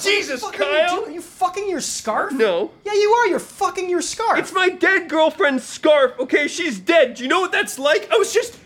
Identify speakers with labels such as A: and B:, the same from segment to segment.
A: Jesus,
B: What are you
A: Kyle!
B: doing? Are you fucking your scarf?
A: No.
B: Yeah, you are. You're fucking your scarf.
A: It's my dead girlfriend's scarf. Okay, she's dead. Do you know what that's like? I was just.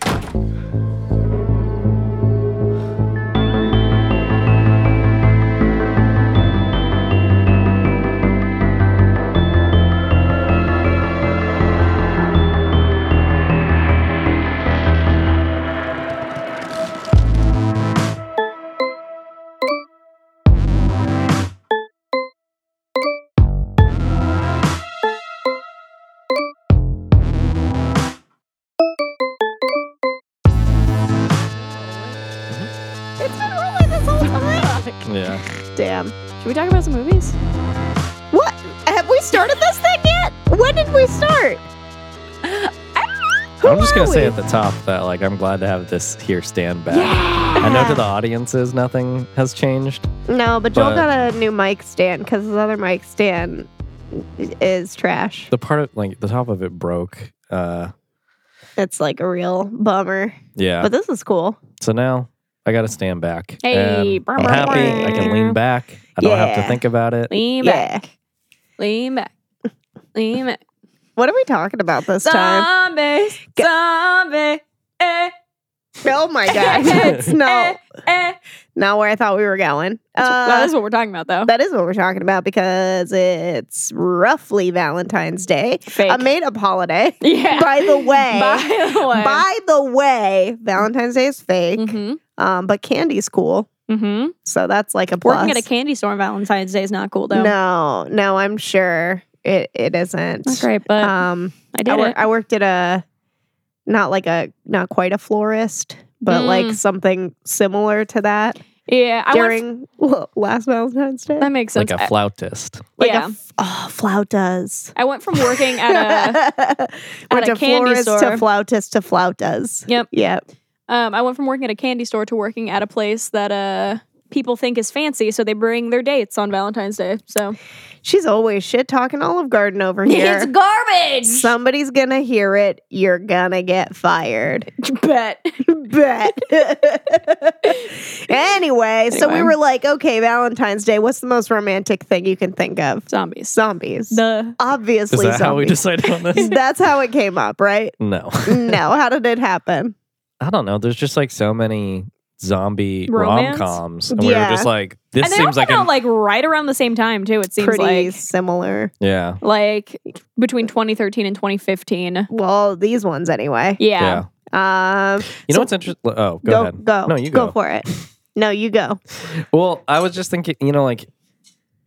C: It's been rolling this whole time.
D: Yeah.
C: Damn. Should we talk about some movies? What? Have we started this thing yet? When did we start? Who
D: I'm just
C: are
D: gonna say
C: we?
D: at the top that like I'm glad to have this here stand back.
C: Yeah.
D: I know to the audiences nothing has changed.
C: No, but Joel
D: But-
C: got a new mic stand because his other mic stand is trash.
D: The part of like the top of it broke. Uh
C: It's like a real bummer.
D: yeah.
C: But this is cool.
D: so now I gotta stand back.
E: Hey,
D: And
E: brr,
D: I'm
E: brr,
D: happy. I can
C: brr.
D: lean back. I don't have to
C: Yeah.
D: think about it.
E: Lean
C: Yeah.
E: back. Lean back. Lean back.
C: What are we talking about this time?
E: Zombies. Zombie. Eh,
C: Oh my god. That's
E: eh,
C: no,
E: eh.
C: not where I thought we were going.
E: That's,
C: Uh,
E: that is what we're talking about, though.
C: that is what we're talking about because it's roughly Valentine's Day.
E: Fake.
C: I made up holiday.
E: yeah.
C: By the way.
E: By the way.
C: By the way, Valentine's Day is fake,
E: Mm-hmm.
C: um, but candy's cool.
E: Mm-hmm.
C: So that's like a plus.
E: Working at a candy store on Valentine's Day is not cool, though.
C: No, no, I'm sure it, it isn't.
E: Not great, but
C: Um,
E: I did
C: I, wor-
E: it.
C: I worked at a not like a not quite a florist, but like
E: Mm.
C: something similar to that
E: yeah, I went.
C: during l- last Valentine's Day.
E: That makes sense.
D: Like a flautist.
C: like
E: yeah.
C: a f- oh, flautas.
E: I went from working at a.
C: Went
E: a
C: to
E: candy
C: florist to
E: store.
C: flautist to flautas.
E: Yep.
C: Yep.
E: Um, I went from working at a candy store to working at a place that uh people think is fancy, so they bring their dates on Valentine's Day. So
C: She's always shit talking Olive Garden over here.
E: it's garbage.
C: Somebody's gonna hear it. You're gonna get fired.
E: bet.
C: Bet. anyway, so we
E: Anyway.
C: were like, okay, Valentine's Day, what's the most romantic thing you can think of?
E: Zombies.
C: Zombies.
E: The
C: Obviously,
D: Is that
C: zombies.
D: how we decided on this?
C: That's how it came up, right?
D: no.
C: No. How did it happen?
D: I don't know. There's just like so many zombie rom
E: Romance?
D: coms. And we
C: Yeah.
D: were just like, this
E: and they all
D: seems
E: come
D: like,
E: out
D: an,
E: like right around the same time too. It seems
C: Pretty
E: like
C: similar.
D: Yeah.
E: like between 2013 and 2015. Yeah.
C: Well, these ones anyway.
D: Yeah.
C: Um, So-
D: You know what's interesting? Oh, go,
C: go,
D: ahead.
C: go.
D: No, you
C: go for it. No, you go.
D: Well, I was just thinking, you know, like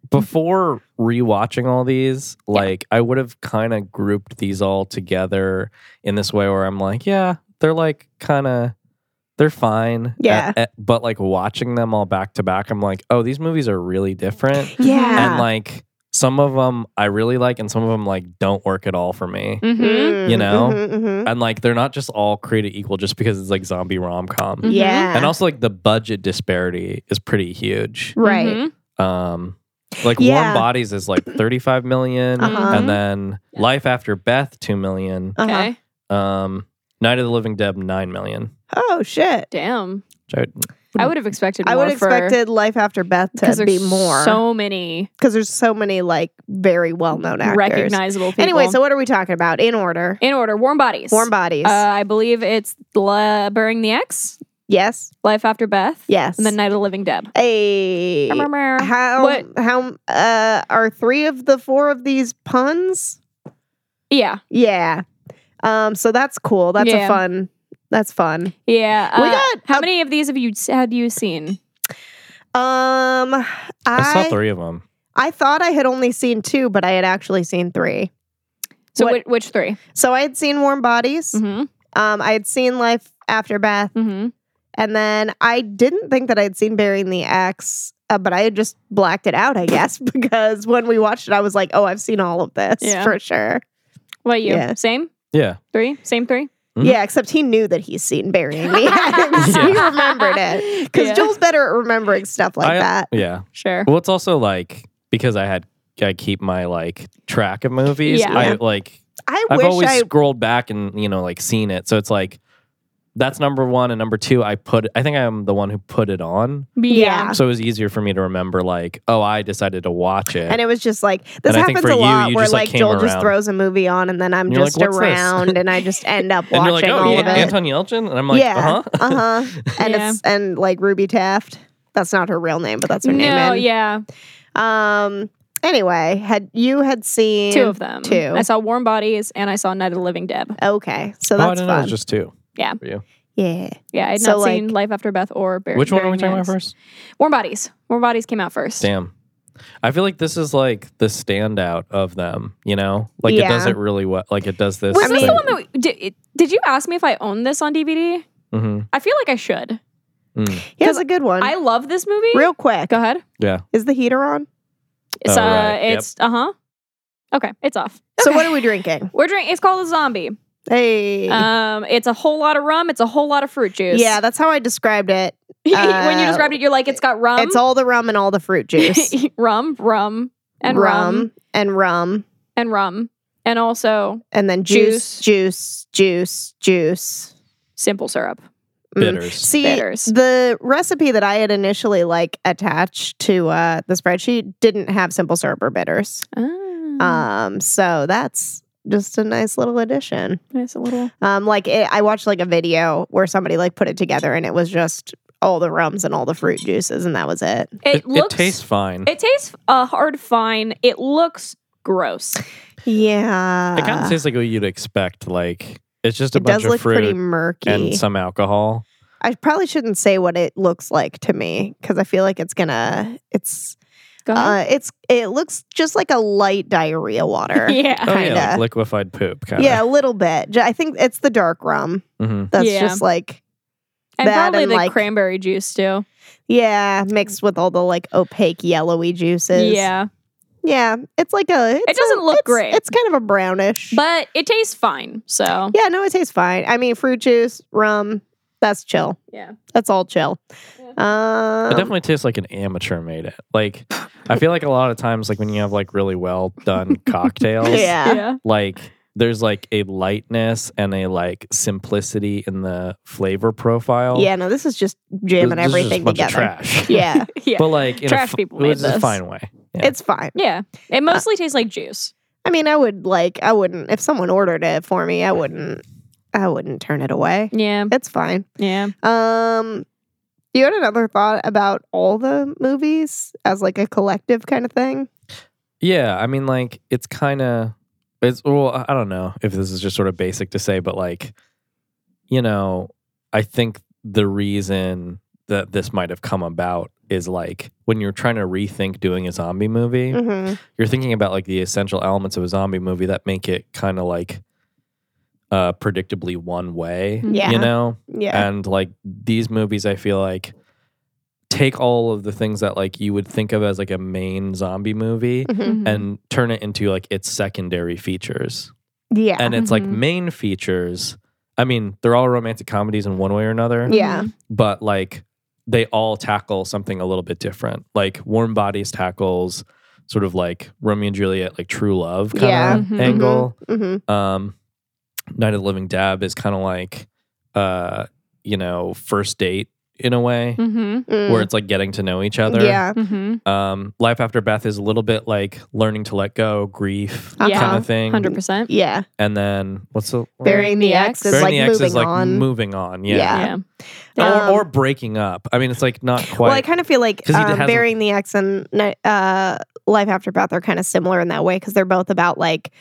D: before rewatching all these, like I would have kind of grouped these all together in this way where I'm like, yeah, they're like kind of they're fine.
C: Yeah.
D: Eh, eh, but like watching them all back to back, I'm like, oh, these movies are really different.
C: Yeah.
D: And like some of them I really like and some of them like don't work at all for me.
E: Mm-hmm.
C: Mm,
D: you know?
C: mhm, mhm.
D: And like they're not just all created equal just because it's like zombie rom-com.
E: Mhm.
C: Yeah.
D: And also like the budget disparity is pretty huge.
C: right.
E: Mm-hmm.
D: Um, like
C: Yeah.
D: Warm Bodies is like 35 million,
C: Uh-huh.
D: and then Life After Beth 2 million,
C: Uh-huh.
E: Mm-hmm. Okay.
D: um, Night of the Living Dead 9 million.
C: Oh shit.
E: Damn.
D: Which
E: I would have expected.
C: I
E: more
C: would have
E: for-
C: expected Life After Beth
E: because
C: to
E: there's
C: be more
E: so many
C: because there's so many like very well known actors.
E: recognizable people.
C: Anyway, so what are we talking about in order?
E: in order, warm bodies.
C: Warm bodies.
E: Uh, I believe it's La- Burying the X,
C: yes,
E: Life After Beth,
C: yes.
E: and then Night of the Living Dead.
C: Hey,
E: How-
C: how
E: What?
C: how uh, are three of the four of these puns?
E: Yeah,
C: Yeah. Um. So that's cool. That's a
E: Yeah.
C: fun. That's fun.
E: yeah.
C: We
E: uh,
C: got
E: how
C: a-
E: many of these have you had you seen?
C: Um. I
D: I
C: I,
D: saw three of them.
C: thought I had only seen two, but I had actually seen three.
E: So
C: What-
E: whi- which 3
C: So I had seen Warm Bodies.
E: Mm-hmm.
C: Um. I had seen Life After Beth.
E: Mm-hmm.
C: And then I didn't think that I'd seen Burying the X, uh, but I had just blacked it out, I guess, because when we watched it, I was like, oh, I've seen all of this
E: Yeah.
C: for sure.
E: What you?
C: Yeah.
E: Same
D: Yeah.
E: three? Same three?
D: Mhm.
C: Yeah, except he knew that he's seen Burying the X. He
D: Yeah.
C: remembered it. Because
E: Yeah.
C: Joel's better at remembering stuff like
D: I-
C: that.
D: Yeah.
E: Sure.
D: Well, it's also like because I had, I keep my like track of movies.
E: Yeah.
D: I like,
C: I
D: I've
C: wish
D: always
C: I.
D: scrolled back and, you know, like seen it. So it's like, that's number one. And number two, I put. I think I'm the one who put it on,
C: Yeah.
D: so it was easier for me to remember. Like, oh, I decided to watch it.
C: And it was just like this
D: And I think
C: happens
D: for
C: a
D: you,
C: lot
D: you
C: where
D: just, like,
C: like,
D: came
C: Joel just
D: around.
C: throws a movie on and then I'm
D: And you're
C: just
D: like, "What's this?"
C: around and I just end up
D: And
C: watching
D: you're like, oh,
C: all
D: yeah,
C: of it.
D: Anton Yelchin, and I'm like,
C: yeah.
D: uh huh.
C: Uh huh. And
E: Yeah.
C: it's and like Ruby Taft. That's not her real name, but that's her name.
E: no,
C: in-
E: yeah,
C: Um. Anyway, had you had seen
E: two of them.
C: Two.
E: I saw Warm Bodies and I saw Night of the Living Dead.
C: Okay, so
D: Oh, I
C: that's
D: didn't know it
C: fun.
D: was just two.
E: Yeah.
D: For you.
C: yeah.
E: Yeah, I had
C: So,
E: not
C: like-
E: seen Life After Beth or Bar-
D: Which one are we
E: Burying
D: talking about
E: Max.
D: first?
E: Warm Bodies. Warm Bodies came out first.
D: Damn. I feel like this is like the standout of them, you know? Like it
C: Yeah.
D: does it really well. Like it does this.
E: Was this
C: mean-
E: the one that we, did, did you ask me if I own this on DVD?
C: Mm.
D: hmm
E: I feel like I should.
C: Here's a good one.
E: I love this movie.
C: Real quick,
E: Go ahead.
D: Yeah.
C: is the heater on?
E: It's
D: Oh,
E: uh,
D: right. Yep.
E: it's uh huh. Okay, it's off.
C: So
E: Okay.
C: what are we drinking?
E: We're drinking. It's called a zombie.
C: Hey.
E: Um, it's a whole lot of rum. It's a whole lot of fruit juice.
C: yeah, that's how I described it.
E: when you
C: uh,
E: described it, you're like, it's got rum.
C: it's all the rum and all the fruit juice.
E: rum, rum, and rum.
C: and rum
E: and rum, and also
C: and then juice, juice, juice, juice.
E: simple syrup.
C: Mm.
D: Bitters.
C: See,
E: Bitters.
C: the recipe that I had initially like attached to uh, the spreadsheet didn't have simple syrup or bitters.
E: Mm-hmm. Ah,
C: Um, so that's just a nice little addition.
E: nice little.
C: Um, like it, I watched like a video where somebody like put it together, and it was just all the rums and all the fruit juices, and that was it.
D: It,
E: It,
D: it
E: looks.
D: tastes fine.
E: It tastes uh, hard fine. It looks gross.
C: Yeah,
D: it kind of tastes like what you'd expect. Like it's just a
C: It
D: bunch
C: does
D: of
C: look pretty
D: fruit
C: murky.
D: and some alcohol.
C: I probably shouldn't say what it looks like to me because I feel like it's gonna. It's
E: Go ahead.
C: uh, it's it looks just like a light diarrhea water.
E: yeah.
D: Oh yeah,
C: kinda.
D: like liquefied poop kind of.
C: Yeah, a little bit. J- I think it's the dark rum.
D: hmm
C: That's
E: Yeah.
C: just like
E: And
C: that
E: probably
C: and,
E: the
C: like-
E: cranberry juice too.
C: yeah, mixed with all the like opaque yellowy juices.
E: Yeah.
C: Yeah, it's like a. it's
E: doesn't
C: a-
E: look
C: it's-
E: great.
C: It's kind of a brownish.
E: But it tastes fine. So
C: yeah, no, it tastes fine. I mean, fruit juice, rum, that's chill.
E: yeah.
C: That's all chill.
D: It
C: Um,
D: definitely tastes like an amateur made it. Like I feel like a lot of times, like when you have like really well done cocktails,
C: yeah.
E: yeah.
D: like there's like a lightness and a like simplicity in the flavor profile.
C: Yeah, no, this is just
D: This-
C: jamming
D: this is just
C: everything
D: a bunch of
C: together.
D: trash.
C: Yeah,
E: Yeah.
D: but like in
E: Trash
D: a, f-
E: people
D: it was
E: made
D: a
E: this.
D: fine way. Yeah.
C: it's fine.
E: yeah.
C: uh,
E: It mostly tastes like juice.
C: I mean, I would like, I wouldn't, if someone ordered it for me, I wouldn't, I wouldn't turn it away.
E: Yeah.
C: It's fine.
E: Yeah.
C: Um, you had another thought about all the movies as like a collective kind of thing?
D: yeah, I mean, like it's kind of it's well, I- I don't know if this is just sort of basic to say, but like you know, I think the reason that this might have come about is like when you're trying to rethink doing a zombie movie.
C: Mm-hmm.
D: you're thinking about like the essential elements of a zombie movie that make it kind of like uh predictably one way
E: Mm.
C: Yeah.
D: you know uh,
C: yeah.
D: and like these movies i feel like take all of the things that like you would think of as like a main zombie movie
C: Mhm.
E: Mm-hmm.
D: and turn it into like its secondary features
C: Yeah.
D: and it's like
C: Mm-hmm.
E: Mhm.
D: main features i mean they're all romantic comedies in one way or another
E: Mm-hmm.
C: yeah.
D: but like they all tackle something a little bit different. Like Warm Bodies tackles sort of like Romeo and Juliet, like true love kind
C: Yeah. Mm-hmm.
D: of
E: Mhm.
D: angle.
C: hmm
D: Um, Night of the Living Dab is kind of like, uh, you know, first date in a way,
E: Mm-hmm.
D: where it's like getting to know each other.
C: Mm. Yeah.
E: Mm-hmm.
D: Um, Life After Beth is a little bit like learning to let go, grief
C: Uh-huh.
D: kind of thing.
E: Hundred percent.
C: Yeah.
D: And then what's the
C: Burying the
E: the
C: X
E: X.
C: is like
D: Burying the X
C: moving
D: is like
C: on.
D: moving on. Yeah.
C: Yeah.
E: Yeah.
C: Um,
D: or, or breaking up. I mean, it's like not quite.
C: Well, I kind of feel like
D: 'Cause he
C: um,
D: hasn't-
C: burying the X and uh, Life After Beth are kind of similar in that way because they're both about like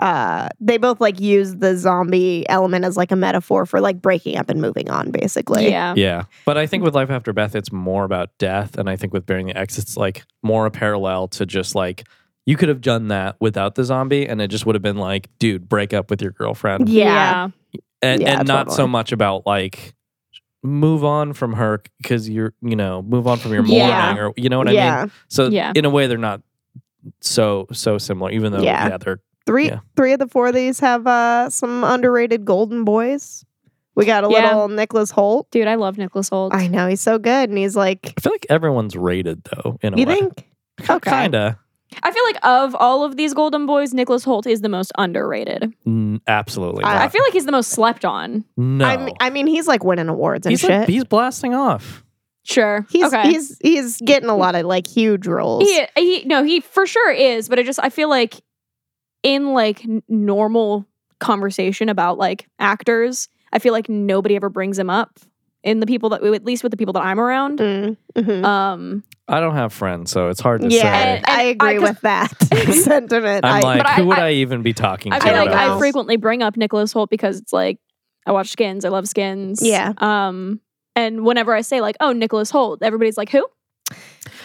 C: uh, they both like use the zombie element as like a metaphor for like breaking up and moving on, basically.
E: Yeah.
D: Yeah. But I think with Life After Beth, it's more about death. And I think with Burying the X, it's like more a parallel to just like, you could have done that without the zombie and it just would have been like, dude, break up with your girlfriend.
C: Yeah.
D: And,
C: Yeah,
D: and not
C: totally.
D: so much about like, move on from her because you're, you know, move on from your mourning
C: Yeah.
D: or, you know what I
C: yeah.
D: mean? So
E: Yeah.
D: in a way, they're not so, so similar, even though,
C: Yeah.
D: yeah, they're,
C: Three
D: Yeah.
C: three of the four of these have uh, some underrated golden boys. We got a
E: Yeah.
C: little Nicholas Holt.
E: Dude, I love Nicholas Holt.
C: I know he's so good, and he's like,
D: I feel like everyone's rated though, in a
C: you
D: way.
C: think? Okay.
D: Kinda.
E: I feel like of all of these Golden Boys, Nicholas Holt is the most underrated.
D: N- absolutely.
C: I-
D: not.
E: I feel like he's the most slept on.
D: no.
C: I, mean, I mean, he's like winning awards and
D: he's,
C: shit.
D: like, he's blasting off.
E: Sure.
C: he's,
E: okay.
C: he's he's getting a lot of like huge roles.
E: he, he no he for sure is, but I just I feel like in like n- normal conversation about like actors, I feel like nobody ever brings him up in the people that at least with the people that I'm around.
C: Mm, mhm.
E: Um,
D: I don't have friends, so it's hard to
C: yeah,
D: say.
E: And-
C: I agree
E: I- 'cause-
C: with that sentiment.
D: I'm like,
E: but I-
D: who would
E: I-
D: I, even be talking
E: I
D: to?
E: feel like
D: about
E: I
C: know.
D: this?
E: frequently bring up Nicholas Holt because it's like I watch Skins, I love Skins.
C: Yeah.
E: Um, and whenever I say like, "Oh, Nicholas Holt," everybody's like, "Who?"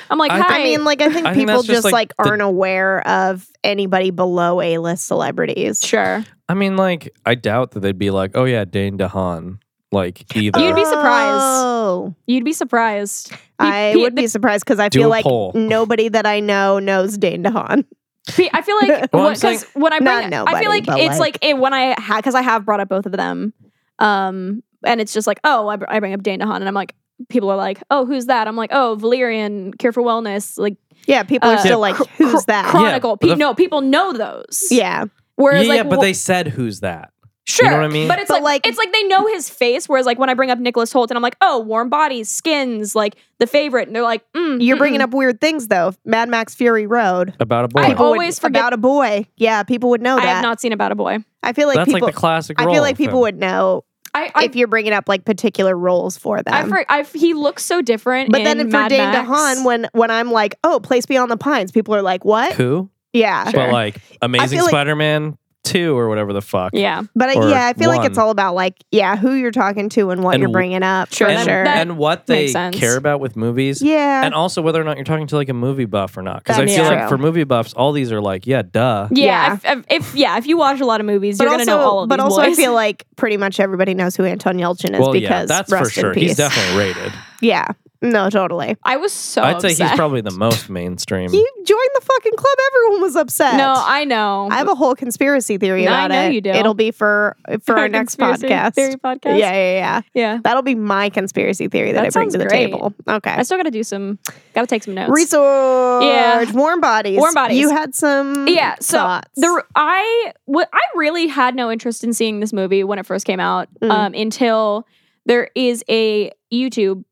E: I'm like,
D: I-
E: "Hi."
C: I mean, like I think
D: I think
C: people
D: that's
C: just,
D: just,
C: like,
D: like, the-
C: aren't aware of anybody below A list celebrities.
E: sure,
D: I mean, like, I doubt that they'd be like, oh yeah, Dane DeHaan. Like, either.
E: You'd be surprised.
C: Oh,
E: you'd be surprised.
C: I
E: Pe-
C: would be surprised because I
D: Do
C: feel
D: a
C: like
D: poll.
C: nobody that I know knows Dane DeHaan.
E: Pe- I feel like
D: Well, I'm
E: because
D: saying-
E: when I
C: Not
E: bring, I
C: nobody,
E: feel like
C: but,
E: it's like,
C: like-
E: it, when I had because I have brought up both of them, um, and it's just like, oh, I, br- I bring up Dane DeHaan, and I'm like, people are like, oh, who's that? I'm like, oh, Valerian, Cure for Wellness, like
C: Yeah, people are
E: Uh,
C: still
D: Yeah,
C: like,
E: Chr-
C: who's
E: Chr-
C: that?
D: Yeah,
E: Chronicle.
D: but
E: Pe-
D: the-
E: no, people know those.
C: yeah,
E: Whereas
D: yeah,
E: like,
D: yeah, but
E: wh-
D: they said, who's that?
E: Sure,
D: know what I mean?
E: but it's
C: But,
E: like,
C: like-
E: it's like they know his face. Whereas like when I bring up Nicholas Holt and I'm like, oh, warm bodies, skins, like the favorite, and they're like, mm,
C: you're
E: mm-mm.
C: bringing up weird things though. Mad Max Fury Road.
D: About a boy.
E: I
C: People would-
E: always forget-
C: about a boy. Yeah, people would know
E: I have
C: that.
E: not seen about a boy.
C: I feel like
D: That's
C: people.
D: like the classic
C: I
D: role.
C: feel like people
D: thing.
C: would know
E: I, I,
C: if you're bringing up like particular roles for them.
E: I, for, I he looks so different.
C: but
E: in
C: then for
E: Mad
C: Dane
E: Max.
C: DeHaan, when when I'm like, oh, Place Beyond the Pines, people are like, what?
D: Who?
C: Yeah,
E: Sure.
D: But like, Amazing
C: feel like-
D: Spider Man 2 or whatever the fuck.
E: yeah,
C: but I,
D: Or
C: yeah, I feel like it's
D: one.
C: all about like, yeah, who you're talking to and what
D: And
C: you're
D: w-
C: bringing up.
E: Sure.
C: for
D: And,
C: sure.
E: That
D: and what they
E: makes sense.
D: care about with movies.
C: yeah,
D: And also whether or not you're talking to like a movie buff or not. Because I
C: That's
D: feel like
C: true.
D: for movie buffs, all these are like, yeah, duh.
E: yeah.
C: Yeah.
E: If, if, if- yeah, if you watch a lot of movies,
C: but
E: you're
C: also,
E: gonna know all of
C: but
E: these
C: also, I
E: boys.
C: feel like pretty much everybody knows who Anton Yelchin is
D: well,
C: because
D: yeah, that's for
C: rest in
D: sure.
C: peace.
D: He's definitely rated.
C: yeah, no, totally.
E: I was so.
D: I'd say he's
E: upset.
D: probably the most mainstream.
C: Oh, You joined the fucking club. Everyone was upset.
E: No, I know.
C: I have a whole conspiracy theory
E: No, I
C: about
E: know
C: it.
E: you do.
C: It'll be for for our, next
E: Conspiracy
C: podcast.
E: theory
C: Yeah,
E: podcast.
C: yeah, yeah.
E: yeah.
C: That'll be my conspiracy theory that,
E: That
C: I bring
E: sounds
C: to the
E: great.
C: table. Okay.
E: I still gotta do some. Gotta take some notes.
C: Resource.
E: Yeah.
C: Warm bodies.
E: Warm bodies.
C: You had some.
E: yeah so
C: thoughts.
E: the i what i really had no interest in seeing this movie when it first came out
C: Mm.
E: um until there is a youtube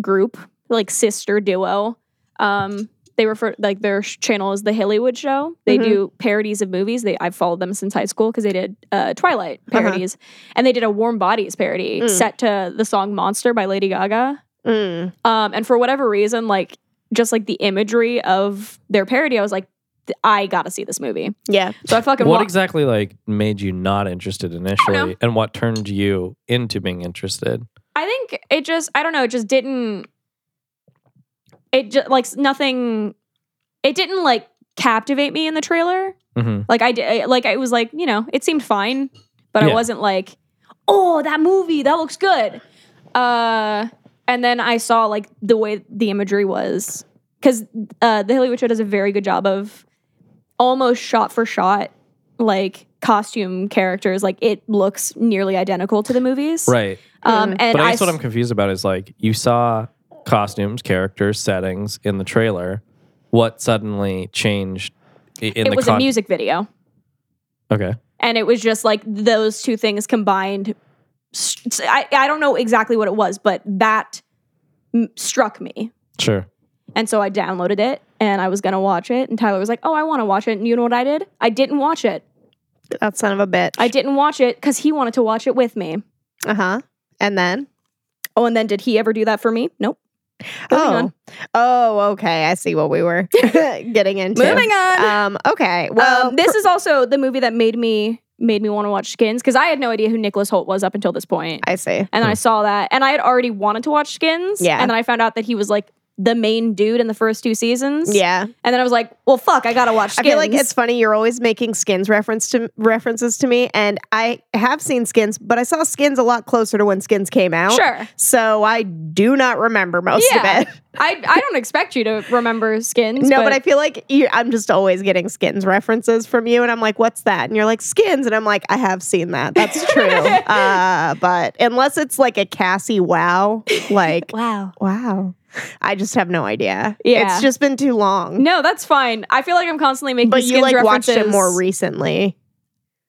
E: group like sister duo um they refer like their sh- channel is the Hollywood Show. They
C: Mhm.
E: do parodies of movies. They I've followed them since high school because they did uh, Twilight parodies, and they did a Warm Bodies parody
C: Uh-huh. Mm.
E: set to the song "Monster" by Lady Gaga.
C: Mm.
E: Um, and for whatever reason, like just like the imagery of their parody, I was like, th- I gotta see this movie.
C: Yeah.
E: So I fucking
D: what
E: wa-
D: exactly like made you not interested initially, and what turned you into being interested?
E: I think it just I don't know, it just didn't. It just like s- nothing. It didn't like captivate me in the trailer.
D: Mm-hmm.
E: Like I did. Like it was like you know, it seemed fine, but I
D: Yeah.
E: wasn't like, oh, that movie that looks good. Uh, and then I saw like the way the imagery was because uh, the Hollywood Show does a very good job of almost shot for shot like costume characters. Like it looks nearly identical to the movies,
D: Right.
E: Um, and
D: but I
E: I
D: guess what I'm confused about is like you saw costumes, characters, settings in the trailer. What suddenly changed i- in the
E: it was a
D: con-
E: music video,
D: Okay.
E: and it was just like those two things combined. s- I I don't know exactly what it was, but that m- struck me.
D: Sure.
E: And so I downloaded it and I was going to watch it. And Tyler was like, Oh, I want to watch it. And you know what I did? I didn't watch it.
C: That son of a bitch.
E: I didn't watch it because he wanted to watch it with me.
C: Uh huh. And then.
E: Oh, and then did he ever do that for me? Nope. Moving
C: oh.
E: on.
C: Oh, okay. I see what we were getting into.
E: Moving on.
C: Um. Okay. Well,
E: Well, this is also the movie that made me made me want to watch Skins because I had no idea who Nicholas Holt was up until this point.
C: I see.
E: and then I saw that, and I had already wanted to watch Skins.
C: Yeah.
E: And then I found out that he was like the main dude in the first two seasons.
C: Yeah.
E: And then I was like, Well, fuck, I gotta watch
C: I
E: Skins.
C: feel like it's funny. You're always making skins reference to references to me, and I have seen skins, but I saw skins a lot closer to when skins came out.
E: sure.
C: So I do not remember most
E: Yeah.
C: of it.
E: I I don't expect you to remember Skins.
C: No, but, I feel like you, I'm just always getting skins references from you, and I'm like, "What's that?" And you're like, "Skins," and I'm like, "I have seen that. That's true." uh, but unless it's like a Cassie Wow, like
E: wow.
C: wow, I just have no idea.
E: Yeah.
C: It's just been too long.
E: No, that's fine. I feel like I'm constantly making.
C: but you
E: Skins
C: like watched it
E: references.
C: more recently.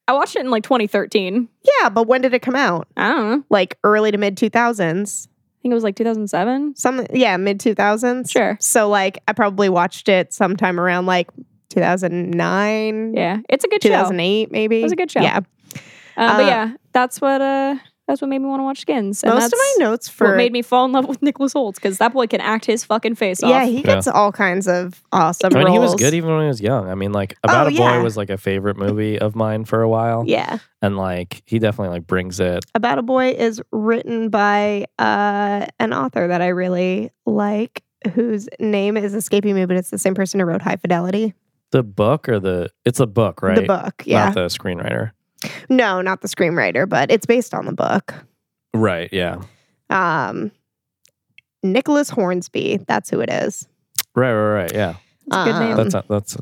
E: I watched it in like 2013.
C: Yeah, but when did it come out?
E: I don't know.
C: Like early to mid 2000s.
E: I think it was like 2007.
C: Some yeah, mid 2000s.
E: Sure.
C: So like I probably watched it sometime around like 2009,
E: Yeah, it's a good show.
C: 2008 maybe.
E: It was a good show.
C: Yeah.
E: Uh, but
C: Uh,
E: yeah, that's what uh that's what made me want to watch Skins. And
C: Most
E: that's
C: of my notes for
E: what made me fall in love with Nicholas Holt because that boy can act his fucking face off.
C: Yeah, he gets all kinds of awesome
D: I mean, he was
C: roles.
D: good even when he was young. I mean, like About
C: Oh,
D: a Boy
C: yeah.
D: was like a favorite movie of mine for a while,
C: Yeah.
D: and like he definitely like brings it.
C: About a Boy is written by uh, an author that I really like, whose name is escaping me, but it's the same person who wrote High Fidelity.
D: The book or the it's a book, right?
C: The book, yeah.
D: not the screenwriter.
C: no, not the screenwriter, but it's based on the book.
D: Right? Yeah.
C: Um, Nicholas Hornsby, that's who it is.
D: Right. Right. Right. Yeah.
E: a good name.
C: Um,
D: That's that's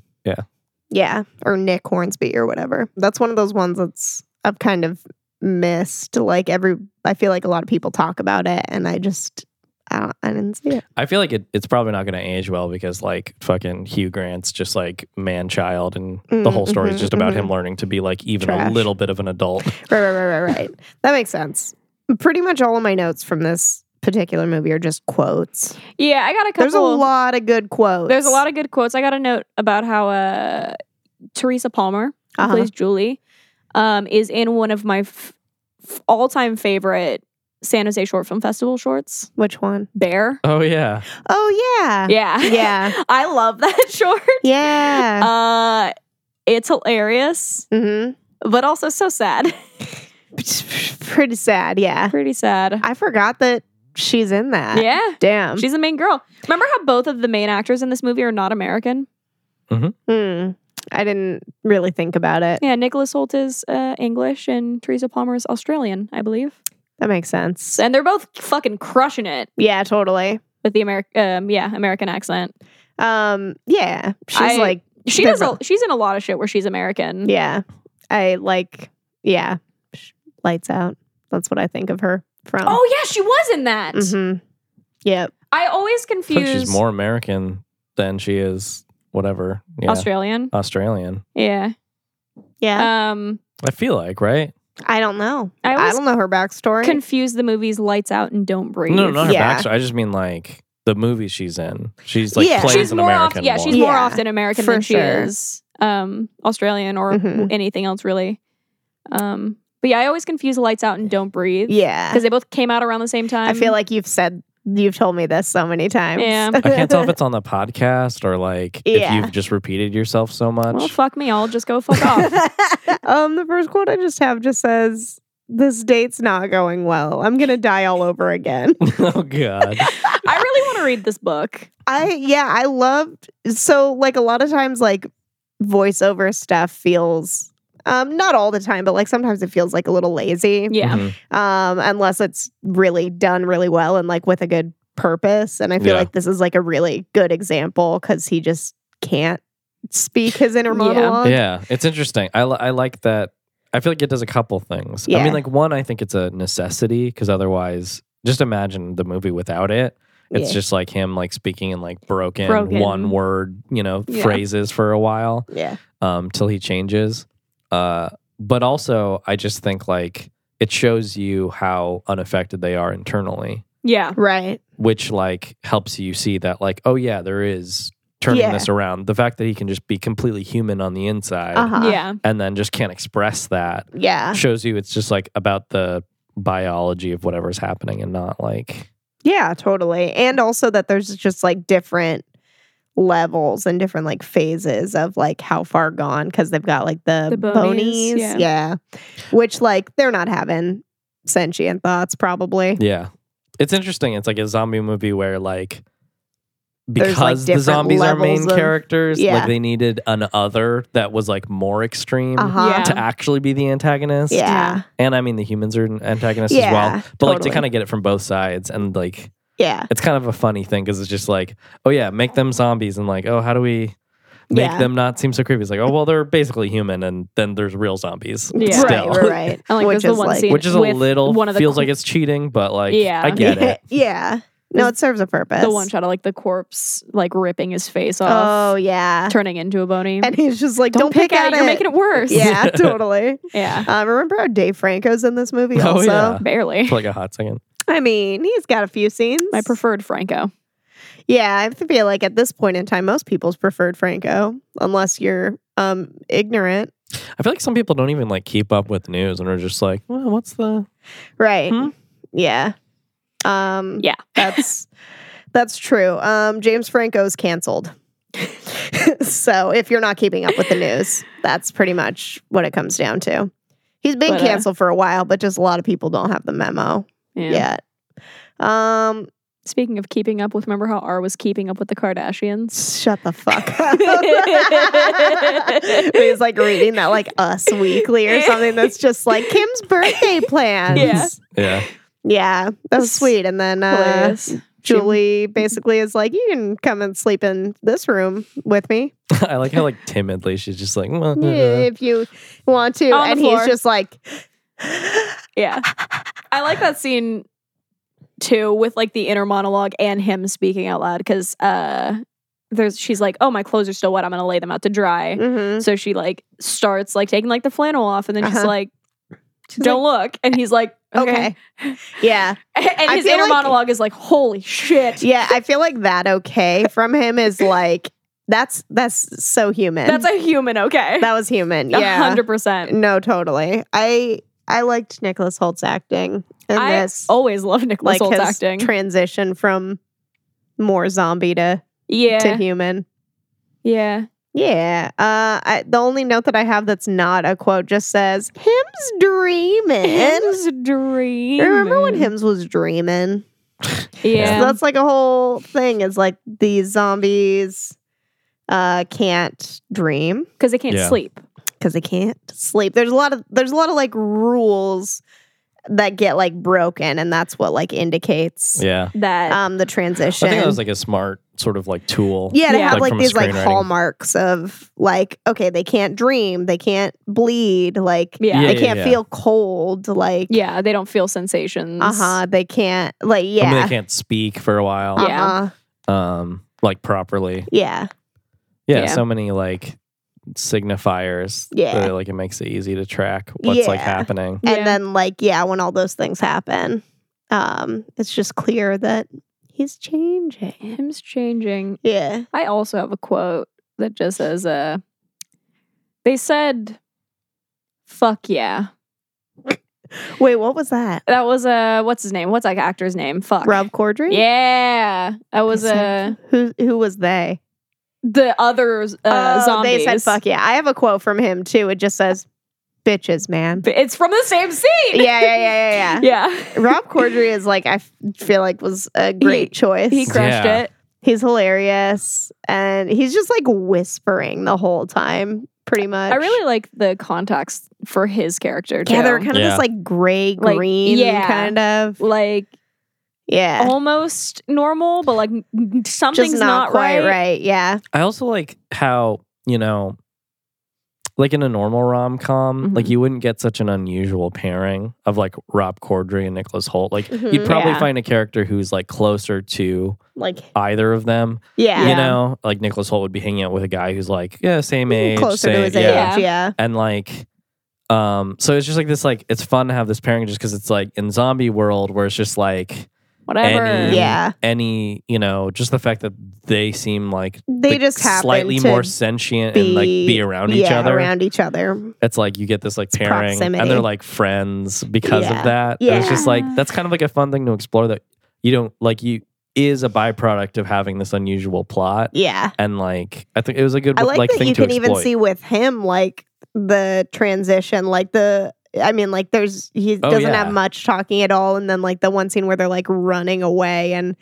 C: Yeah, or Nick Hornsby or whatever. That's one of those ones that's I've kind of missed. Like every, I feel like a lot of people talk about it, and I just I, don't, I didn't see it.
D: I feel like it, it's probably not going to age well because like fucking Hugh Grant's just like man child and the
C: Mm,
D: whole story
C: mhm,
D: is just about
C: mhm.
D: him learning to be like even
C: Trash.
D: a little bit of an adult.
C: Right, right, right, right, right. that makes sense. Pretty much all of my notes from this particular movie are just quotes.
E: Yeah, I got a couple.
C: There's a lot of good quotes.
E: There's a lot of good quotes. I got a note about how uh, Teresa Palmer, who
C: Uh-huh.
E: plays Julie, um, is in one of my f- f- all-time favorite San Jose Short Film Festival shorts,
C: Which one?
E: Bear.
D: Oh yeah,
C: Oh yeah,
E: Yeah,
C: Yeah.
E: I love that short.
C: yeah.
E: Uh, it's hilarious,
C: mm-hmm.
E: but also so sad.
C: Pretty sad. Yeah,
E: Pretty sad.
C: I um, forgot that she's in that.
E: yeah.
C: Damn.
E: She's the main girl. Remember how both of the main actors in this movie are not American?
C: Hmm. I didn't really think about it.
E: Yeah, Nicholas Holt is uh, English and Teresa Palmer is Australian, I believe.
C: That makes sense.
E: And they're both fucking crushing it
C: Yeah, totally.
E: with the American, um, yeah, American accent.
C: Um, yeah, she's
E: I-
C: like,
E: She
C: They're
E: does. A, she's in a lot of shit where she's American.
C: yeah, I like, yeah, Sh- lights out. That's what I think of her from.
E: Oh yeah, she was in that.
C: hmm Yep.
E: I always
D: I think
E: confuse
D: she's more American than she is whatever. Yeah,
E: Australian.
D: Australian.
E: Yeah.
C: Yeah.
E: Um,
D: I feel like right.
C: I don't know.
E: I
C: I,
E: always
C: don't know her backstory.
E: confuse the movies Lights Out and Don't Breathe.
D: No, not her
C: Yeah.
D: backstory. I just mean like the movie she's in. She's like
C: Yeah.
D: plays
E: she's
D: an
E: more
D: American.
E: often. Yeah, she's
D: one.
E: more
C: Yeah,
E: often American
C: for
E: than she
C: sure.
E: is um, Australian or
C: Mhm.
E: anything else really. Um, but yeah, I always confuse Lights Out and Don't Breathe.
C: yeah.
E: because they both came out around the same time.
C: I feel like you've said, you've told me this so many times.
E: Yeah.
D: I can't tell if it's on the podcast or like
C: Yeah.
D: if you've just repeated yourself so much.
E: well, fuck me, I'll just go fuck off.
C: um, the first quote I just have just says, "This date's not going well. I'm gonna die all over again."
D: oh god.
E: I really want to read this book.
C: I yeah, I loved so like a lot of times like voiceover stuff feels um not all the time, but like sometimes it feels like a little lazy.
E: Yeah,
D: Mhm.
C: Um, unless it's really done really well and like with a good purpose. And I feel
D: Yeah.
C: like this is like a really good example because he just can't speak his inner
E: Yeah.
C: monologue.
D: Yeah, it's interesting. I, li- I like that. I feel like it does a couple things. I
C: Yeah.
D: mean, like, one, I think it's a necessity because otherwise, just imagine the movie without it. It's
C: Yeah.
D: just like him, like, speaking in like broken,
E: Broken.
D: one word, you know,
E: Yeah.
D: phrases for a while
C: Yeah.
D: um, till he changes. Uh, but also, I just think like it shows you how unaffected they are internally,
E: yeah,
C: Right.
D: which like helps you see that, like, oh, yeah, there is turning
C: Yeah.
D: this around. The fact that he can just be completely human on the inside
C: Uh-huh.
E: yeah,
D: and then just can't express that
C: Yeah.
D: shows you it's just like about the biology of whatever's happening and not like
C: Yeah, totally. And also that there's just like different levels and different like phases of like how far gone because they've got like the,
E: The bonies,
C: bonies.
E: yeah.
C: Yeah. Which like they're not having sentient thoughts probably.
D: yeah it's interesting it's like a zombie movie where like
C: There's, like,
D: because the
C: different
D: zombies are main
C: levels of-
D: characters
C: Yeah.
D: like they needed an other that was like more extreme
C: Uh-huh.
E: Yeah.
D: to actually be the antagonist
C: Yeah.
D: and i mean the humans are antagonists as
C: Yeah,
D: well but like to
C: totally.
D: kind of get it from both sides and like
C: Yeah.
D: it's kind of a funny thing because it's just like, oh yeah, make them zombies and like, oh, how do we make
C: Yeah.
D: them not seem so creepy? It's like, oh well, they're basically human, and then there's real zombies.
E: Yeah.
D: still.
C: Right, right, right.
E: And, like,
C: Which
E: there's the
C: is
E: one
C: like
E: scene-
D: Which is a
E: With
D: little
E: one of the
D: feels
E: cl-
D: like it's cheating, but like
E: Yeah.
D: I get it.
C: yeah. No, it serves a purpose.
E: The one shot of like the corpse like ripping his face
C: Oh
E: off,
C: yeah.
E: turning into a bony.
C: And he's just like, don't, pick, at it.
E: You're making it worse.
C: Yeah, totally.
E: yeah.
C: Uh, remember how Dave Franco's in this movie?
D: Oh,
C: Also,
D: yeah.
E: Barely.
D: for like a hot second.
C: I mean, he's got a few scenes.
E: My preferred Franco.
C: Yeah, I feel like at this point in time, most people's preferred Franco, unless you're um ignorant,
D: I feel like some people don't even like keep up with news and are just like, well, what's the
C: right?
D: Hmm?
C: Yeah, um,
E: Yeah.
C: that's that's true. Um, James Franco's canceled. so if you're not keeping up with the news, that's pretty much what it comes down to. He's been
E: But, uh,
C: canceled for a while, but just a lot of people don't have the memo
E: Yeah.
C: yet. Um,
E: Speaking of keeping up with, remember how R was keeping up with the Kardashians?
C: Shut the fuck up. He's like reading that like Us Weekly or something that's just like Kim's birthday plans.
E: Yeah.
D: yeah?
C: Yeah, that's
E: That's
C: sweet. And then uh,
E: Hilarious.
C: Julie basically is like, you can come and sleep in this room with me
D: I like how like timidly she's just like, well,
C: if you want to.
E: On the
C: and
E: floor.
C: he's just like,
E: Yeah. I like that scene too with like the inner monologue and him speaking out loud because uh there's she's like, Oh, my clothes are still wet, I'm gonna lay them out to dry.
C: mhm.
E: So she like starts like taking like the flannel off and then she's
C: Uh-huh.
E: like don't look and he's like okay,
C: okay. Yeah.
E: and
C: I
E: his
C: feel
E: inner
C: like-
E: monologue is like holy shit
C: Yeah. I feel like that okay from him is like, that's that's so human.
E: that's a human okay
C: that was human.
E: A
C: Yeah.
E: hundred percent
C: No, totally. I I liked Nicholas Holt's acting in
E: I
C: this,
E: always love Nicholas
C: like
E: Holt's
C: his
E: acting
C: transition from more zombie to
E: yeah
C: to human.
E: yeah
C: Yeah. Uh, I, the only note that I have that's not a quote just says "Him's dreaming."
E: Him's dream
C: Remember when Hims was dreaming?
E: yeah
C: So that's like a whole thing. Is like these zombies uh, can't dream.
E: because they can't
D: Yeah.
E: sleep
C: because they can't sleep. There's a lot of there's a lot of like rules that get like broken, and that's what like indicates
D: yeah.
E: that
C: um the transition.
D: I think that was like a smart sort of like tool.
C: yeah, to
E: Yeah.
C: have like,
D: like, from a
C: these like
D: screenwriting.
C: hallmarks of like okay, they can't dream, they can't bleed, like
E: Yeah.
D: Yeah,
C: they
D: yeah,
C: can't
D: yeah.
C: feel cold, like
E: yeah they don't feel sensations
C: uh huh, they can't like
D: Oh, I mean,
C: yeah,
D: they can't speak for a while,
C: uh
E: Yeah.
C: huh,
D: um, like properly.
C: yeah,
D: Yeah,
E: Yeah.
D: so many like signifiers.
C: Yeah.
D: that, like it makes it easy to track what's like
C: Yeah.
D: happening.
E: Yeah.
C: and then like yeah, when all those things happen, um, it's just clear that he's changing.
E: him's changing
C: Yeah,
E: I also have a quote that just says, uh, they said, fuck yeah.
C: wait, what was that?
E: That was, uh, what's his name? What's that actor's name? Fuck.
C: Rob Corddry?
E: Yeah. That was, uh,
C: who who was they?
E: the other, uh, zombies.
C: Oh, They said fuck yeah. I have a quote from him too. It just says bitches, man.
E: But It's from the same scene.
C: yeah, yeah, yeah, yeah, yeah.
E: Yeah.
C: Rob Corddry is like I f- feel like was a great choice.
E: He crushed
D: Yeah.
E: it.
C: he's hilarious and he's just like whispering the whole time, pretty much.
E: I really like the context for his character, too.
C: yeah, they're kind of
D: Yeah.
C: this like gray
E: Like,
C: green
E: yeah.
C: kind of
E: like
C: yeah.
E: almost normal, but like n- n- something's
C: just not, quite right. Yeah.
D: I also like how you know, like in a normal rom com,
E: Mhm.
D: like
C: Mm-hmm.
D: you wouldn't get such an unusual pairing of like Rob Corddry and Nicholas Holt. Like you'd
C: Mhm.
D: probably
E: Yeah.
D: find a character who's like closer to
C: Like
D: either of them.
C: yeah.
D: You know, like Nicholas Holt would be hanging out with a guy who's like yeah, same age,
C: Mm-hmm. Closer
D: same,
C: to his
D: yeah.
C: age, yeah.
D: and like um so it's just like this like it's fun to have this pairing just because it's like in zombie world where it's just like
E: Whatever.
D: any
C: Yeah.
D: any you know just the fact that they seem like
C: They
D: the
C: just happen
D: slightly
C: to
D: more sentient and like
C: be-
D: be around each
C: yeah,
D: other
C: around each other.
D: it's like you get this like pairing and
C: proximity.
D: they're like friends because
C: Yeah.
D: of that it's just like
E: Yeah.
D: that's kind of like a fun thing to explore that you don't like you is a byproduct of having this unusual plot
C: Yeah.
D: and like i think it was a good
C: I like,
D: like
C: that
D: thing
C: you
D: to
C: can even
D: exploit
C: see with him like the transition, like the I mean, like there's he
D: Oh,
C: doesn't
D: yeah.
C: have much talking at all, and then like the one scene where they're like running away, and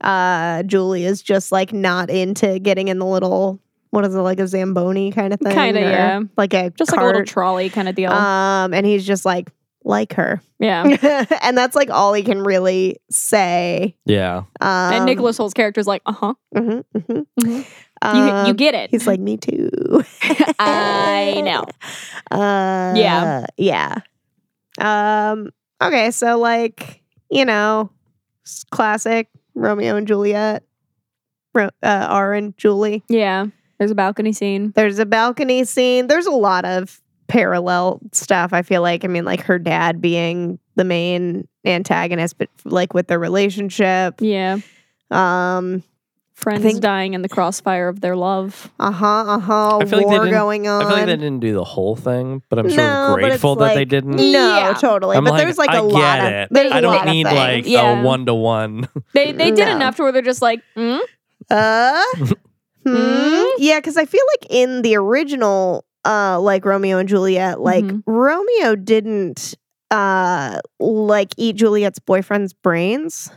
C: uh Julie is just like not into getting in the little what is it like a zamboni kind of thing,
E: Kinda,
C: or,
E: yeah.
C: like a
E: Just like a little
C: cart.
E: trolley kind of deal.
C: um, and he's just like like her,
E: yeah.
C: and that's like all he can really say.
D: yeah
C: Um,
E: and Nicholas Holt's character is like, uh huh.
C: mhm, mhm.
E: Mhm. You, you
C: Um,
E: get it.
C: He's like, me too.
E: I know.
C: Uh,
E: Yeah.
C: Yeah. Um, okay. So, like, you know, s- classic Romeo and Juliet, Ro- uh, R and Julie.
E: Yeah. There's a balcony scene.
C: There's a balcony scene. There's a lot of parallel stuff. I feel like I mean, like her dad being the main antagonist, but like with their relationship.
E: Yeah.
C: Um.
E: Friends
C: think-
E: dying in the crossfire of their love.
C: Uh huh. Uh huh.
D: I feel like they
C: War
D: didn't-
C: going on.
D: I feel like they didn't do the whole thing, but I'm sort
C: No,
D: of
C: but it's
D: grateful that they
C: like-
D: didn't.
C: No,
E: Yeah.
C: totally.
D: Mm. I'm
C: but there's like a
D: I
C: lot
D: get
C: of
D: it.
C: there's
D: I
C: a lot
D: don't
C: of
D: need
C: things.
D: like
E: Yeah.
D: a one to one.
E: They they did
C: No.
E: enough to where they're just like, mm?
C: Uh,
E: Hmm?
C: hmm? Yeah, because I feel like in the original, uh, like Romeo and Juliet, like
E: Mhm.
C: Romeo didn't uh like eat Juliet's boyfriend's brains.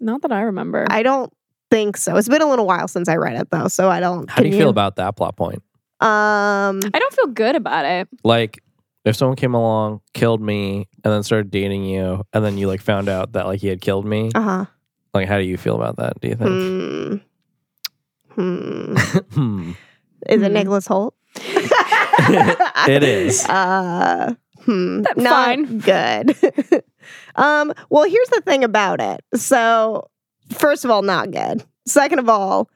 E: not that I remember.
C: I don't think so. It's been a little while since I read it though, so I don't.
D: How do
C: can
D: you feel about that plot point?
C: Um,
E: I don't feel good about it.
D: Like, if someone came along, killed me, and then started dating you, and then you like found out that like he had killed me,
C: uh huh.
D: like how do you feel about that? Do you think?
C: Hmm. Hmm.
D: Hmm.
C: Is it
E: Hmm.
C: Nicholas Holt?
D: It is.
C: Uh, hmm,
E: That's
C: not
E: fine.
C: good. um, well, here's the thing about it. So, first of all, not good. Second of all,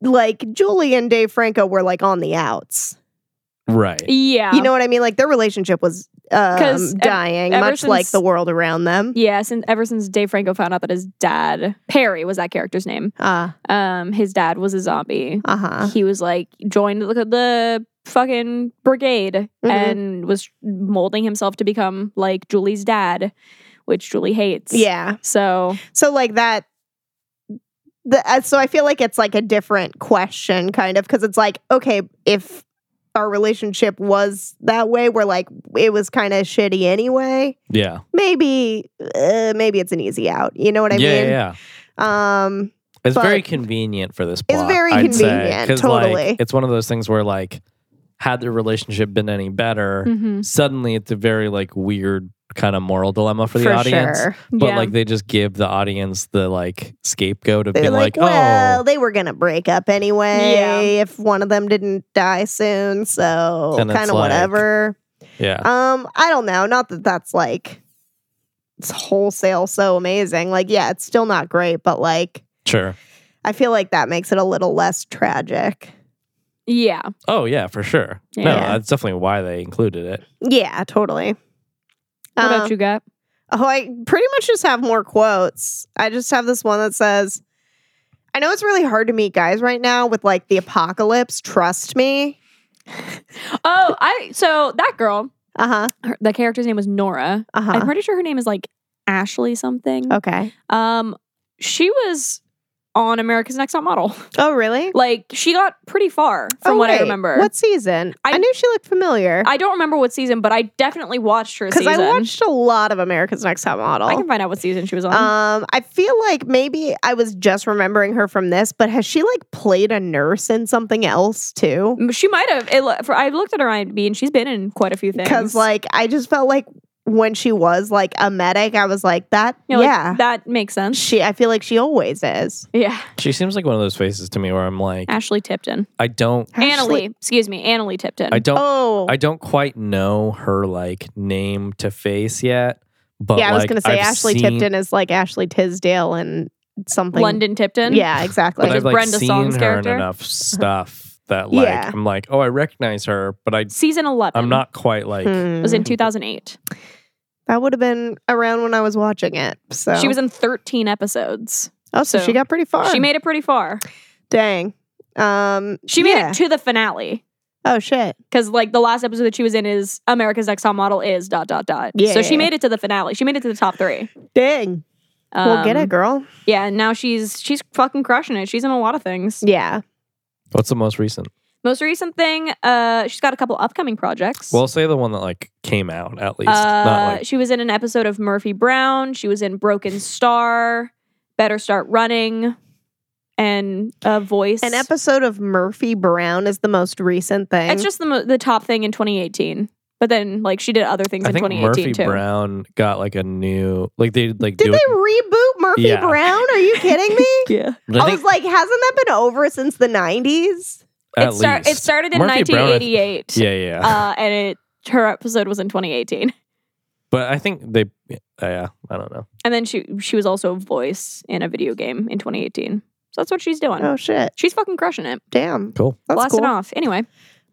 C: like Julie and Dave Franco were like on the outs.
D: Right.
E: Yeah.
C: You know what I mean? Like their relationship was um,
E: 'Cause ev-
C: dying,
E: ever
C: much like
E: since-
C: the world around them.
E: yeah, since ever since Dave Franco found out that his dad, Perry was that character's name.
C: Uh
E: Um, his dad was a zombie.
C: uh huh.
E: he was like joined the, the fucking brigade
C: Mhm.
E: and was molding himself to become like Julie's dad, which Julie hates.
C: Yeah.
E: So
C: So like that. The, uh, so I feel like it's like a different question, kind of, because it's like, okay, if our relationship was that way, we're like, it was kind of shitty anyway.
D: Yeah.
C: Maybe, uh, maybe it's an easy out. You know what I
D: yeah,
C: mean?
D: yeah.
C: Um,
D: It's
C: But-
D: very convenient for this plot.
C: very
D: I'd say,
C: convenient,
D: 'cause,
C: totally.
D: Like, it's one of those things where like, had their relationship been any better,
C: Mm-hmm.
D: suddenly it's a very like weird kind of moral dilemma for the audience.
C: sure.
D: But
E: yeah.
D: like, they just give the audience the like scapegoat of
C: They're
D: being
C: like,
D: like,
C: well,
D: oh,
C: they were gonna break up anyway
E: Yeah.
C: if one of them didn't die soon, so
D: And it's
C: kind of
D: like-
C: whatever.
D: yeah,
C: Um, I don't know. Not that that's like it's wholesale so amazing. Like, yeah, it's still not great, but like
D: sure.
C: I feel like that makes it a little less tragic.
E: yeah,
D: Oh yeah, for sure. No,
E: Yeah.
D: that's definitely why they included it.
C: Yeah, totally.
E: what
C: Um,
E: about you got?
C: Oh, I pretty much just have more quotes. I just have this one that says, I know it's really hard to meet guys right now with like the apocalypse. Trust me.
E: Oh, I so that girl,
C: Uh huh.
E: her, the character's name was Nora.
C: Uh
E: I'm
C: huh.
E: pretty sure her name is like Ashley something.
C: Okay.
E: Um, she was on America's Next Top Model.
C: Oh, really?
E: Like she got pretty far from
C: Oh,
E: what
C: wait.
E: I remember.
C: What season? I,
E: I-
C: knew she looked familiar.
E: I don't remember what season, but I definitely watched her
C: Because
E: season.
C: I watched a lot of America's Next Top Model.
E: I can find out what season she was on.
C: Um, I feel like maybe I was just remembering her from this, but has she like played a nurse in something else too?
E: M- She might have. It, lo- for, I looked at her IMDb and she's been in quite a few things.
C: Because like I just felt like when she was like a medic, I was like that.
E: You know, like,
C: yeah,
E: that makes sense.
C: she. I feel like she always is.
E: Yeah,
D: She seems like one of those faces to me where I'm like,
C: Uh,
E: Ashley Tipton,
D: I don't,
C: Ashley-
E: Annalie. Excuse me, Annalie Tipton.
D: I don't,
C: Oh,
D: I don't quite know her like name to face yet. But
C: yeah. I was
D: like,
C: gonna say
D: I've
C: Ashley
D: seen-
C: Tipton is like Ashley Tisdale and something.
E: London Tipton.
C: Yeah, exactly.
D: but
E: Which is
D: I've like
E: Brenda
D: seen
E: Song's
D: her
E: character.
D: in enough stuff that like
C: Uh-huh. Yeah. Mm-hmm.
D: I'm like, oh, I recognize her, but I
E: season eleven.
D: I'm not quite like
E: It
C: Hmm.
E: Was in two thousand eight.
C: that would have been around when I was watching it. So
E: She was in thirteen episodes.
C: Oh, so,
E: so-
C: she got pretty far.
E: She made it pretty far.
C: dang. Um,
E: She made
C: yeah.
E: it to the finale
C: Oh shit.
E: because like the last episode that she was in is America's Next Top Model is dot dot dot.
C: Yeah.
E: So she made it to the finale. She made it to the top three.
C: Dang. well, get
E: Um,
C: it, girl.
E: Yeah, and now she's she's fucking crushing it. She's in a lot of things.
C: Yeah.
D: what's the most recent?
E: Most recent thing, uh, she's got a couple upcoming projects.
D: Well, say the one that like came out at least.
E: uh,
D: Not like
E: she was in an episode of Murphy Brown. She was in Broken Star, Better Start Running, and a voice.
C: An episode of Murphy Brown is the most recent thing.
E: It's just the mo- the top thing in 2018. But then, like, she did other things
D: I
E: in
D: think
E: 2018
D: Murphy
E: too.
D: Brown got like a new like they like
C: Did
D: do
C: they
D: it.
C: reboot Murphy
D: Yeah.
C: Brown? Are you kidding me?
E: Yeah,
D: I
C: I,
D: think
C: was like, hasn't that been over since the nineties?
D: at
E: it, star- it
D: least.
E: started in uh,
D: Murphy Brown, I th-
E: 1988.
D: yeah, yeah.
E: uh, and it her episode was in 2018.
D: But I think they, yeah, I don't know.
E: And then she she was also a voice in a video game in 2018. So that's what she's doing.
C: Oh shit!
E: She's fucking crushing it.
C: Damn,
D: Cool.
C: that's
E: Blasting
C: cool.
E: off. Anyway,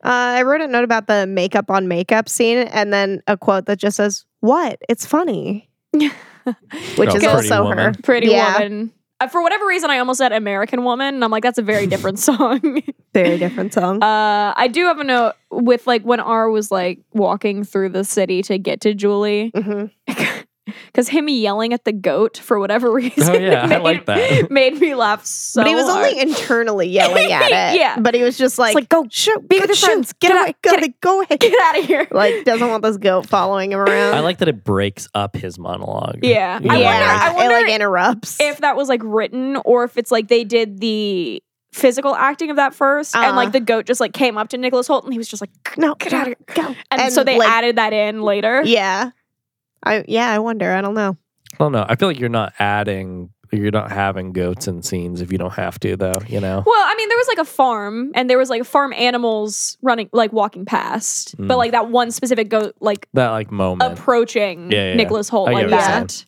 C: Uh, I wrote a note about the makeup on makeup scene, and then a quote that just says, "What? It's funny," which
D: Oh,
C: is
D: Pretty
C: also her.
D: Woman.
E: Pretty
C: Yeah.
E: Woman. Uh, for whatever reason, I almost said American Woman, and I'm like, that's a very different song.
C: Very different song.
E: Uh, I do have a note with like when R was like walking through the city to get to Julie,
C: hmm
E: because him yelling at the goat for whatever reason.
D: Oh yeah, I
E: made-
D: like that.
E: Made me laugh so.
C: but he was
E: hard.
C: only internally yelling at it.
E: Yeah.
C: But he was just like,
E: like,
C: go shoot, be
E: with your friends.
C: get,
E: Get
C: away,
E: out,
C: go,
E: get
C: go away.
E: get out of here.
C: like doesn't want this goat following him around.
D: I like that it breaks up his monologue.
E: Yeah.
D: You
E: I
D: know,
E: wonder-
D: like-
E: I wonder
C: it like interrupts.
E: if that was like written or if it's like they did the physical acting of that 1st
C: Uh-huh.
E: and like the goat just like came up to Nicholas Holt and he was just like
C: no,
E: get out of
C: here, go.
E: and, so they added that in later.
C: yeah, I yeah, I wonder. I don't know.
D: I don't know. I feel like you're not adding, you're not having goats in scenes if you don't have to, though. You know.
E: Well, I mean, there was like a farm and there was like farm animals running like walking past. But
D: Mm.
E: like that one specific goat like
D: That like moment.
E: approaching
D: Yeah, yeah, yeah.
E: Nicholas Holt
D: I get
C: what
E: like
C: you're
E: that.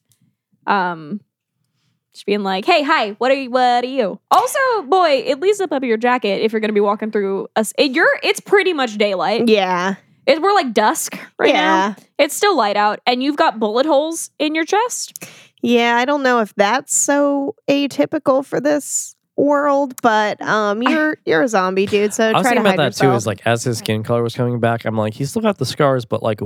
E: Um just being like, "Hey, hi, what are you? What are you?" Also, boy, at least zip up your jacket if you're going to be walking through us. It, you're, it's pretty much daylight.
C: Yeah,
E: It, we're like dusk right now.
C: yeah,
E: It's still light out, and you've got bullet holes in your chest.
C: yeah. I don't know if that's so atypical for this world, but um, you're you're a zombie dude, so
D: I
C: try
D: was
C: to
D: thinking
C: hide
D: about that
C: yourself.
D: too. Is like as his skin color was coming back, I'm like, he's still got the scars, but like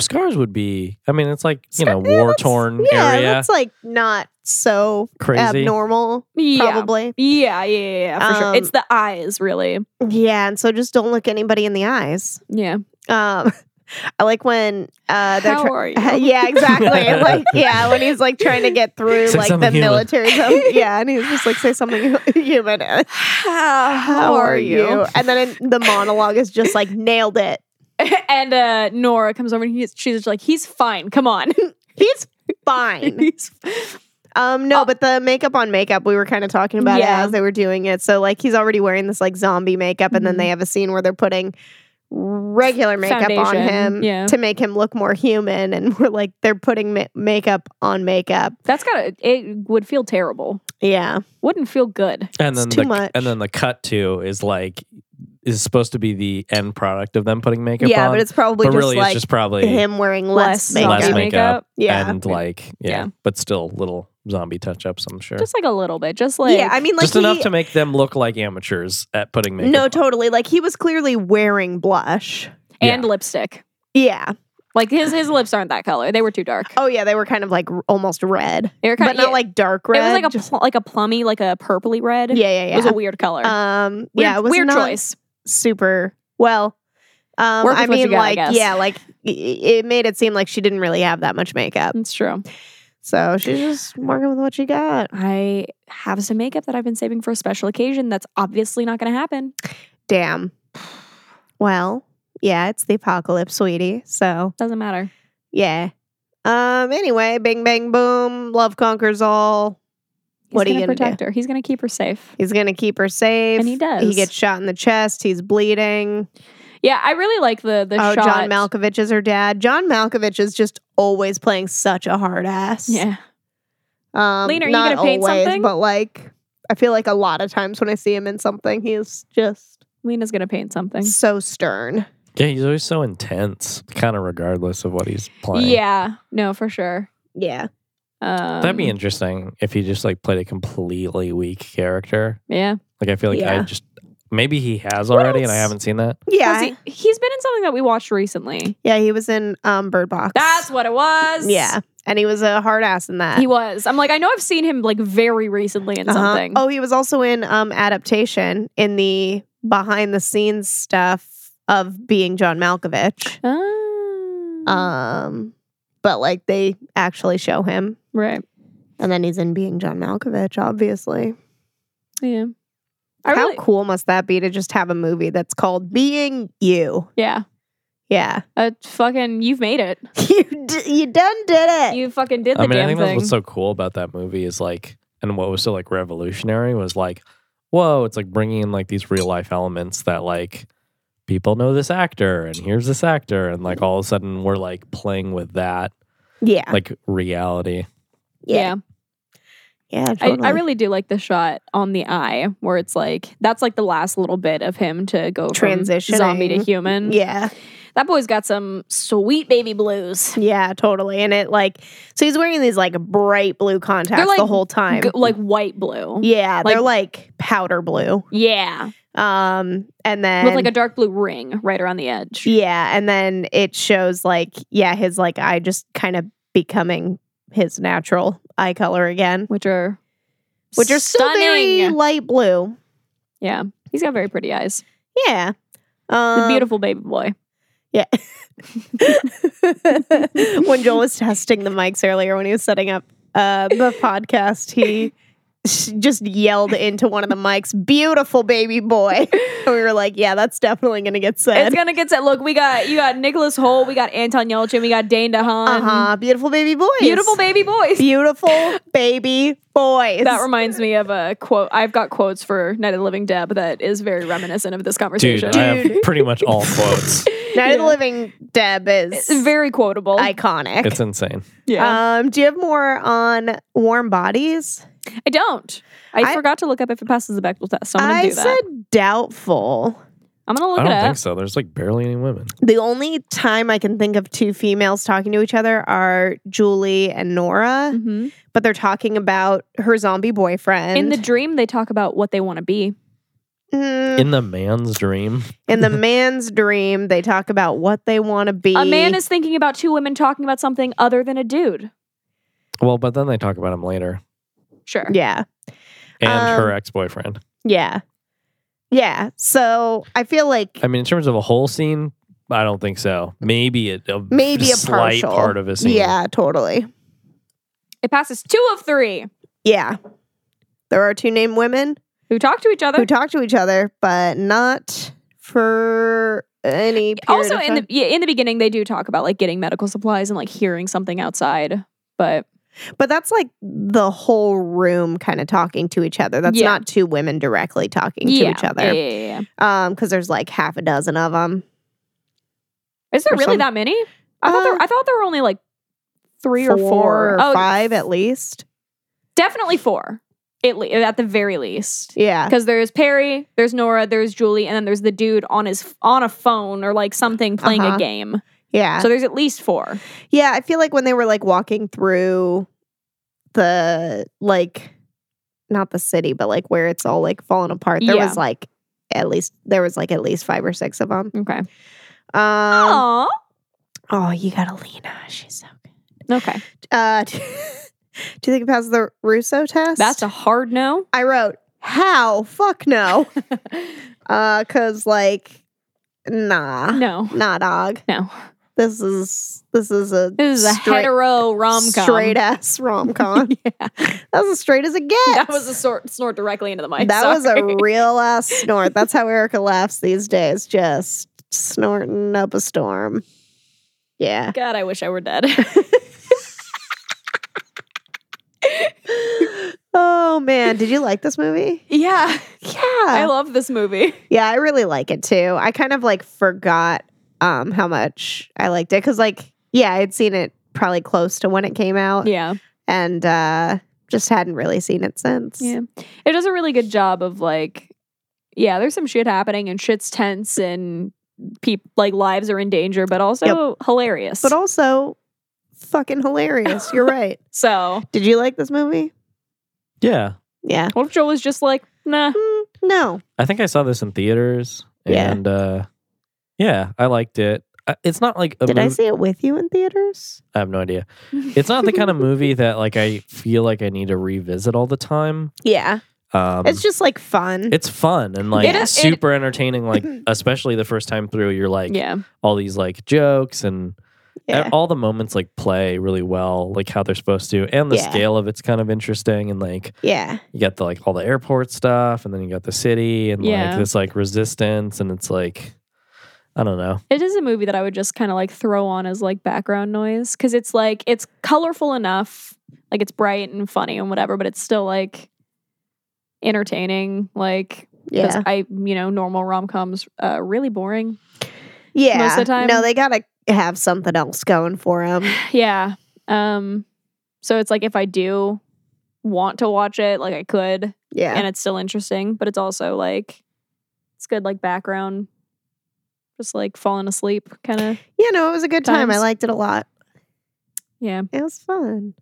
D: scars would be. I mean, it's like you know,
C: Scar- yeah,
D: war torn
C: yeah,
D: area,
C: that's like not so
D: crazy.
C: abnormal,
E: Yeah.
C: probably.
E: Yeah, yeah, yeah, yeah, for sure.
C: Um,
E: It's the eyes, really.
C: Yeah, and so just don't look anybody in the eyes.
E: Yeah.
C: Um, I like when uh, they're
E: How
C: try-
E: are you?
C: yeah, exactly. like, yeah, when he's like trying to get through
D: Say
C: like the
D: something human.
C: military zone. Yeah, and he's just like, say something human. How,
E: How,
C: And then in, the monologue is just like, nailed it.
E: and uh, Nora comes over and he's, she's just like, "He's fine. Come on."
C: He's fine.
E: He's-
C: Um, no, but the makeup on makeup, we were kind of talking about
E: Yeah.
C: it as they were doing it. So like, he's already wearing this like zombie makeup, and then
E: Mhm.
C: they have a scene where they're putting regular makeup on
E: Foundation,
C: him
E: yeah.
C: to make him look more human, and we're like, they're putting ma- makeup on makeup.
E: That's gotta. It would feel terrible.
C: Yeah,
E: Wouldn't feel good.
D: and then
C: It's
D: the,
C: too much.
D: and then the cut to is like is supposed to be the end product of them putting makeup
C: yeah,
D: on.
C: but it's probably
D: but
C: just
D: really
C: like
D: it's just probably
C: him wearing less,
E: Less
C: makeup.
D: less
E: zombie
D: makeup,
E: makeup.
C: Yeah.
D: and like yeah,
E: Yeah.
D: but still little zombie touch ups. I'm sure.
E: Just like a little bit. Just like
C: yeah, I mean, like
D: just
C: he,
D: enough to make them look like amateurs at putting makeup.
C: no,
D: on.
C: totally. Like he was clearly wearing blush.
E: and
D: Yeah.
E: lipstick.
C: Yeah.
E: Like his his lips aren't that color. They were too dark.
C: Oh yeah, they were kind of like r- almost red,
E: They were
C: but
E: kinda-
C: not
E: yeah.
C: like dark red.
E: It was like a
C: just-
E: pl- like a plummy, like a purpley red.
C: yeah, yeah, yeah.
E: It was a weird color.
C: Um,
E: weird,
C: yeah, it was
E: weird
C: not
E: choice.
C: super well. Um,
E: Work with
C: I
E: what you
C: mean,
E: got, I
C: like,
E: guess.
C: yeah, like i- i- it made it seem like she didn't really have that much makeup,
E: It's true.
C: so she's just working with what she got.
E: I have some makeup that I've been saving for a special occasion. That's obviously not going to happen.
C: Damn. Well, yeah, it's the apocalypse, sweetie. So
E: Doesn't matter.
C: yeah. Um. Anyway, bing, bang, boom. Love conquers all.
E: He's
C: What are
E: gonna
C: you gonna do?
E: protect her? He's going to keep her safe.
C: He's gonna keep her safe,
E: And he does.
C: He gets shot in the chest. He's bleeding.
E: Yeah, I really like the the
C: oh,
E: shot.
C: John Malkovich is her dad. John Malkovich is just always playing such a hard ass.
E: Yeah,
C: Um,
E: Lena, are you
C: not
E: gonna paint
C: always,
E: something?
C: But like, I feel like a lot of times when I see him in something, he's just
E: Lena's going to paint something.
C: so stern.
D: Yeah, he's always so intense, kind of regardless of what he's playing.
E: Yeah, no, for sure.
C: Yeah,
E: Um,
D: That'd be interesting if he just like played a completely weak character.
E: Yeah,
D: Like I feel like I
C: Yeah.
D: just maybe he has
E: What
D: already and I
E: else?
D: haven't seen that.
C: yeah,
E: Plus, he, he's been in something that we watched recently.
C: yeah. He was in um, Bird Box.
E: That's what it was.
C: yeah, and he was a hard ass in that.
E: he was. I'm like, I know I've seen him like very recently in
C: Uh-huh.
E: something.
C: Oh, he was also in um, adaptation in the behind the scenes stuff of being John Malkovich.
E: Oh.
C: Um, but like they actually show him,
E: right.
C: and then he's in being John Malkovich, obviously.
E: Yeah. I
C: How
E: really,
C: cool must that be to just have a movie that's called Being You?
E: yeah.
C: Yeah.
E: Uh, fucking, you've made it.
C: You d- you done did it.
E: You fucking did the
D: I mean, I
E: damn
D: think that's
E: thing.
D: what's so cool about that movie is like, and what was so like revolutionary was like, whoa, it's like bringing in like these real life elements that like people know this actor and here's this actor and like all of a sudden we're like playing with that
C: Yeah.
D: like reality.
E: yeah.
C: Yeah.
E: I, I
C: totally.
E: really do like the shot on the eye where it's like that's like the last little bit of him to go from
C: Transitioning.
E: zombie to human.
C: Yeah.
E: That boy's got some sweet baby blues.
C: Yeah, totally. And it like so he's wearing these like bright blue contacts
E: They're, like,
C: the whole time.
E: G- like white blue.
C: yeah, they're like powder blue.
E: Yeah.
C: Um and then
E: With like a dark blue ring right around the edge.
C: Yeah, and then it shows like yeah, his like eye just kind of becoming his natural eye color again,
E: Which are
C: which are still
E: stunning.
C: very light blue.
E: yeah. He's got very pretty eyes.
C: Yeah.
E: The
C: Um,
E: beautiful baby boy.
C: when Joel was testing the mics earlier when he was setting up uh, the podcast, he s- just yelled into one of the mics, "Beautiful baby boy," and we were like, "Yeah, that's definitely going to get said."
E: It's gonna get set. Look, we got you got Nicholas Holt, we got Anton Yelchin, we got Dane DeHaan.
C: Uh huh. Beautiful baby boys.
E: Beautiful baby boys.
C: Beautiful baby boys.
E: That reminds me of a quote. I've got quotes for Night of the Living Deb that is very reminiscent of this
D: Dude,
E: conversation.
D: I have pretty much all quotes.
C: Night of the Living Deb is
E: it's very quotable.
C: iconic.
D: It's insane.
E: yeah.
C: Um, do you have more on warm bodies?
E: I don't. I,
C: I-
E: forgot to look up if it passes the Bechtel test, so I'm gonna
C: I
E: do that.
C: said doubtful.
E: I'm gonna look
D: I
E: it
D: don't
E: up.
D: think so. There's like barely any women.
C: The only time I can think of two females talking to each other are Julie and Nora,
E: Mhm.
C: but they're talking about her zombie boyfriend
E: In the dream, they talk about what they want to be.
C: Mm,
D: In the man's dream,
C: in the man's dream. They talk about what they want to be.
E: A man is thinking about two women talking about something other than a dude.
D: well, but then they talk about him later
E: Sure.
C: yeah,
D: and
C: Um,
D: her ex boyfriend.
C: yeah, yeah. So I feel like
D: I mean, in terms of a whole scene, I don't think so. Maybe a, a
C: maybe a
D: slight
C: partial
D: part of a scene.
C: Yeah, totally.
E: It passes two of three
C: Yeah, there are two named women
E: who talk to each other.
C: who talk to each other, but not for any. Period
E: also,
C: of
E: in
C: time.
E: the yeah, in the beginning, they do talk about like getting medical supplies and like hearing something outside, but
C: But that's like the whole room kind of talking to each other. That's
E: Yeah.
C: not two women directly talking
E: yeah,
C: to each other.
E: Yeah, yeah, yeah.
C: Um, because there's like half a dozen of them.
E: Is there
C: or
E: really
C: some-
E: that many? I thought there,
C: Uh,
E: I thought there were only like three or four.
C: or
E: Oh,
C: five at least.
E: definitely four. At, le- at the very least,
C: Yeah.
E: because there's Perry, there's Nora, there's Julie, and then there's the dude on his on a phone or like something playing
C: Uh-huh.
E: a game.
C: Yeah.
E: So there's at least four.
C: yeah. I feel like when they were like walking through the like not the city, but like where it's all like falling apart, there
E: Yeah.
C: was like at least there was like at least five or six of them.
E: Okay.
C: Um,
E: Aww.
C: oh, you got Alina. She's so good.
E: Okay.
C: Uh, do you think it passes the Russo test?
E: That's a hard no.
C: I wrote, how? Fuck no. uh, cause like, nah.
E: No.
C: Nah, dog.
E: No.
C: This is this is a
E: This is a
C: straight-
E: hetero rom com.
C: straight ass rom com.
E: yeah.
C: That was as straight as it gets.
E: That was a sort, snort directly into the mic.
C: That was a
E: sorry.
C: real ass snort. That's how Erica laughs these days, just snorting up a storm. Yeah.
E: God, I wish I were dead.
C: Oh man, did you like this movie?
E: yeah.
C: Yeah.
E: I love this movie.
C: Yeah, I really like it too. I kind of like forgot um how much I liked it cuz like yeah, I'd seen it probably close to when it came out
E: Yeah.
C: and uh just hadn't really seen it since.
E: Yeah. It does a really good job of like, yeah, there's some shit happening and shit's tense and people like lives are in danger, but also hilarious.
C: But also fucking hilarious. You're right.
E: so
C: Did you like this movie?
D: Yeah.
C: Yeah.
E: Wolf Joe was just like, nah.
C: Mm, no.
D: I think I saw this in theaters.
C: Yeah.
D: And uh, yeah, I liked it. I- It's not like a
C: Did I
D: movie.
C: see it with you in theaters?
D: I have no idea. It's not the kind of movie that like I feel like I need to revisit all the time.
C: Yeah.
D: Um,
C: It's just like fun.
D: it's fun and like
E: It is- it-
D: super entertaining. Like especially the first time through, you're like
E: Yeah.
D: all these like jokes and
C: yeah.
D: all the moments like play really well, like how they're supposed to, and the
C: Yeah.
D: scale of it's kind of interesting. And like
C: yeah.
D: you got the like all the airport stuff, and then you got the city, and
E: Yeah.
D: like this like resistance, and it's like I don't know.
E: It is a movie that I would just kind of like throw on as like background noise because it's like, it's colorful enough. Like it's bright and funny and whatever, but it's still like entertaining. Like, 'cause
C: Yeah.
E: I, you know, normal rom coms uh, really boring.
C: Yeah.
E: most of the time-
C: No, they got to have something else going for them.
E: Yeah. Um, so it's like if I do want to watch it, like I could,
C: Yeah.
E: and it's still interesting, but it's also like it's good like background, just like falling asleep kind of.
C: yeah, no, it was a good time. I
E: Times.
C: liked it a lot.
E: Yeah,
C: It was fun.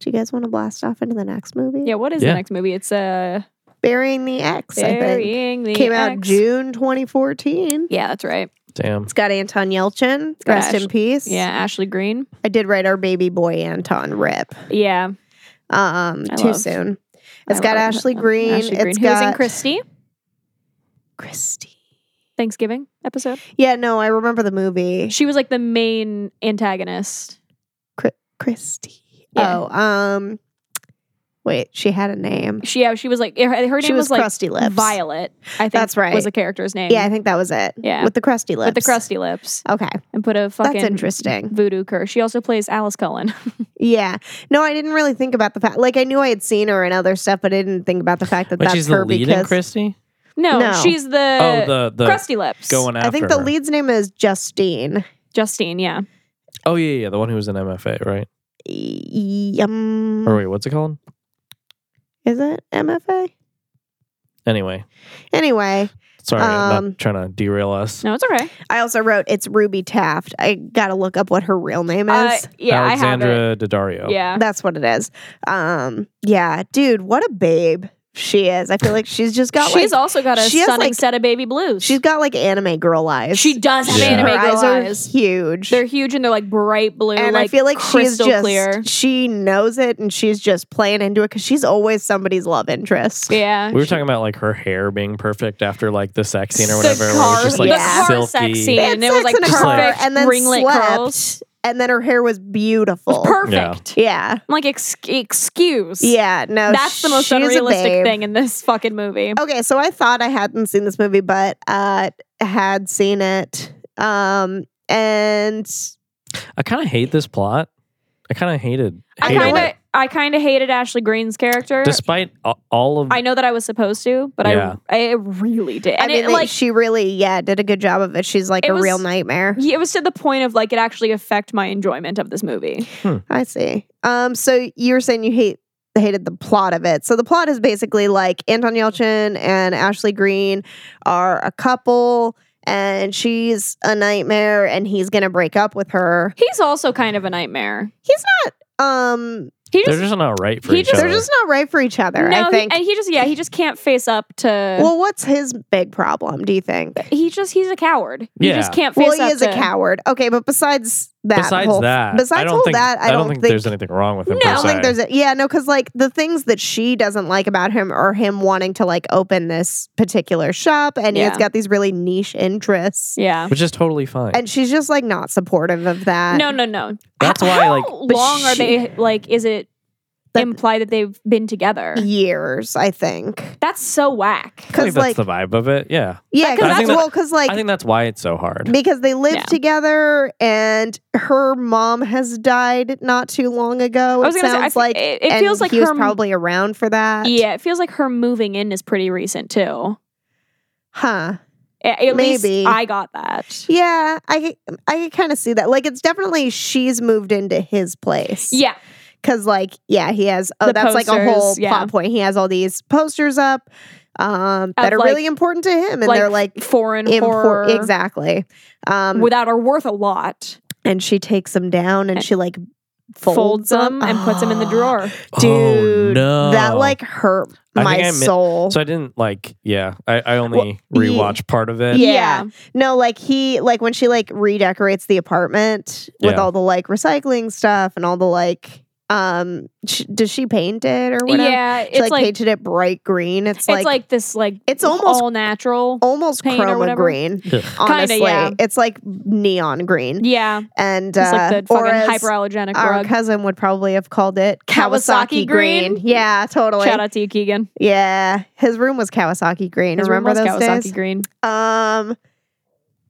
C: Do you guys want to blast off into the next movie?
E: yeah. What is
D: Yeah.
E: the next movie? It's uh,
C: Burying the X, I think.
E: burying the
C: Came out
E: Ex.
C: June 2014.
E: Yeah, that's right.
D: Damn.
C: It's got Anton Yelchin.
E: got
C: Rest in
E: Ash-
C: peace.
E: Yeah, Ashley Green.
C: I did write our baby boy Anton Rip.
E: Yeah,
C: Um,
E: I
C: too
E: love-
C: soon. It's
E: I
C: got
E: love
C: Ashley
E: that.
C: Green. It's
E: uh, Ashley Green, who's
C: got
E: in Christie
C: Christy.
E: Thanksgiving episode.
C: Yeah, no, I remember the movie.
E: She was like the main antagonist.
C: Christy.
E: Yeah.
C: Oh, um, wait, she had a name.
E: She yeah, she was like her, her
C: she
E: name
C: was,
E: was, like
C: crusty lips.
E: Violet. I think
C: That's right.
E: was the character's name.
C: Yeah, I think that was it.
E: Yeah.
C: with the crusty lips.
E: with the crusty lips
C: Okay,
E: and put a fucking
C: that's interesting.
E: voodoo curse. She also plays Alice Cullen.
C: Yeah, no, I didn't really think about the fact. Like, I knew I had seen her in other stuff, but I didn't think about the fact that
D: But
C: that's
D: she's
C: her
D: the lead in
C: because
D: Christie?
E: no,
C: No.
E: she's the,
D: oh, the, the
E: crusty lips.
D: going after
C: I think the
D: her.
C: lead's name is Justine.
E: Justine, yeah,
D: Oh, yeah, yeah. The one who was in MFA, right?
C: E-
E: Mm.
C: um,
D: Or wait, what's it called?
C: is it MFA?
D: Anyway,
C: Anyway,
D: sorry, I'm
C: Um,
D: not trying to derail us.
E: no, it's okay.
C: I also wrote it's Ruby Taft. I gotta look up what her real name is.
E: Uh, yeah, I have
D: Alexandra
E: it.
D: Daddario.
E: Yeah,
C: That's what it is. Um, yeah, dude, what a babe she is. I feel like she's just got
E: she's
C: like
E: also got a
C: she has,
E: stunning
C: like-
E: set of baby blues.
C: she's got like anime girl eyes.
E: she does have
D: Yeah.
E: anime
C: her
E: girl
C: eyes
E: eyes.
C: are huge.
E: They're huge and they're like bright blue.
C: and I
E: like,
C: feel like she's
E: crystal
C: just
E: clear.
C: she knows it and she's just playing into it because she's always somebody's love interest.
E: Yeah,
D: We were talking about like her hair being perfect after like the sex scene or
E: The
D: whatever. where it was
E: car-
D: just like
C: the
E: car
D: silky.
E: sex scene.
C: They had
E: And it
C: sex
E: was, like,
C: in a car
D: perfect
C: and then
E: ringlet
C: slept,
E: curls.
C: and then her hair was beautiful.
E: perfect.
C: Yeah,
E: I'm like, ex- excuse.
C: yeah. No,
E: That's the most
C: she's a
E: unrealistic
C: babe.
E: thing in this fucking movie.
C: Okay, so I thought I hadn't seen this movie, but uh had seen it. Um and
D: I kind of hate this plot. I kind of hated.
E: I
D: hated
E: kind
D: it.
E: of, I kind of hated Ashley Green's character.
D: despite a- all of
E: I know that I was supposed to, but
D: Yeah.
E: I, I really did,
C: I
E: and
C: mean
E: it like
C: she really, yeah, did a good job of it. She's like
E: It
C: a real
E: was-
C: nightmare.
E: it was to the point of like it actually affect my enjoyment of this movie.
C: I see. Um so you were saying you hate hated the plot of it. So the plot is basically like Anton Yelchin and Ashley Green are a couple and she's a nightmare and he's gonna break up with her.
E: He's also kind of a nightmare.
C: He's not um
E: He
D: they're
E: just,
D: just not right for
E: he
D: each
E: just-
D: other.
C: they're just not right for each other,
E: no,
C: I
E: he-
C: think.
E: and he just yeah, he just can't face up to.
C: well, what's his big problem, do you think?
E: he just he's a coward. He
D: Yeah.
E: just can't face
C: Well,
E: up.
C: he is
E: to,
C: a coward. Okay, but besides that,
D: besides
C: whole,
D: that,
C: besides
D: I don't
C: all
D: think,
C: that, I,
D: don't think, there's anything wrong with him.
E: No,
D: per
C: I don't think
D: se.
C: there's a yeah no because like the things that she doesn't like about him are him wanting to like open this particular shop and
E: Yeah.
C: he's got these really niche interests
E: Yeah.
D: which is totally fine.
C: and she's just like not supportive of that.
E: No, no, no.
D: That's
E: H-
D: why,
E: How
D: like-
C: But
E: long are
C: she-
E: they? Like, is it
C: That-
E: implied that they've been together?
C: years I think
E: That's so whack.
D: I think
C: because
D: that's
C: like
D: the vibe of it. Yeah,
C: yeah
E: That- 'cause
C: cause
D: I think that-
C: well because like
D: I think that's why it's so hard.
C: because they lived
E: Yeah.
C: together and her mom has died not too long ago. It
E: I was gonna say, I
C: sounds
E: fe-
C: like
E: it- it
C: and
E: feels like
C: he was
E: her m-
C: probably around for that.
E: Yeah, it feels like her moving in is pretty recent too.
C: Huh.
E: A- At,
C: Maybe.
E: least I got that.
C: Yeah, I I could kind of see that. Like, it's definitely she's moved into his place.
E: Yeah,
C: because like, yeah, he has. Oh,
E: The
C: that's like a
E: posters,
C: whole
E: yeah.
C: plot point. He has all these posters up um, that
E: Of,
C: are
E: like-
C: really important to him, and
E: like,
C: they're like
E: foreign horror,
C: import exactly. Um,
E: without are worth a lot.
C: and she takes them down, and
E: and
C: she like folds,
E: Folds, them and puts them in the
C: Ah,
E: drawer.
D: oh,
C: Dude,
D: no.
C: that like hurt
D: I
C: my
D: think I mi-
C: soul.
D: So I didn't like. Yeah, I, I only
C: Well, ye-
D: rewatched part of it.
C: Yeah. No, like he like when she like redecorates the apartment with
D: Yeah.
C: all the like recycling stuff and all the like um sh- does she paint it or
E: yeah,
C: whatever?
E: It's
C: She like,
E: like,
C: painted it bright green. It's,
E: it's
C: like,
E: like, this like
C: It's almost-
E: all natural.
C: almost
E: paint or
C: chroma
E: whatever.
C: green.
D: Ugh.
C: Honestly,
E: yeah.
C: it's like neon green.
E: Yeah,
C: And
E: it's
C: uh,
E: like the
C: or
E: fucking
C: as
E: hyperallergenic
C: our
E: rug.
C: cousin would probably have called it Kawasaki,
E: Kawasaki
C: green.
E: green.
C: Yeah, totally.
E: Shout out to you, Keegan.
C: Yeah, his room was Kawasaki green.
E: His
C: Remember
E: room was
C: those
E: Kawasaki
C: days?
E: green.
C: Um.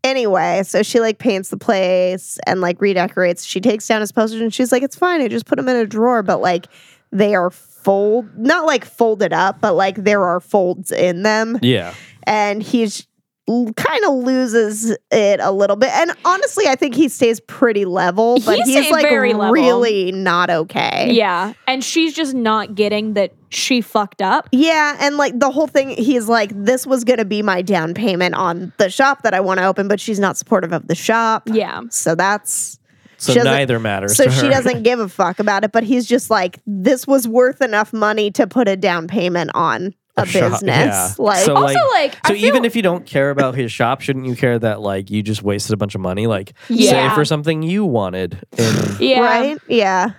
C: Anyway, so she like paints the place and like redecorates. She takes down his posters and she's like, "It's fine. I just put them in a drawer." But like, they are fold not like folded up, but like there are folds in them.
D: yeah.
C: And he's kind of loses it a little bit. And honestly, I think he stays pretty level, but
E: He
C: he's
E: stayed
C: like
E: very level.
C: really not okay.
E: Yeah. And she's just not getting that she fucked up.
C: Yeah, and like the whole thing, he's like, this was gonna be my down payment on the shop that I want to open, but she's not supportive of the shop.
E: Yeah.
C: So that's
D: So
C: she doesn't-
D: neither matters.
C: so
D: to
C: she
D: her.
C: doesn't give a fuck about it, but he's just like, this was worth enough money to put a down payment on a,
D: shop,
C: business.
D: yeah.
C: Like,
D: So,
E: Also, like,
D: so
E: I feel-
D: even if you don't care about his shop, shouldn't you care that like you just wasted a bunch of money? Like
E: Yeah.
D: say for something you wanted. And
E: Yeah.
C: right? Yeah.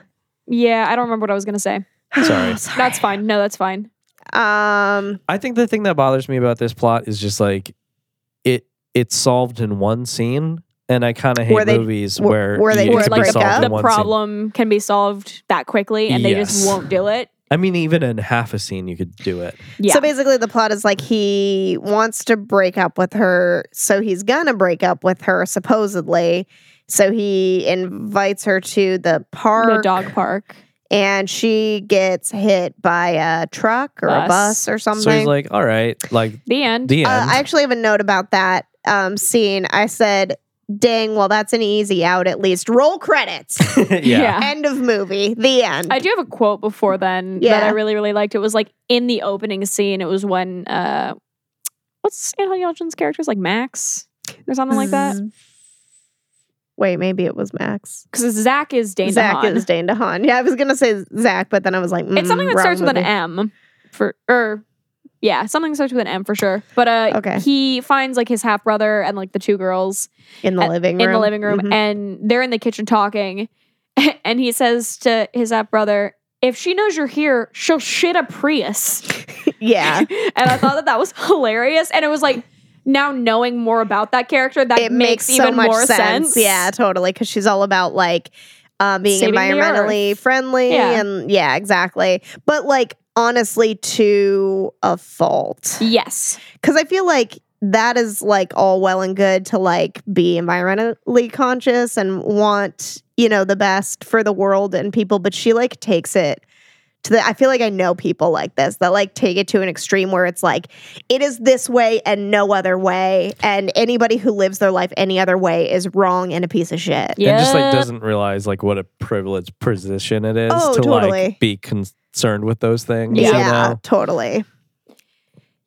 E: Yeah. I don't remember what I was going to say.
D: sorry.
E: That's fine. No, that's fine.
C: Um,
D: I think the thing that bothers me about this plot is just like it it's solved in one scene. And I kind of hate
C: Where they-
D: movies
C: wh-
D: where,
C: where they
D: it
C: Or,
E: Where
D: can
C: just
D: be
E: like
C: break
E: the,
D: solved
C: up?
D: in
E: the
D: one Scene.
E: problem can be solved that quickly and they just
D: Yes.
E: won't do it.
D: I mean, even in half a scene, you could do it.
E: Yeah.
C: So basically, the plot is like he wants to break up with her, so he's gonna break up with her supposedly. So he invites her to the park,
E: the dog park.
C: and she gets hit by a truck or a
E: Bus.
C: bus or something.
D: So he's like, all right, like
E: The end.
D: the end.
C: Uh, I actually have a note about that um, scene. I said, "Dang, well, that's an easy out. At least roll credits.
D: yeah.
C: end of movie. The end."
E: I do have a quote before then that
C: Yeah.
E: I really, really liked. It was like in the opening scene. It was when uh what's Anton Yelchin's character's like Max or something like that.
C: Z- Wait, maybe it was Max.
E: Because Zach is Dane
C: Zach
E: DeHaan.
C: is Dane DeHaan. Yeah, I was gonna say Zach, but then I was like, mm,
E: It's something that
C: wrong
E: starts with an
C: movie.
E: M for or yeah, something that starts with an M for sure. But uh
C: Okay.
E: he finds like his half brother and like the two girls
C: in the
E: at-
C: living room.
E: in the living room
C: Mhm.
E: and they're in the kitchen talking and he says to his half brother, if she knows you're here, she'll shit a Prius.
C: yeah,
E: and I thought that that was hilarious. And it was like now knowing more about that character, that
C: it
E: makes,
C: makes, so
E: even
C: much
E: more sense.
C: sense. Yeah, totally. Because she's all about like uh, being
E: Saving the
C: environmentally
E: earth.
C: friendly
E: Yeah.
C: and yeah, exactly. But like honestly, to a fault.
E: Yes.
C: because I feel like that is like all well and good to like be environmentally conscious and want you know the best for the world and people, but she like takes it to the. I feel like I know people like this that like take it to an extreme where it's like it is this way and no other way, and anybody who lives their life any other way is wrong and a piece of shit.
E: Yeah.
D: and just like doesn't realize like what a privileged position it is
C: Oh,
D: to
C: totally.
D: like be concerned with those things.
E: Yeah.
D: Yeah.
C: totally.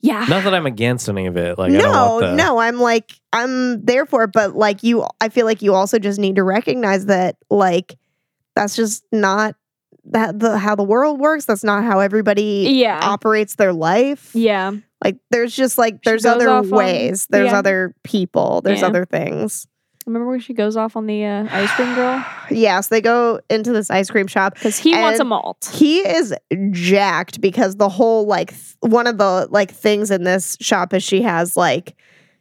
E: Yeah.
D: Not that I'm against any of it. Like I don't
C: no,
D: want the,
C: no, I'm like I'm there for it, but like you, I feel like you also just need to recognize that like that's just not that the how the world works. That's not how everybody
E: Yeah.
C: operates their life.
E: yeah.
C: Like there's just like
E: She
C: there's
E: goes
C: other
E: off on-
C: ways. there's
E: yeah.
C: other people. There's
E: Yeah.
C: other things.
E: Remember when she goes off on the uh, ice cream girl?
C: Yeah, so they go into this ice cream shop.
E: Because he wants a
C: And-
E: malt.
C: He is jacked because the whole like th- one of the like things in this shop is she has like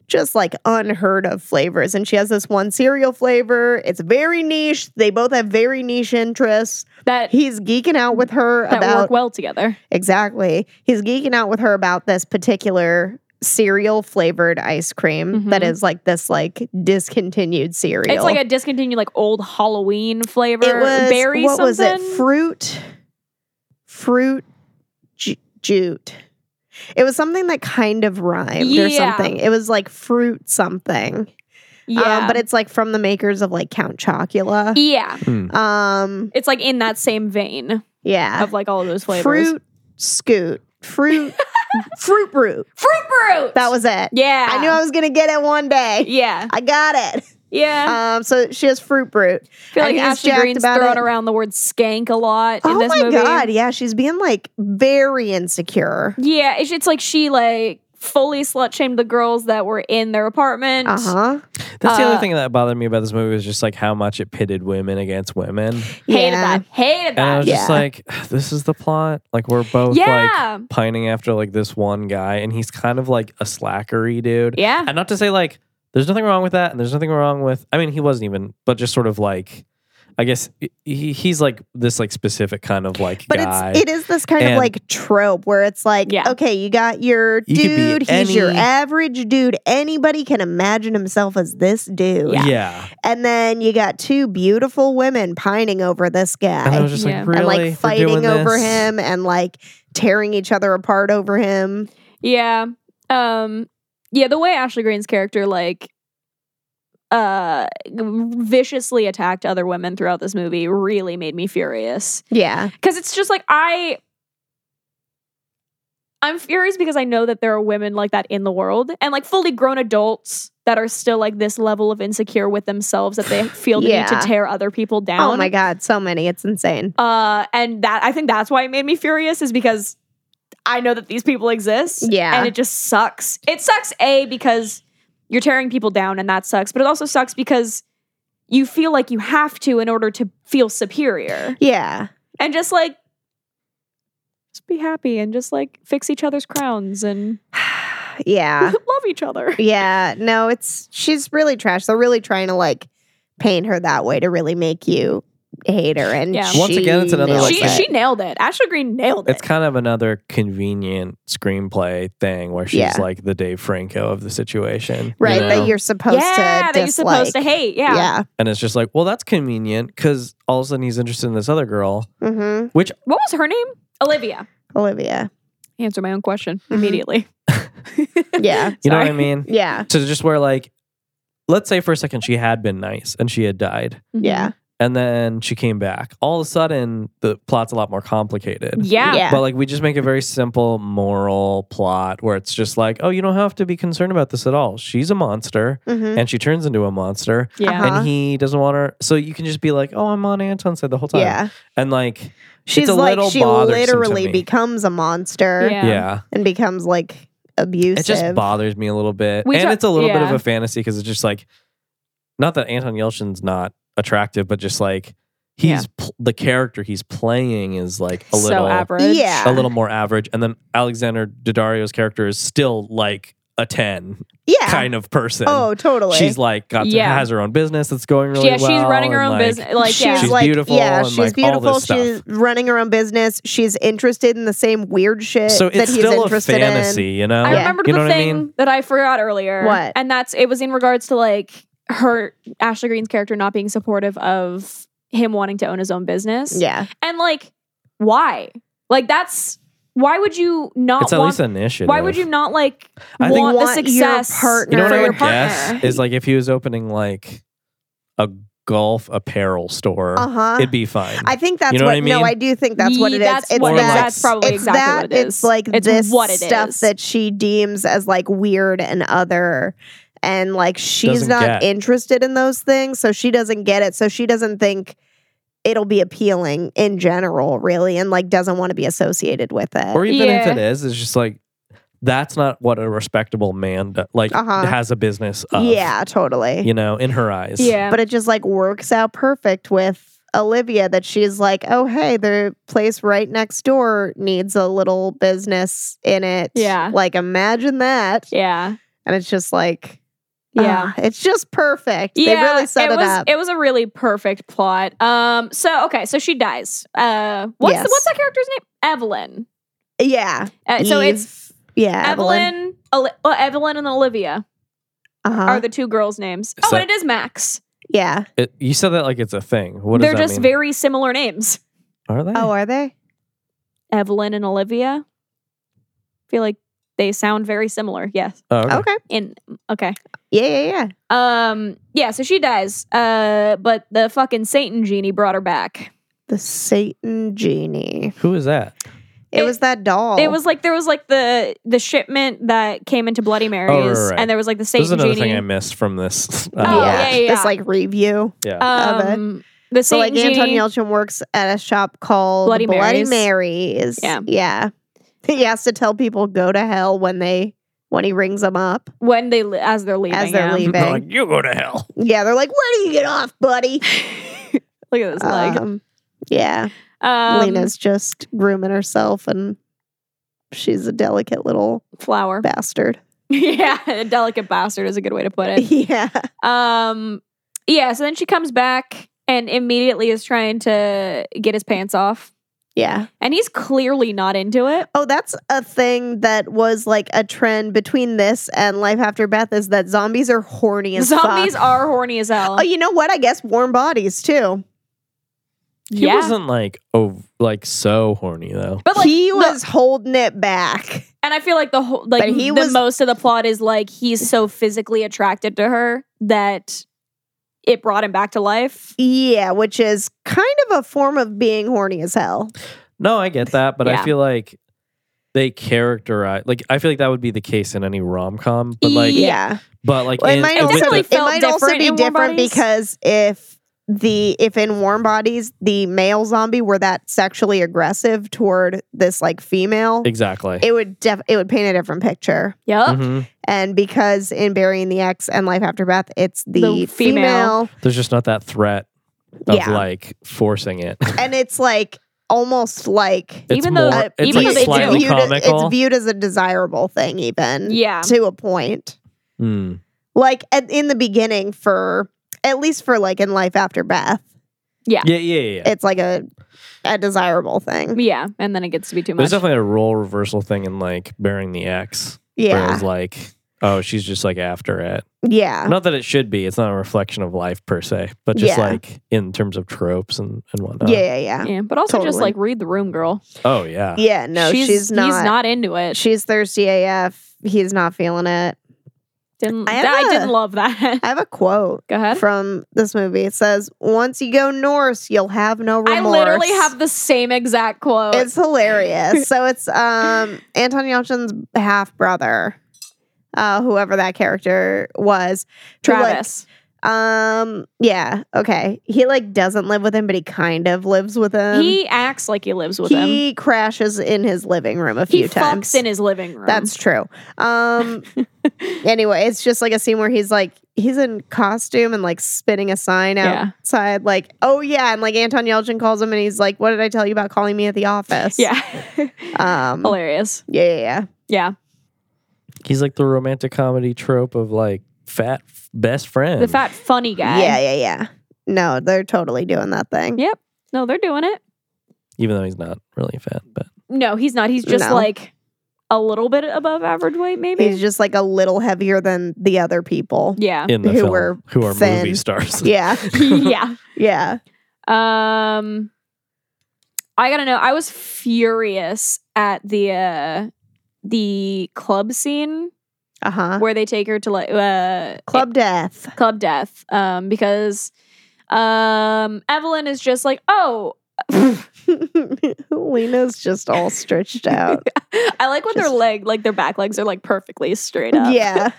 C: just like unheard of flavors and she has this one cereal flavor. It's very niche. They both have very niche interests.
E: That
C: He's geeking out with her
E: that
C: about
E: work well together.
C: exactly. He's geeking out with her about this particular cereal flavored ice cream that
E: Mhm.
C: is like this like discontinued cereal.
E: It's like a discontinued, like old Halloween flavor.
C: it was
E: berry
C: what
E: something.
C: was it fruit fruit ju- jute it was something that kind of rhymed or
E: Yeah.
C: something it was like fruit something Um,
E: yeah.
C: but it's like from the makers of like count chocula
E: yeah.
D: Hmm.
C: um
E: It's like in that same vein
C: yeah
E: of like all of those flavors.
C: fruit scoot fruit fruit brute
E: Fruit brute.
C: that was it
E: Yeah.
C: i knew i was gonna get it one day
E: Yeah.
C: i got it
E: Yeah.
C: um so she has fruit brute
E: I feel
C: and
E: like
C: he's
E: Ashley
C: jacked
E: Green's
C: about
E: throwing
C: it.
E: around the word skank a lot in
C: oh
E: this
C: my
E: movie.
C: god yeah she's being like very insecure
E: Yeah, it's, it's like she like fully slut shamed the girls that were in their apartment.
C: uh-huh
D: That's the
E: Uh,
D: other thing that bothered me about this movie was just like how much it pitted women against women.
E: Hated
C: Yeah.
E: that. Hated
D: And I
E: that.
D: was just
C: Yeah.
D: like, this is the plot. Like we're both
E: Yeah.
D: like pining after like this one guy and he's kind of like a slackery dude.
E: Yeah.
D: And not to say like there's nothing wrong with that and there's nothing wrong with I mean he wasn't even but just sort of like I guess he, he's like this like specific kind of like
C: But
D: guy.
C: it's it is this kind of
D: And-
C: like trope where it's like,
E: Yeah.
C: okay, you got your
D: You could be
C: dude, he's your
D: any-
C: average dude. Anybody can imagine himself as this dude.
D: yeah.
C: And then you got two beautiful women pining over this
D: And I
C: guy
D: was just
E: Yeah.
D: like really
C: and
D: We're
C: like fighting
D: doing
C: over
D: this?
C: him and like tearing each other apart over him.
E: yeah. Um yeah, the way Ashley Greene's character like uh viciously attacked other women throughout this movie really made me furious
C: Yeah.
E: because it's just like I. I'm furious because I know that there are women like that in the world and like fully grown adults that are still like this level of insecure with themselves that they feel the need
C: Yeah.
E: to tear other people down.
C: Oh my god, so many. It's insane.
E: Uh, and that I think that's why it made me furious is because I know that these people exist.
C: Yeah.
E: and it just sucks. It sucks a because you're tearing people down, and that sucks. But it also sucks because you feel like you have to in order to feel superior,
C: Yeah.
E: and just like just be happy and just like fix each other's crowns and
C: Yeah.
E: love each other.
C: Yeah. No, it's she's really trash. They're really trying to like paint her that way to really make you hate her. And
E: Yeah.
D: Once
C: she
D: again, it's another,
C: nails
D: like,
E: she
C: it.
D: that.
E: she nailed it. Ashley Green nailed it.
D: It's kind of another convenient screenplay thing where she's
C: Yeah.
D: like the Dave Franco of the situation. you
C: right
D: know?
C: that you're supposed
E: yeah,
C: to
E: that you're
C: dislike.
E: supposed to hate. Yeah.
D: and it's just like, well, that's convenient because all of a sudden he's interested in this other girl.
C: Mm-hmm.
E: What was her name? Olivia.
C: Olivia.
E: Answer my own question
C: Mhm.
E: immediately.
C: Yeah.
D: You know
E: Sorry.
D: what I mean?
C: Yeah.
D: So just where like, let's say for a second she had been nice and she had died.
E: Mm-hmm.
C: Yeah.
D: And then she came back. All of a sudden, the plot's a lot more complicated.
E: Yeah.
C: Yeah.
D: But like we just make a very simple moral plot where it's just like, oh, you don't have to be concerned about this at all. She's a monster
C: Mm-hmm.
D: and she turns into a monster
E: Yeah.
C: Uh-huh.
D: and he doesn't want her. So you can just be like, oh, I'm on Anton's side the whole time.
C: Yeah.
D: And like,
C: She's
D: a
C: like
D: little
C: she
D: bothersome to
C: literally
D: me.
C: becomes a monster
E: Yeah.
D: yeah.
C: and becomes like abusive.
D: It just bothers me a little bit.
E: We
D: and
E: ta-
D: it's a little bit of
E: yeah.
D: a fantasy because it's just like, not that Anton Yelchin's not attractive, but just like, he's pl- the character he's playing is like a little
E: so average.
C: yeah.
D: a little more average. And then Alexander Daddario's character is still like a 10
C: yeah.
D: kind of person.
C: Oh, totally.
D: She's like got
E: Yeah.
D: has her own business that's going really
E: yeah,
D: well.
E: she's running her
D: and,
E: own
D: like,
E: business. Like,
C: she's
E: yeah.
D: She's
C: like,
D: beautiful
C: yeah,
D: and,
C: she's
D: like, all
C: beautiful.
D: this stuff.
C: She's running her own business. She's interested in the same weird shit
D: So
C: that
D: it's
C: he's
D: still a
C: interested
D: fantasy, you know?
E: I
C: Yeah.
E: remembered
D: You know
E: the
D: what I
E: thing
D: mean?
E: that I forgot earlier.
C: What?
E: And that's it was in regards to like her Ashley Greene's character not being supportive of him wanting to own his own business.
C: in. Yeah,
E: And like, why? Like that's why would you not
D: It's at
E: want
D: least an initiative.
E: why would you not like
D: I think-
E: want the
C: Want your
E: success
C: partner-
D: You know what
E: for
D: I
E: your
D: would
E: partner?
D: guess is like if he was opening like a golf apparel store,
E: Uh-huh.
C: uh huh.
D: it'd be fine.
C: I think that's
D: You know
C: what.
D: what I
C: No,
D: mean?
C: I do think that's what it
E: Ye-
C: is.
E: that's
C: it's
E: what-
C: that,
D: that's
E: probably
C: it's
E: exactly
C: that,
E: what it is.
C: It's like
E: It's
C: this
E: what it
C: stuff
E: is.
C: that she deems as like weird and other, and like she's
D: Doesn't
C: not
D: get.
C: interested in those things, so she doesn't get it. So she doesn't think it'll be appealing in general, really, and like doesn't want to be associated with it.
D: or even
E: Yeah.
D: if it is, it's just like that's not what a respectable man do- like
C: Uh-huh.
D: has a business of.
C: yeah, totally.
D: You know, in her eyes.
E: Yeah.
C: but it just like works out perfect with Olivia that she's like, oh hey, the place right next door needs a little business in it.
E: Yeah.
C: like imagine that.
E: yeah.
C: And it's just like,
E: Yeah.
C: ah, it's just perfect.
E: Yeah,
C: they really set it,
E: was,
C: up.
E: It was a really perfect plot. Um, so okay, so she dies. Uh, what's
C: Yes.
E: what's that character's name? Evelyn.
C: yeah,
E: Uh, so it's
C: yeah, Evelyn.
E: Evelyn, Evelyn, Evelyn and Olivia
C: Uh-huh.
E: are the two girls' names. Oh,
D: So-
E: and it is Max.
C: yeah.
D: It- you said that like it's a thing. What
E: They're
D: does that
E: just
D: mean?
E: very similar names.
D: Are they?
C: Oh, are they?
E: Evelyn and Olivia. I feel like they sound very similar. Yes.
D: Oh, okay.
C: Okay.
E: In okay.
C: Yeah, yeah, yeah.
E: Um. Yeah. So she dies. Uh. But the fucking Satan genie brought her back.
C: The Satan genie.
D: Who is that?
C: It,
E: It-
C: was that doll.
E: It was like there was like the the shipment that came into Bloody Mary's,
D: Oh, right, right.
E: and there was like the
D: This is
E: Satan
D: another
E: genie.
D: thing I missed from this.
E: Oh,
D: uh,
E: yeah, yeah, yeah.
C: This like review.
D: yeah.
C: of it.
E: um, the Satan
C: So like
E: genie.
C: Anton Yelchin works at a shop called
E: Bloody
C: Bloody,
E: Mary's.
C: Mary's.
E: Yeah.
C: Yeah. He has to tell people go to hell when they when he rings them up
E: when they le- as they're leaving
C: as they're
E: yeah.
C: leaving.
D: Like, you go to hell.
C: Yeah, they're like, "Where do you get off, buddy?"
E: Look at this leg.
C: Um, yeah,
E: Um,
C: uh, Lena's just grooming herself, and she's a delicate little
E: Um, flower.
C: bastard.
E: yeah, a delicate bastard is a good way to put it.
C: yeah,
E: Um, yeah. So then she comes back and immediately is trying to get his pants off,
C: yeah.
E: and he's clearly not into it.
C: Oh, that's a thing that was like a trend between this and Life After Beth is that zombies are horny as
E: Zombies
C: fuck.
E: are horny as hell.
C: Oh, you know what? I guess warm bodies too.
D: He
E: yeah.
D: wasn't like oh like so horny though.
E: But like
C: he
E: the-
C: was holding it back.
E: And I feel like the whole like
C: But he
E: the
C: was-
E: most of the plot is like he's so physically attracted to her that it brought him back to life.
C: Yeah, which is kind of a form of being horny as hell.
D: No, I get that, but I
E: Yeah.
D: feel like they characterize like I feel like that would be the case in any rom com, but like
E: Yeah.
C: Yeah.
D: but like
C: Well, it
D: in- uh,
C: might
E: It
D: with
C: also
E: definitely
D: the-
C: it might
E: felt
C: also
E: different
C: be
E: in warm
C: different
E: bodies.
C: because if the if in warm bodies the male zombie were that sexually aggressive toward this like female,
D: exactly.
C: it would def- it would paint a different picture.
E: Yep.
D: Mhm.
C: And because in burying the ex and life after death, it's the,
E: The female.
C: female
D: There's just not that threat of
C: Yeah.
D: like forcing it.
C: and it's like almost like
D: It's
E: Even though-
D: more-
E: uh,
D: it's
E: even
D: like
E: though they do-
D: slightly
C: viewed as,
D: comical.
C: it's viewed as a desirable thing even
E: Yeah.
C: to a point
D: Hmm.
C: like at, in the beginning for at least for like in life after Beth,
D: Yeah, yeah, yeah. yeah.
C: it's like a a desirable thing
E: Yeah. And then it gets to be too much.
D: There's definitely a role reversal thing in like burying the ex. Where it
C: yeah
D: was like, oh, she's just like after it.
C: yeah
D: Not that it should be. It's not a reflection of life per se, but just
C: Yeah.
D: like in terms of tropes and, and whatnot.
C: yeah yeah yeah
E: yeah, but also just
C: Totally.
E: like read the room, girl.
D: Oh yeah.
C: yeah no she's, not,
E: He's not into it.
C: she's thirsty af he's not feeling it
E: didn't.
C: I
E: I,
C: have a-
E: didn't love that.
C: i have a quote
E: Go ahead.
C: from this movie it says once you go north you'll have no remorse
E: I literally have the same exact quote.
C: It's hilarious. so it's um Anton Yelchin's half brother, uh, whoever that character was. who, like,
E: Travis.
C: um, yeah, okay. He like doesn't live with him, but he kind of lives with him.
E: he acts like he lives with him.
C: um, He crashes in his living room a few
E: He fucks
C: times.
E: in his living room.
C: That's true. Um anyway, it's just like a scene where he's like he's in costume and like spinning a sign
E: Yeah.
C: outside, like, oh yeah, and like Anton Yelchin calls him and he's like, What did I tell you about calling me at the office?
E: yeah,
C: Um
E: hilarious.
C: Yeah, yeah, yeah.
E: Yeah,
D: He's like the romantic comedy trope of like fat f- best friend.
E: the fat funny guy.
C: Yeah, yeah, yeah. No, they're totally doing that thing.
E: Yep. No, they're doing it.
D: Even though he's not really fat, but
E: No, he's not. He's just
C: No.
E: like a little bit above average weight, maybe.
C: He's just like a little heavier than the other people.
E: yeah.
D: in the
C: Who
D: film,
C: were
D: who are
C: thin.
D: movie stars.
C: Yeah,
E: yeah.
C: yeah.
E: Um I gotta know. I was furious at the uh the club scene
C: Uh
D: Uh-huh.
C: huh.
E: where they take her to like uh
C: Club death.
E: club death um because um Evelyn is just like oh
C: Lena's just all stretched out.
E: I like when their
C: Just-
E: leg like their back legs are like perfectly straight up
C: Yeah,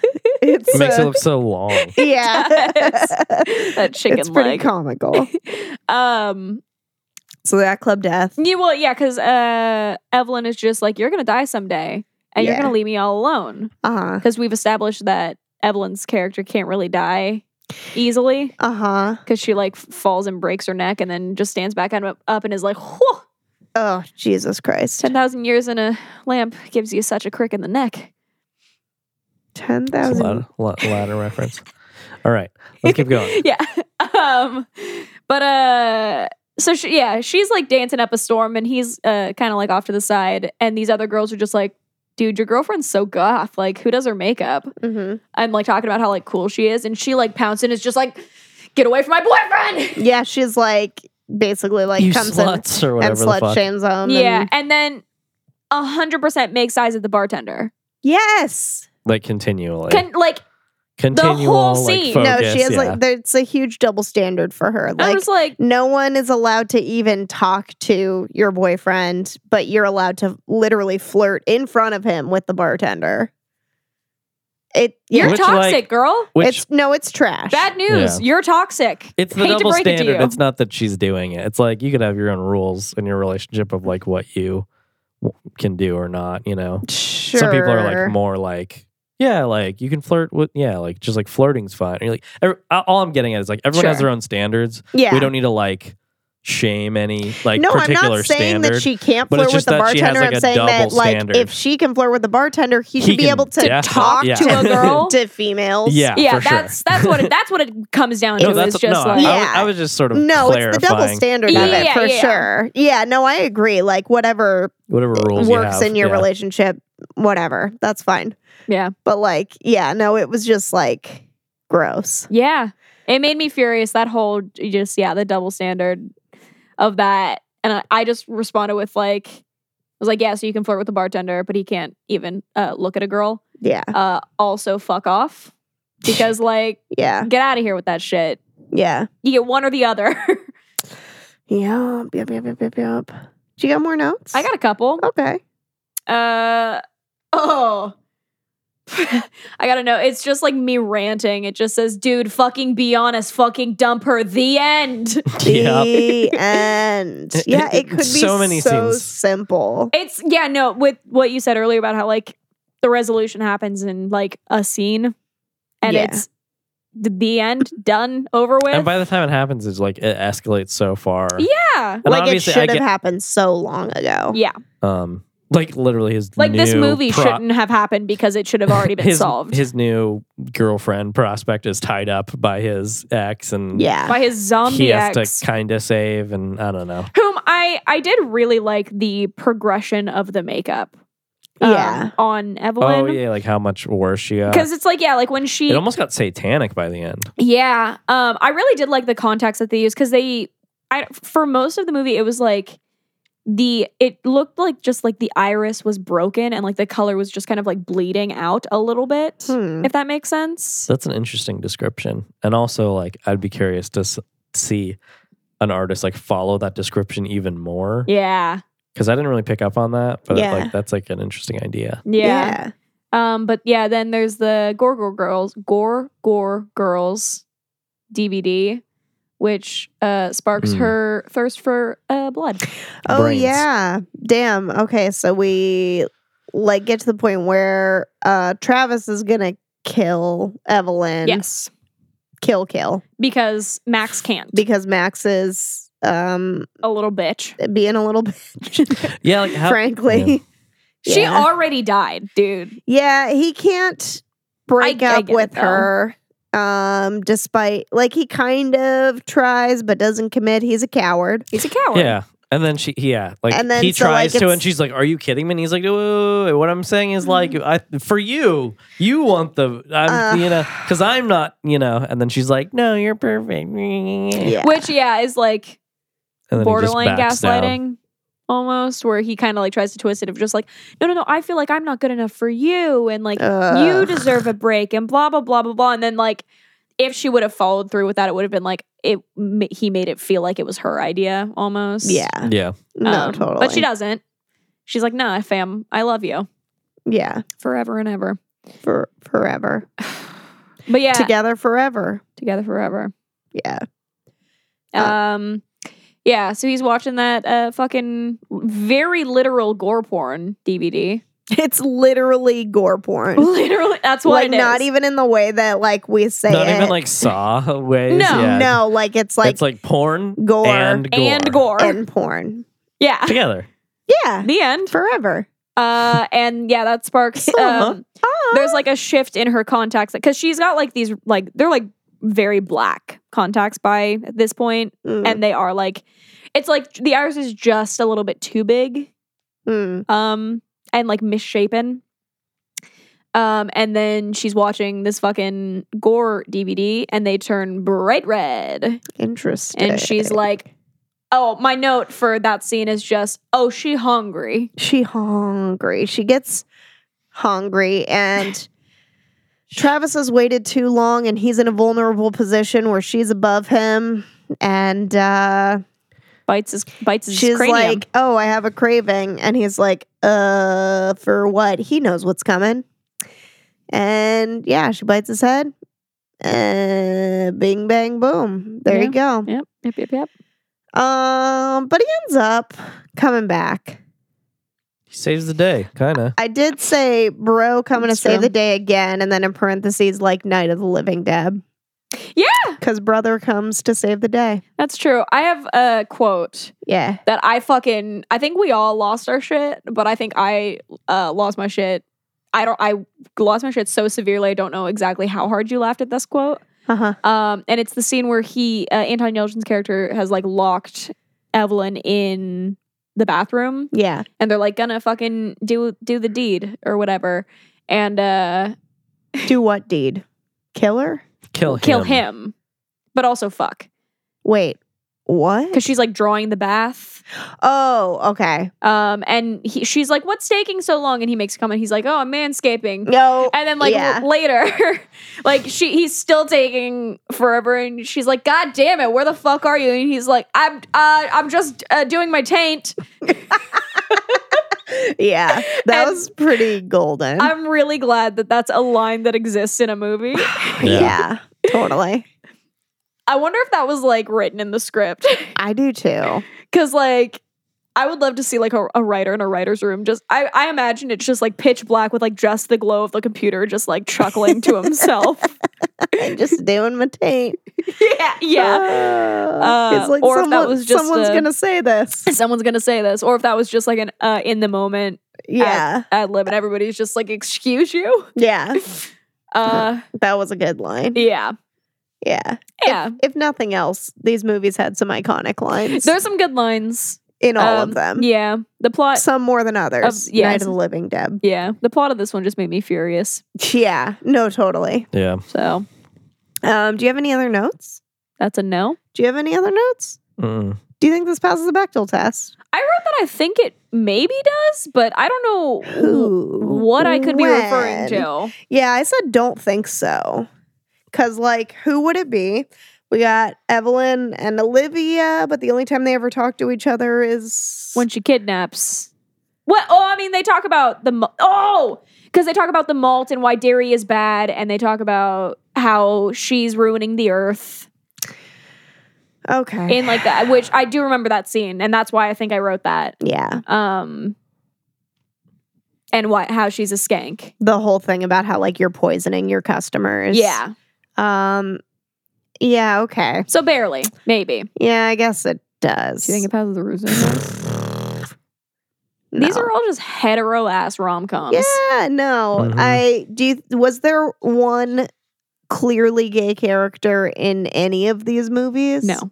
C: it's
D: It makes
C: uh,
D: it look so long.
C: yeah.
E: does. That chicken
C: It's pretty
E: leg.
C: comical.
E: um
C: So that club death.
E: yeah well yeah because uh Evelyn is just like you're gonna die someday and you're
C: Yeah.
E: gonna leave me all alone
C: Uh huh.
E: because we've established that Evelyn's character can't really die easily
C: Uh huh.
E: because she like f- falls and breaks her neck and then just stands back on- up and is like, "Whew,
C: Oh Jesus Christ!
E: 10,000 years in a lamp gives you such a crick in the neck.
C: Ten
D: It's a lot,
C: thousand.
D: of- lot, lot of reference. All right, let's keep going.
E: yeah. Um, but, uh, so she, yeah, she's like dancing up a storm and he's uh, kind of like off to the side. And these other girls are just like, dude, your girlfriend's so goth. Like, who does her makeup?
C: Mm-hmm.
E: I'm like talking about how like cool she is. And she like pouncing and is just like, get away from my boyfriend.
C: Yeah, she's like basically like
D: you
C: comes
D: sluts or
C: in and
D: whatever the
C: slut
D: fuck.
C: shames him.
E: Yeah,
C: and-
E: and then a hundred percent makes eyes at the bartender.
C: yes.
D: Like continually,
E: Can like
D: continual
E: whole
D: like,
E: scene.
D: focus.
C: no, she has
D: yeah.
C: like there's a huge double standard for her.
E: I
C: Like
E: was like,
C: no one is allowed to even talk to your boyfriend, but you're allowed to literally flirt in front of him with the bartender. It yeah,
E: you're
D: Which,
E: toxic,
D: like-
E: girl.
D: Which
C: it's no, it's trash.
E: Bad news.
D: Yeah.
E: You're toxic.
D: It's the
E: Hate to
D: double
E: break it to
D: standard.
E: you.
D: It's not that she's doing it. It's like you could have your own rules in your relationship of like what you w- can do or not. You know,
C: sure.
D: some people are like more like. Yeah, like you can flirt with yeah, like just like flirting's fine. And you're like every, all I'm getting at is like everyone has
E: Sure.
D: their own standards.
C: yeah.
D: We don't need to like shame any like
C: no, I'm
D: particular
C: not saying
D: standard.
C: that she can't
D: but it's
C: flirt with
D: just
C: the
D: that she has,
C: bartender.
D: like,
C: I'm
D: a
C: saying that
D: double
C: like
D: standard.
C: if she can flirt with the bartender, he,
D: He
C: should be
D: can
C: able to
D: definitely-
C: talk
D: yeah.
C: to a girl to females.
D: yeah,
E: yeah,
D: for sure.
E: that's that's what it, that's what it comes down
D: no,
E: to.
D: that's
E: Is just
D: no,
E: like
D: I, I
C: Yeah.
D: was- I was just sort of
C: No, it's the double
D: clarifying
C: standard of it
E: Yeah,
C: for
E: yeah.
C: sure. Yeah, no, I agree. Like whatever
D: whatever rules you
C: works
D: have,
C: in your
D: yeah.
C: relationship, whatever. That's fine.
E: yeah,
C: But like, yeah, no, it was just like gross.
E: yeah. It made me furious. That whole you just yeah, the double standard of that, and I, I just responded with like, was like, yeah, so you can flirt with the bartender, but he can't even uh, look at a girl.
C: Yeah.
E: Uh, also, fuck off because like,
C: Yeah.
E: get out of here with that shit.
C: Yeah.
E: You get one or the other.
C: Yup. Yup. Yup. Yup. Yup. Yup. Do you got more notes?
E: I got a couple.
C: Okay.
E: Uh oh. I gotta know. It's just like me ranting. It just says, dude, fucking be honest, fucking dump her. The end.
C: The end.
D: It-
C: Yeah,
D: it-
C: it could be
D: so
C: so
D: many scenes.
C: simple.
E: It's yeah, no, with what you said earlier about how like the resolution happens in like a scene and
C: Yeah.
E: it's the, the end, done, over with.
D: And by the time it happens, it's like it escalates so far. Yeah.
E: yeah.
D: And
C: like it
D: obviously,
C: should
D: I
C: have
D: get
C: happened so long ago.
E: Yeah.
D: um, like literally his
E: Like this
D: new
E: movie
D: pro-
E: shouldn't have happened because it should have already been
D: his,
E: solved.
D: His new girlfriend prospect is tied up by his ex, and
C: Yeah.
E: by his zombie
D: he has
E: ex.
D: to kind of save. And I don't know.
E: whom I I did really like the progression of the makeup. um,
C: Yeah.
E: on
D: Oh
E: Evelyn
D: yeah, like how much worse she got.
E: because it's like yeah, like when she
D: It almost got satanic by the end.
E: yeah, um, I really did like the contacts that they used because they I for most of the movie it was like the it looked like just like the iris was broken and like the color was just kind of like bleeding out a little bit
C: Hmm.
E: if that makes sense.
D: So that's an interesting description. And also, like, I'd be curious to s- see an artist like follow that description even more
E: Yeah,
D: because I didn't really pick up on that. But
C: Yeah.
D: like, that's like an interesting idea.
E: yeah. Um, but yeah, then there's the Gore Gore Girls, Gore Gore Girls DVD, which uh, sparks
D: Mm.
E: her thirst for uh, blood.
C: Oh
D: Brains.
C: yeah. Damn. Okay, so we like get to the point where uh Travis is gonna kill Evelyn.
E: Yes,
C: Kill kill.
E: because Max can't.
C: Because Max is um
E: a little bitch.
C: being a little bitch,
D: Yeah, like how,
C: frankly. Yeah.
E: She already died, dude.
C: Yeah, he can't break
E: I- I
C: up
E: get it,
C: with
E: though.
C: her. Um, despite like he kind of tries but doesn't commit. He's a coward.
E: He's a coward.
D: yeah. And then she, yeah, like
C: And then,
D: he
C: so, like,
D: tries to, and
C: it's- Mm.
D: she's like, "Are you kidding me?" And he's like, "Wait, wait, wait, wait. "What I'm saying is like, I for you, you want the, I'm,
C: Uh.
D: you know, because I'm not, you know." And then she's like, "No, you're perfect."
C: Yeah.
E: Which yeah is like
D: And then he just
E: borderline
D: backs down.
E: gaslighting almost, where he kind of like tries to twist it of just like, no, no, no, I feel like I'm not good enough for you, and like you
C: Ugh.
E: deserve a break, and blah blah blah blah blah, and then like if she would have followed through with that, it would have been like it. ma- He made it feel like it was her idea almost.
C: Yeah.
D: Yeah.
C: No,
E: Um,
C: totally.
E: But she doesn't. She's like, nah, fam, I love you
C: Yeah.
E: forever and ever.
C: For forever.
E: But yeah,
C: Together forever.
E: together forever.
C: Yeah. Uh,
E: Um, yeah. So he's watching that uh fucking very literal gore porn DVD.
C: It's literally gore porn.
E: Literally, that's what
C: like
E: it is.
C: not even in the way that like we say
D: Not
C: it.
D: even like saw ways.
E: No.
D: yeah.
C: no, like it's like,
D: it's like porn
C: gore
D: and gore.
E: and gore.
C: and porn.
E: yeah.
D: together.
C: Yeah.
E: The end.
C: Forever.
E: Uh, and yeah, that sparks.
C: Uh-huh.
E: Um, there's like a shift in her contacts because she's got like these like they're like very black contacts by at this point,
C: Mm,
E: and they are like it's like the iris is just a little bit too big
C: mm.
E: um and like misshapen um and then she's watching this fucking gore dvd and they turn bright red
C: Interesting.
E: and she's like oh my note for that scene is just oh she hungry
C: she hungry. She gets hungry and Travis has waited too long and he's in a vulnerable position where she's above him and uh
E: bites his bites his
C: she's
E: cranium
C: like, "Oh, I have a craving." And he's like, "Uh, for what?" He knows what's coming. And yeah, she bites his head. Uh, bing bang boom. There you go.
E: yep yep yep yep
C: Um, but he ends up coming back.
D: He saves the day, kind of.
C: I did say, bro, coming
E: That's
C: to save
E: true.
C: the day again, and then in parentheses, like Night of the Living Dead.
E: Yeah.
C: Because brother comes to save the day.
E: that's true i have a quote
C: Yeah.
E: that i fucking i think we all lost our shit but i think i uh lost my shit i don't i lost my shit so severely i don't know exactly how hard you laughed at this quote
C: Uh huh.
E: Um, and it's the scene where he, uh, Anton Yelchin's character, has like locked Evelyn in the bathroom,
C: Yeah.
E: and they're like gonna fucking do do the deed or whatever, and uh,
C: Do what deed? Killer?
D: Kill him.
E: kill him, but also fuck.
C: Wait. What?
E: because she's like drawing the bath.
C: Oh, okay.
E: Um, and he, she's like, "What's taking so long?" And he makes a comment. He's like, "Oh, I'm manscaping."
C: No.
E: And then like
C: yeah.
E: l- later, like she he's still taking forever, and she's like, "God damn it, where the fuck are you?" And he's like, "I'm uh, I'm just uh, doing my taint.
C: yeah. That
E: and-
C: was pretty golden.
E: I'm really glad that that's a line that exists in a movie.
D: Yeah.
C: yeah. Totally.
E: I wonder if that was like written in the script,
C: I do too.
E: because like. I would love to see like a, a writer in a writer's room. Just I, I imagine it's just like pitch black with like just the glow of the computer, just like chuckling to himself.
C: I'm just doing my taint.
E: yeah, yeah.
C: Uh,
E: Uh,
C: it's like
E: or if that
C: someone,
E: was just
C: someone's
E: a-
C: gonna say this.
E: Uh, Someone's gonna say this, or if that was just like an uh, in the moment
C: Yeah.
E: ad lib, and everybody's just like, "Excuse you."
C: yeah.
E: Uh,
C: That was a good line.
E: yeah,
C: Yeah.
E: yeah.
C: If nothing else, these movies had some iconic lines
E: There's some good lines.
C: in all
E: Um,
C: of them.
E: Yeah, Um, the plot.
C: Some more than others.
E: Of- yeah,
C: Night of the
E: some-
C: Living Dead.
E: Yeah, the plot of this one just made me furious.
C: Yeah. No, totally.
D: Yeah.
E: So
C: Um, do you have any other notes?
E: that's a no.
C: Do you have any other notes?
D: Mm.
C: Do you think this passes the Bechtel test?
E: I wrote that I think it maybe does, but I don't know
C: Who?
E: what I could be referring
C: When?
E: to.
C: Yeah, I said don't think so. Cause like who would it be? We got Evelyn and Olivia, but the only time they ever talk to each other is
E: When she kidnaps. What? Oh, I mean, they talk about the ma- oh, because they talk about the malt and why dairy is bad, and they talk about how she's ruining the earth.
C: Okay.
E: in like that which i do remember that scene and that's why i think i wrote that
C: yeah.
E: um and what how she's a skank
C: The whole thing about how like you're poisoning your customers.
E: yeah
C: Um Yeah, okay.
E: so barely maybe
C: Yeah, I guess it does.
E: passes the rooster these
C: No.
E: are all just hetero ass rom-coms
C: Yeah, no.
D: Mhm.
C: I do you, was there one clearly gay character in any of these movies?
E: no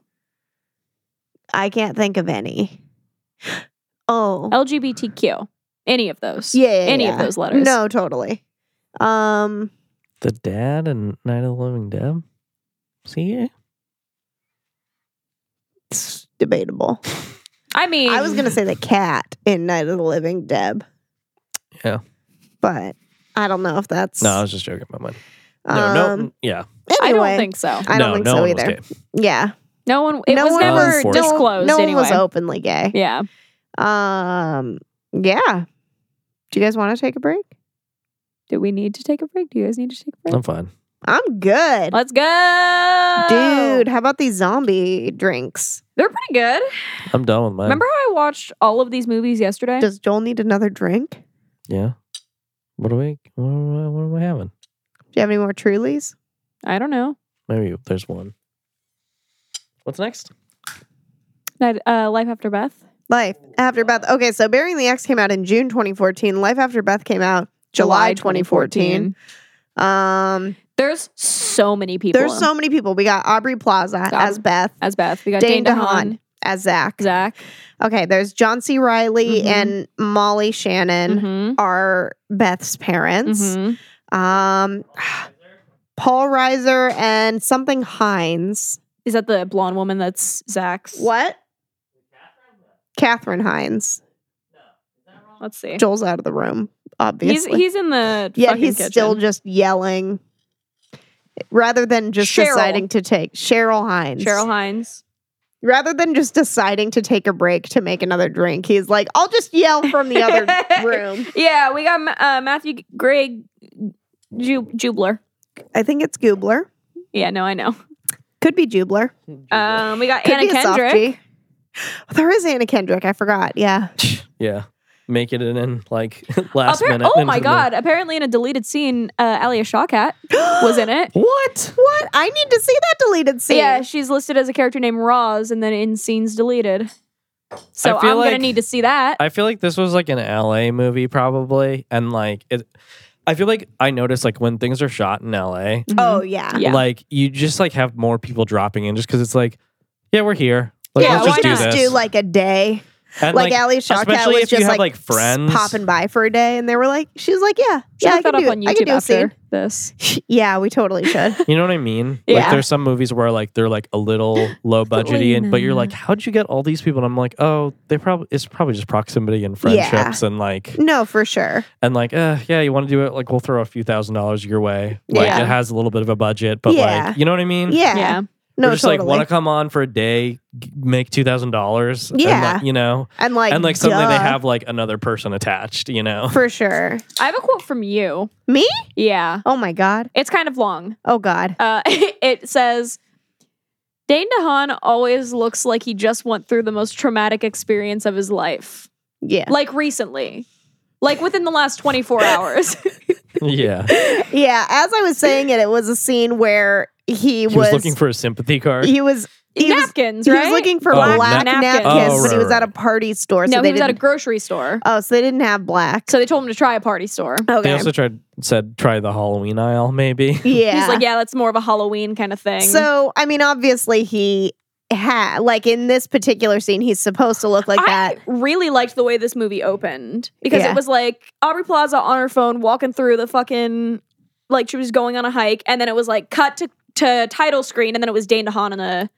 C: I can't think of any. Oh.
E: lgbtq any of those
C: yeah, yeah,
E: any of
C: yeah.
E: those letters
C: No, totally. Um
D: The dad and Night of the Living Dead. See,
C: it's debatable.
E: i mean
C: I was going to say the cat in Night of the Living Deb.
D: Yeah.
C: But I don't know if that's
D: no, I was just joking about mine. No,
C: um,
D: no, yeah,
E: i
C: anyway,
E: don't think so
C: I
D: no,
C: don't think
D: no
C: so
D: one was
C: either.
D: gay.
C: Yeah.
E: no one it
C: no
E: was
C: one
E: never
C: was
D: no-
E: disclosed
C: No, no
E: anyway
C: one was openly gay.
E: yeah
C: Um yeah. Do you guys want to take a break?
E: do we need to take a break do you guys need to take a break
D: I'm fine.
C: I'm good.
E: let's go
C: Dude, Um, how about these zombie drinks?
E: they're pretty good
D: I'm done with mine.
E: Remember how I watched all of these movies yesterday?
C: Does Joel need another drink? Do
D: Yeah. What are we? What are we, what are we having?
C: you have any more Trulies?
E: I don't know.
D: Maybe there's one. What's next?
E: Night- uh, Life After Beth.
C: Life After Beth. Okay, so Burying the X came out in June 2014. Life After Beth came out July 2014. Um,
E: There's so many people.
C: there's so many people. We got Aubrey Plaza as Beth,
E: as Beth. We got
C: Dane
E: Dane,
C: DeHaan
E: DeHaan,
C: as Zach.
E: Zach,
C: Okay, there's John C. Riley
E: Mhm.
C: and Molly Shannon
E: hmm
C: are Beth's parents.
E: mm-hmm.
C: Um, Paul Reiser and something Hines.
E: Is that the blonde woman that's Zach's?
C: What? Catherine Hines.
E: Let's see.
C: Joel's out of the room,
E: He's
C: obviously.
E: he's in the
C: Yet
E: fucking
C: he's
E: kitchen.
C: still just yelling rather than just
E: Cheryl.
C: deciding to take Cheryl Hines.
E: Cheryl Hines.
C: Rather than just deciding to take a break to make another drink, he's like, I'll just yell from the other room.
E: Yeah, we got uh, Matthew Gregg Ju- Jubler.
C: I think it's Goobler.
E: Yeah, no, I know.
C: Could be Jubler.
E: Um, we got
C: Could
E: Anna
C: be a soft
E: Kendrick.
C: G. There is Anna Kendrick. I forgot. Yeah.
D: Yeah. Make it in, in like last
E: Appar-
D: minute.
E: Oh
D: into
E: my
D: the-
E: god! Apparently, in a deleted scene, uh, Alia Shawkat was in it.
C: What? What? I need to see that deleted scene.
E: Yeah, she's listed as a character named Roz, and then in scenes deleted. So
D: I
E: I'm
D: feel
E: gonna
D: like-
E: need to see that.
D: I feel like this was like an LA movie probably, and like it. I feel like I noticed like when things are shot in LA,
C: Oh yeah.
E: Yeah.
D: like you just like have more people dropping in just because it's like, yeah, we're here. Like,
E: Yeah,
D: let's
E: why
D: just do
E: not?
D: this.
C: like a day.
D: And,
C: like, Ali Shawkat
D: especially
C: was
D: if you
C: just like,
D: have, like, friends.
C: popping by for a day, and they were like, she was like, yeah,
E: Should
C: yeah, I
E: look
C: can
E: that up
C: do,
E: on
C: I can
E: YouTube
C: do a
E: after
C: scene.
E: this.
C: Yeah, we totally should.
D: You know what I mean? Like
C: Yeah.
D: there's some movies where like they're like a little low budgety and but you're like, how'd you get all these people? And I'm like, oh, they probably it's probably just proximity and
C: Yeah.
D: friendships and like
C: no, for sure.
D: and like, uh, yeah, you want to do it, like we'll throw a few thousand dollars your way. Like
C: Yeah.
D: it has a little bit of a budget, but
C: Yeah.
D: like you know what I mean?
C: Yeah,
E: Yeah.
C: no,
D: We're just
C: totally.
D: like want to come on for a day, g- make two thousand dollars.
C: Yeah.
D: like, you know,
C: and like,
D: and like suddenly they
C: duh,
D: have like another person attached. You know,
C: for sure.
E: I have a quote from you.
C: Me?
E: Yeah.
C: Oh my god.
E: It's kind of long.
C: Oh god.
E: Uh, it says Dane DeHaan always looks like he just went through the most traumatic experience of his life.
C: Yeah.
E: Like recently. Like within the last 24 hours.
D: yeah,
C: Yeah. As I was saying it, it was a scene where he,
D: he was looking for a sympathy card.
C: he was he was
E: napkins,
C: he
E: right?
C: was looking for
D: Oh,
C: black
E: nap-
C: napkins,
E: napkins.
D: Oh,
C: but he
D: right,
C: was at a
D: right.
C: party store. So
E: no,
C: they
E: he was at a
C: didn't-
E: grocery store.
C: oh, so they didn't have black.
E: So they told him to try a party store.
D: They
C: okay.
D: also tried said try the Halloween aisle maybe.
C: yeah.
E: He's like, yeah, that's more of a Halloween kind of thing.
C: So I mean, obviously he had like in this particular scene, he's supposed to look like that.
E: I really liked the way this movie opened because
C: Yeah.
E: it was like Aubrey Plaza on her phone walking through the fucking like she was going on a hike, and then it was like cut to, to title screen, and then it was Dane DeHaan in a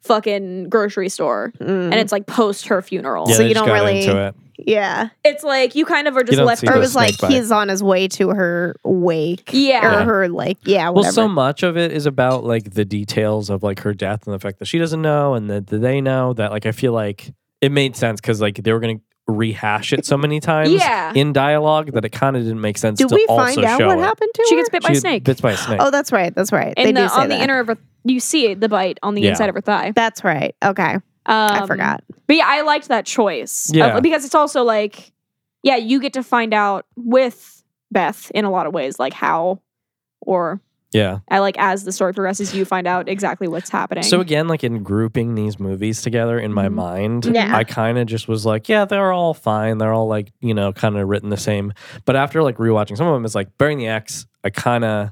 E: fucking grocery store,
C: Mm.
E: and it's like post her funeral.
D: Yeah,
C: So
D: they
C: you
D: just
C: don't
D: got
C: really-
D: into it.
C: yeah,
E: It's like you kind of are just
D: don't
E: left.
D: see
C: or it
D: goes
C: was like
D: snake bite.
C: he's on his way to her wake.
E: Yeah.
C: or her like yeah, whatever.
D: Well, so much of it is about like the details of like her death and the fact that she doesn't know and that that they know that like I feel like it made sense because like they were gonna rehash it so many times
E: Yeah.
D: in dialogue that it kind of didn't make sense
C: do
D: to
C: we
D: also
C: find out
D: show
C: what
D: it.
C: happened to
E: She
C: her?
E: gets bit by a
D: She
E: snake.
D: Bits by a snake.
C: Oh, that's right. That's right. they
E: in the,
C: do say
E: on the
C: that.
E: inner of her, you see the bite on the
D: Yeah.
E: inside of her thigh.
C: that's right. Okay, I
E: Um,
C: forgot.
E: But yeah, I liked that choice. of-
D: Yeah.
E: because it's also like, yeah, you get to find out with Beth in a lot of ways, like how or
D: yeah.
E: I like as the story progresses, you find out exactly what's happening.
D: So again, like in grouping these movies together in my
E: Mhm.
D: mind,
C: Yeah.
D: I kind of just was like, yeah, they're all fine. They're all like, you know, kind of written the same. But after like rewatching some of them, it's like Burying the X, I kind of,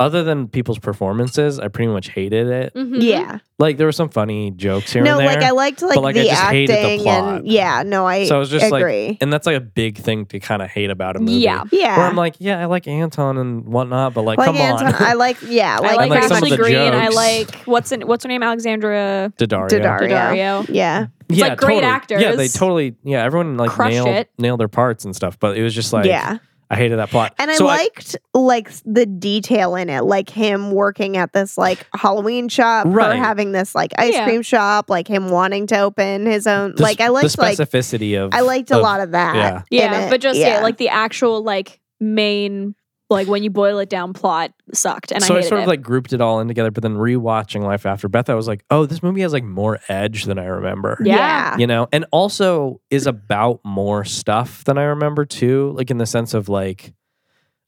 D: other than people's performances, I pretty much hated it.
E: Mhm.
C: Yeah.
D: Like there were some funny jokes here
C: Mm. No,
D: and there.
C: like I liked like,
D: like, I
C: the
D: just
C: acting
D: hated the plot.
C: and yeah. No, I
D: So I was just, like,
C: agree.
D: and that's like a big thing to kind of hate about a movie.
E: Yeah.
C: yeah.
D: Where I'm like, yeah, I like Anton and whatnot, but like,
C: Like
D: come
C: Anton,
D: on.
C: I like yeah,
E: I like,
D: like some
E: Ashley
D: of the
E: Green. I
D: jokes.
E: like what's in, what's her name? Alexandra
D: Daddario.
C: Daddario.
E: Daddario.
C: yeah.
D: yeah,
E: like, great
D: totally. Yeah, they
E: actors.
D: totally. Yeah, everyone like
E: Crushed
D: nailed
E: it.
D: nailed their parts and stuff. But it was just like,
C: yeah.
D: I hated that plot.
C: And I
D: So
C: liked like s- the detail in it, like him working at this like Halloween shop, her
D: Right.
C: having this like ice
E: Yeah.
C: cream shop, like him wanting to open his own.
D: the
C: like I liked
D: sp- the
C: like
D: specificity of.
C: I liked a
D: of-
C: lot of that.
D: yeah.
E: Yeah,
C: in it.
E: but just yeah.
C: Yeah.
E: like the actual like main like when you boil it down plot sucked and
D: so
E: I
D: I,
E: hated
D: sort
E: it.
D: of like grouped it all in together, but then rewatching Life After Beth, I was like, oh, this movie has like more edge than I remember.
E: Yeah.
D: You know, and also is about more stuff than I remember too. Like in the sense of like,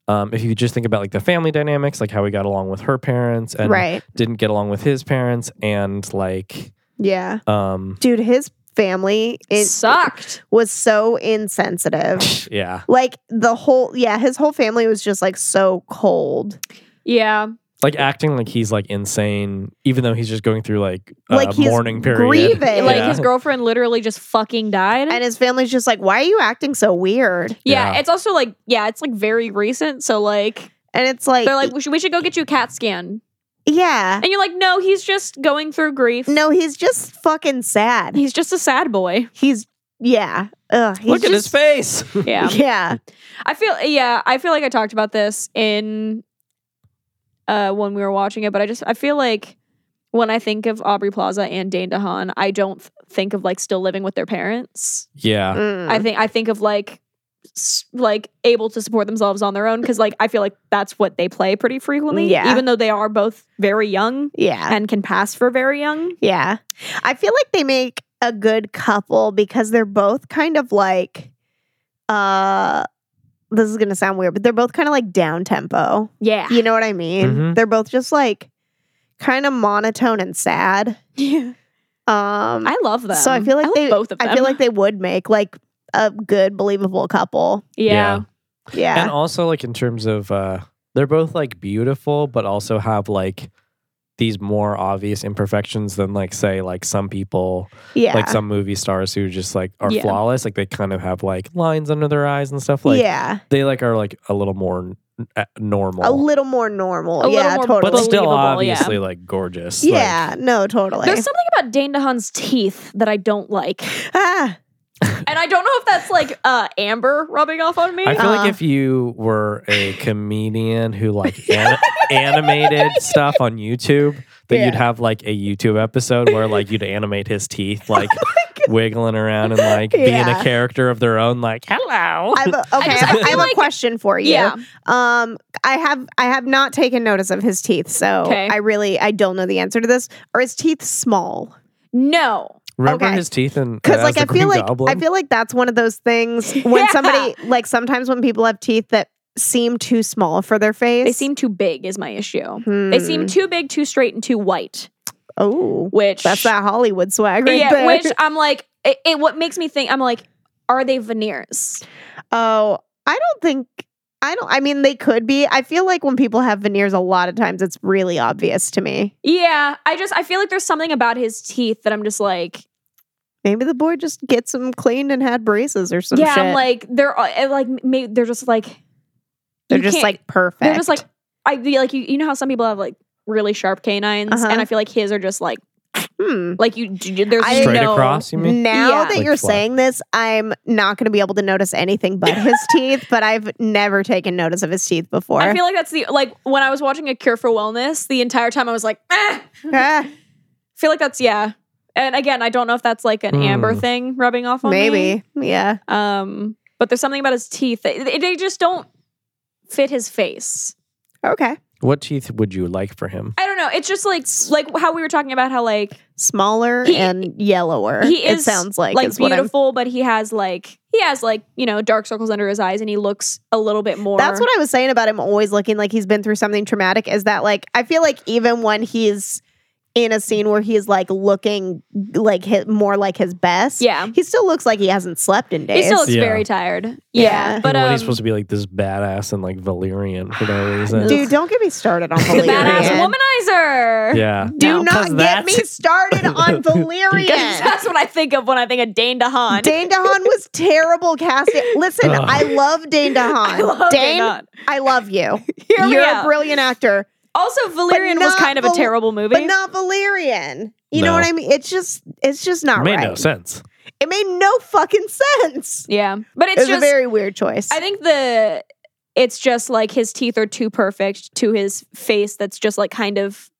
D: um, if you just think about like the family dynamics, like how we got along with her parents and
C: right.
D: didn't get along with his parents, and like,
C: Yeah.
D: um,
C: Dude, his family
E: it
C: it
E: sucked.
C: was so insensitive.
D: yeah,
C: like the whole yeah, his whole family was just like so cold.
E: Mm-hmm. Yeah.
D: like acting like he's like insane, even though he's just going through like a
C: Like, he's
D: mourning period.
C: grieving.
E: Like
D: Yeah.
E: his girlfriend literally just fucking died.
C: And his family's just like, Why are you acting so weird?
E: Yeah,
D: Yeah.
E: it's also like yeah, it's like very recent. So like
C: And it's like,
E: they're like we should, we should go get you a CAT scan,
C: Yeah.
E: and you're like no, he's just going through grief.
C: No, he's just fucking sad.
E: he's just a sad boy.
C: He's yeah. Ugh, he's
D: Look at his
C: just,
D: face.
E: Yeah,
C: Yeah.
E: I feel yeah, I feel like I talked about this in uh when we were watching it, but I just I feel like when I think of Aubrey Plaza and Dane DeHaan, I don't th- think of like still living with their parents.
D: yeah.
C: Mm.
E: I think I think of like s- like able to support themselves on their own because like I feel like that's what they play pretty frequently.
C: Yeah.
E: even though they are both very young
C: yeah.
E: and can pass for very young.
C: Yeah. I feel like they make a good couple because they're both kind of like uh this is gonna sound weird, but they're both kind of like down tempo.
E: Yeah.
C: You know what I mean?
D: Mhm.
C: They're both just like kind of monotone and sad. Um
E: I love them.
C: So I feel like
E: love
C: they-
E: both of them.
C: I feel like they would make like a good believable couple.
E: yeah.
C: Yeah.
D: And also like in terms of uh they're both like beautiful but also have like these more obvious imperfections than like say like some people
C: Yeah.
D: like some movie stars who just like are
E: Yeah.
D: flawless like they kind of have like lines under their eyes and stuff like
C: yeah.
D: they like are like a little more n- uh, normal
C: A little more normal.
E: A little
C: yeah,
E: more
C: totally.
D: but still
E: believable,
D: obviously like gorgeous Like,
C: yeah, no, totally.
E: There's something about Dane DeHaan's teeth that I don't like,
C: ah,
E: and I don't know if that's like uh, amber rubbing off on me.
D: I feel
C: Uh.
D: like if you were a comedian who like an- animated stuff on YouTube, that
C: Yeah.
D: you'd have like a YouTube episode where like you'd animate his teeth like wiggling around and like being
C: Oh Yeah.
D: a character of their own. Like, hello.
C: I have a, okay. I,
E: just- I feel
C: have
E: like-
C: a question for you.
E: Yeah.
C: Um, I have I have not taken notice of his teeth, so
E: Okay.
C: I really I don't know the answer to this. Are his teeth small?
E: no,
D: Remember
C: okay.
D: his teeth and
C: Because like I
D: the
C: feel
D: Green
C: like
D: Goblin?
C: I feel like that's one of those things when
E: Yeah.
C: somebody like sometimes when people have teeth that seem too small for their face.
E: they seem too big. Is my issue.
C: Hmm.
E: They seem too big, too straight, and too white.
C: oh
E: Which
C: that's that Hollywood swag right
E: yeah.
C: there.
E: Which I'm like, it, it. What makes me think? I'm like, are they veneers?
C: Oh, I don't think I don't I mean they could be. I feel like when people have veneers a lot of times it's really obvious to me.
E: Yeah, I just I feel like there's something about his teeth that I'm just like,
C: Maybe the boy just gets them cleaned and had braces or some
E: yeah,
C: shit.
E: I'm like they're all- and, like maybe they're just like
C: they're
E: you
C: just
E: can't-
C: like perfect.
E: they're just like I feel like you you know how some people have like really sharp canines
C: Uh-huh.
E: and I feel like his are just like
C: hmm.
E: like you d- there's
C: I Mm.
D: straight
E: no
D: across, you mean?
C: Now
E: Yeah.
C: that
D: Like
C: you're
D: flat.
C: saying this, I'm not going to be able to notice anything but his teeth, but I've never taken notice of his teeth before.
E: I feel like that's the like when I was watching A Cure for Wellness the entire time I was like ah!
C: Ah,
E: I feel like that's yeah and again I don't know if that's like an
D: Hmm.
E: amber thing rubbing off on me
C: maybe. Yeah.
E: um but there's something about his teeth that- they, they just don't fit his face
C: Okay.
D: what teeth would you like for him?
E: I don't know. It's just like like how we were talking about how like
C: Smaller
E: He-
C: and yellower.
E: he is
C: it sounds like,
E: like
C: is what I'm
E: beautiful, but he has like he has like you know dark circles under his eyes, and he looks a little bit more.
C: That's what I was saying about him always looking like he's been through something traumatic. Is that like I feel like even when he's in a scene where he's like looking like hit more like his best,
E: Yeah.
C: he still looks like he hasn't slept in days.
E: He still looks
D: Yeah.
E: very tired. Yeah,
C: Yeah.
E: but
D: you know, when
E: um,
D: he's supposed to be like this badass and like Valerian for no reason.
C: Dude, don't get me started on
E: the
C: Valerian.
E: badass womanizer.
D: Yeah.
C: Do
E: No.
C: not
D: 'Cause
C: get
D: that's-
C: me started on
E: 'Cause
C: Valerian.
E: That's what I think of when I think of Dane DeHaan.
C: Dane DeHaan was terrible casting. Listen,
D: Ugh.
C: I love Dane DeHaan.
E: I love Dane DeHaan.
C: I love you.
E: Hear me
C: You're a
E: out.
C: brilliant actor.
E: also, Valerian was
C: not
E: kind of a
C: Val-
E: terrible movie.
C: but not Valerian. You know
D: No.
C: what I mean? It's just, it's just not
D: Made
C: right.
D: no sense.
C: It made no fucking sense.
E: yeah, but
C: It's
E: it's
C: it was
E: just
C: a very weird choice.
E: I think the it's just like his teeth are too perfect to his face that's just like kind of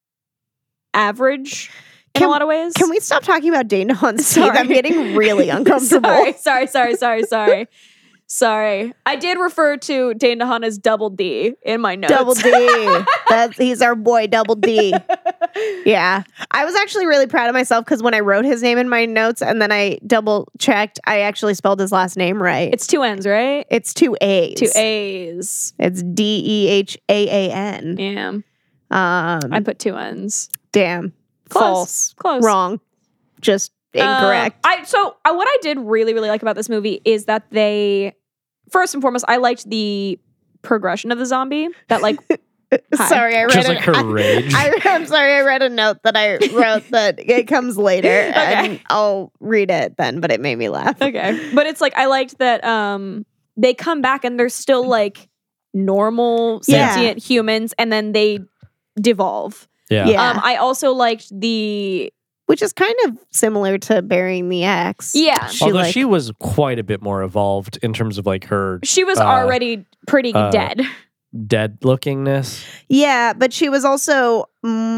E: average in
C: Can-
E: a lot of ways.
C: Can we stop talking about Dane DeHaan's teeth?
E: Sorry.
C: I'm getting really uncomfortable.
E: sorry, sorry, sorry, sorry, sorry. sorry. I did refer to Dane DeHaan as double D in my notes.
C: Double D. That's, he's our boy, Double D. Yeah. I was actually really proud of myself because when I wrote his name in my notes and then I double checked, I actually spelled his last name right.
E: It's two N's, right?
C: it's two A's.
E: Two A's.
C: It's D E H A A N.
E: Yeah.
C: Um,
E: I put two N's.
C: damn.
E: Close.
C: False.
E: Close.
C: Wrong. Just incorrect.
E: Um, I so uh, what I did really really like about this movie is that they first and foremost I liked the progression of the zombie that like hi.
C: Sorry, I read
D: Just
C: an-
D: like her
C: I-
D: rage.
C: I, I'm sorry, I read a note that I wrote that it comes later, and
E: Okay.
C: I'll read it then. But it made me laugh.
E: okay but it's like I liked that um they come back and they're still like normal
C: Yeah.
E: sentient humans and then they devolve.
D: Yeah.
C: Yeah.
E: Um I also liked the
C: Which is kind of similar to burying the axe.
E: yeah
C: She,
D: Although
C: like-
D: she was quite a bit more evolved in terms of like her
E: she was
D: Uh,
E: already pretty
D: uh,
E: dead.
D: dead lookingness.
C: yeah, but she was also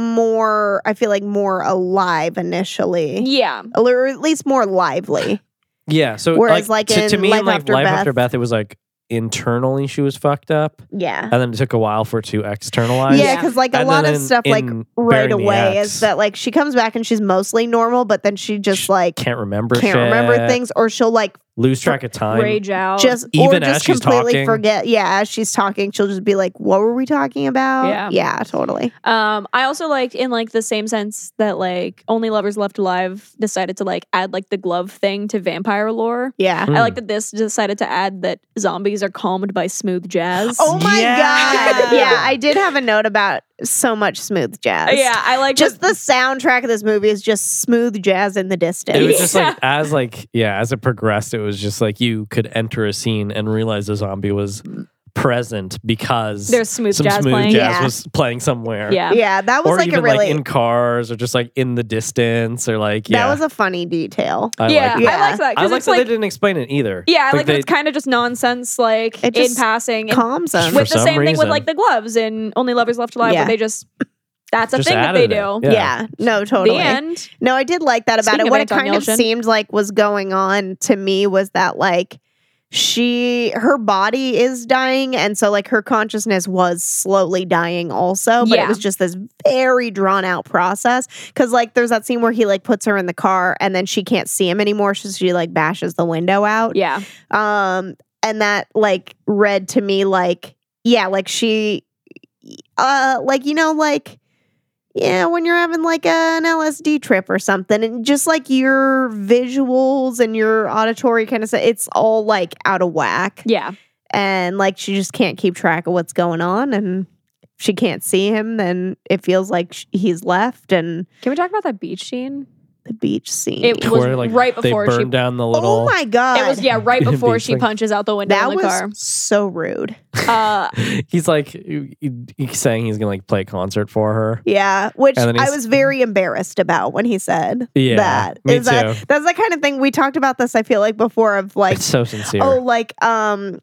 C: more. I feel like more alive initially,
E: Yeah.
C: or at least more lively.
D: Yeah. So
C: Whereas, like,
D: to, to
C: in
D: me,
C: Life
D: like
C: After
D: life
C: Beth-
D: after Beth, it was like internally she was fucked up,
C: Yeah.
D: and then it took a while for it to externalize.
C: Yeah,
E: Yeah.
C: because like a
D: Uh, And
C: lot
D: then
C: of stuff, like
D: in Burying
C: right
D: the
C: away,
D: Axe-
C: is that like she comes back and she's mostly normal, but then she just like can't
D: Can't remember.
C: remember,
D: shit,
C: things, or she'll like
D: Lose track of time.
E: Rage out.
C: just or
D: Even as
C: just
D: she's
C: completely
D: talking.
C: forget. Yeah, as she's talking, she'll just be like, "What were we talking about?"
E: Yeah.
C: yeah, totally.
E: Um, I also liked in like the same sense that like Only Lovers Left Alive decided to like add like the glove thing to vampire lore.
C: Yeah.
E: I
D: Mm.
E: like that this decided to add that zombies are calmed by smooth jazz.
C: Oh my
D: Yeah.
C: god! yeah, I did have a note about so much smooth jazz.
E: yeah, I like
C: Just the soundtrack of this movie is just smooth jazz in the distance.
D: It was just like as like yeah, as it progressed, it was just like you could enter a scene and realize the zombie was present because
E: There's smooth
D: some
E: jazz
D: smooth
E: playing.
D: jazz
C: Yeah.
D: was playing somewhere.
E: yeah.
C: yeah, that was
D: or
C: like
D: even
C: a really
D: like in cars or just like in the distance or like yeah.
C: that was a funny detail.
D: I
E: yeah,
D: like,
C: it.
E: I like that.
D: I
E: 'cause
D: like
E: it's
D: that they
E: like,
D: didn't explain it either.
E: yeah, I like that
D: they,
E: it's kind of just nonsense, like
C: It just
E: in passing. and
C: Calms them.
E: with
D: For
E: Um, the
D: some
E: same thing with
D: reason.
E: like the gloves and Only Lovers Left Alive,
C: Yeah.
E: where they just that's a
D: Just
E: thing that they
D: added
E: do.
D: it.
C: yeah.
D: Yeah.
C: no, totally.
E: The end.
C: No, I did like that about
E: Speaking
C: it.
E: of
C: What
E: Anton
C: it kind
E: Yelchin.
C: of seemed like was going on to me was that like she her body is dying and so like her consciousness was slowly dying also but
E: Yeah.
C: it was just this very drawn out process cuz like there's that scene where he like puts her in the car and then she can't see him anymore so she like bashes the window out
E: Yeah.
C: um and that like read to me like yeah like she uh like you know like yeah when you're having like an lsd trip or something and just like your visuals and your auditory kind of stuff it's all like out of whack
E: Yeah.
C: and like she just can't keep track of what's going on and if she can't see him then it feels like sh- he's left and
E: Can we talk about that beach scene?
C: the beach scene
E: It
D: to
E: was
D: where, like,
E: right
D: they
E: before she-
D: burned down the little
C: oh my god
E: It was yeah, right
D: Beach
E: before she
D: thing.
E: punches out the window
C: that
E: in the
C: was
E: car.
C: so rude
E: Uh,
D: he's like he- he's saying he's gonna like play a concert for her.
C: Yeah, which
D: And then
C: I
D: he's-
C: was very embarrassed about when he said
D: Yeah,
C: that.
D: me
C: Is that
D: too.
C: that's the kind of thing we talked about this I feel like before of like
D: it's so sincere.
C: oh like um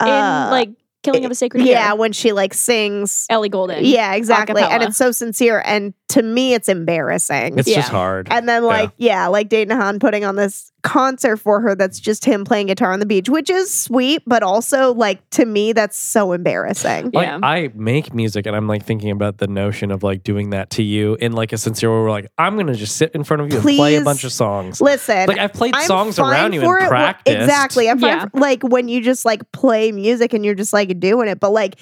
C: uh,
E: in like Killing of a Sacred
C: yeah,
E: Deer.
C: when she like sings
E: Ellie Golden.
C: yeah, exactly. And
E: acapella.
C: it's so sincere and to me it's embarrassing.
D: it's just
E: yeah.
D: hard.
C: and then like yeah, like Dayton Han putting on this concert for her that's just him playing guitar on the beach, which is sweet, but also like to me that's so embarrassing.
D: Like
E: Yeah.
D: I make music and I'm like thinking about the notion of like doing that to you in like a sincere way where like I'm gonna just sit in front of you and play a
C: Please.
D: bunch of songs.
C: Listen,
D: Like I've played
C: I'm
D: songs
C: fine
D: around you
C: for
D: and
C: it. Well,
D: practiced.
C: Exactly. I'm fine
E: Yeah.
C: for- like when you just like play music and you're just like doing it. But like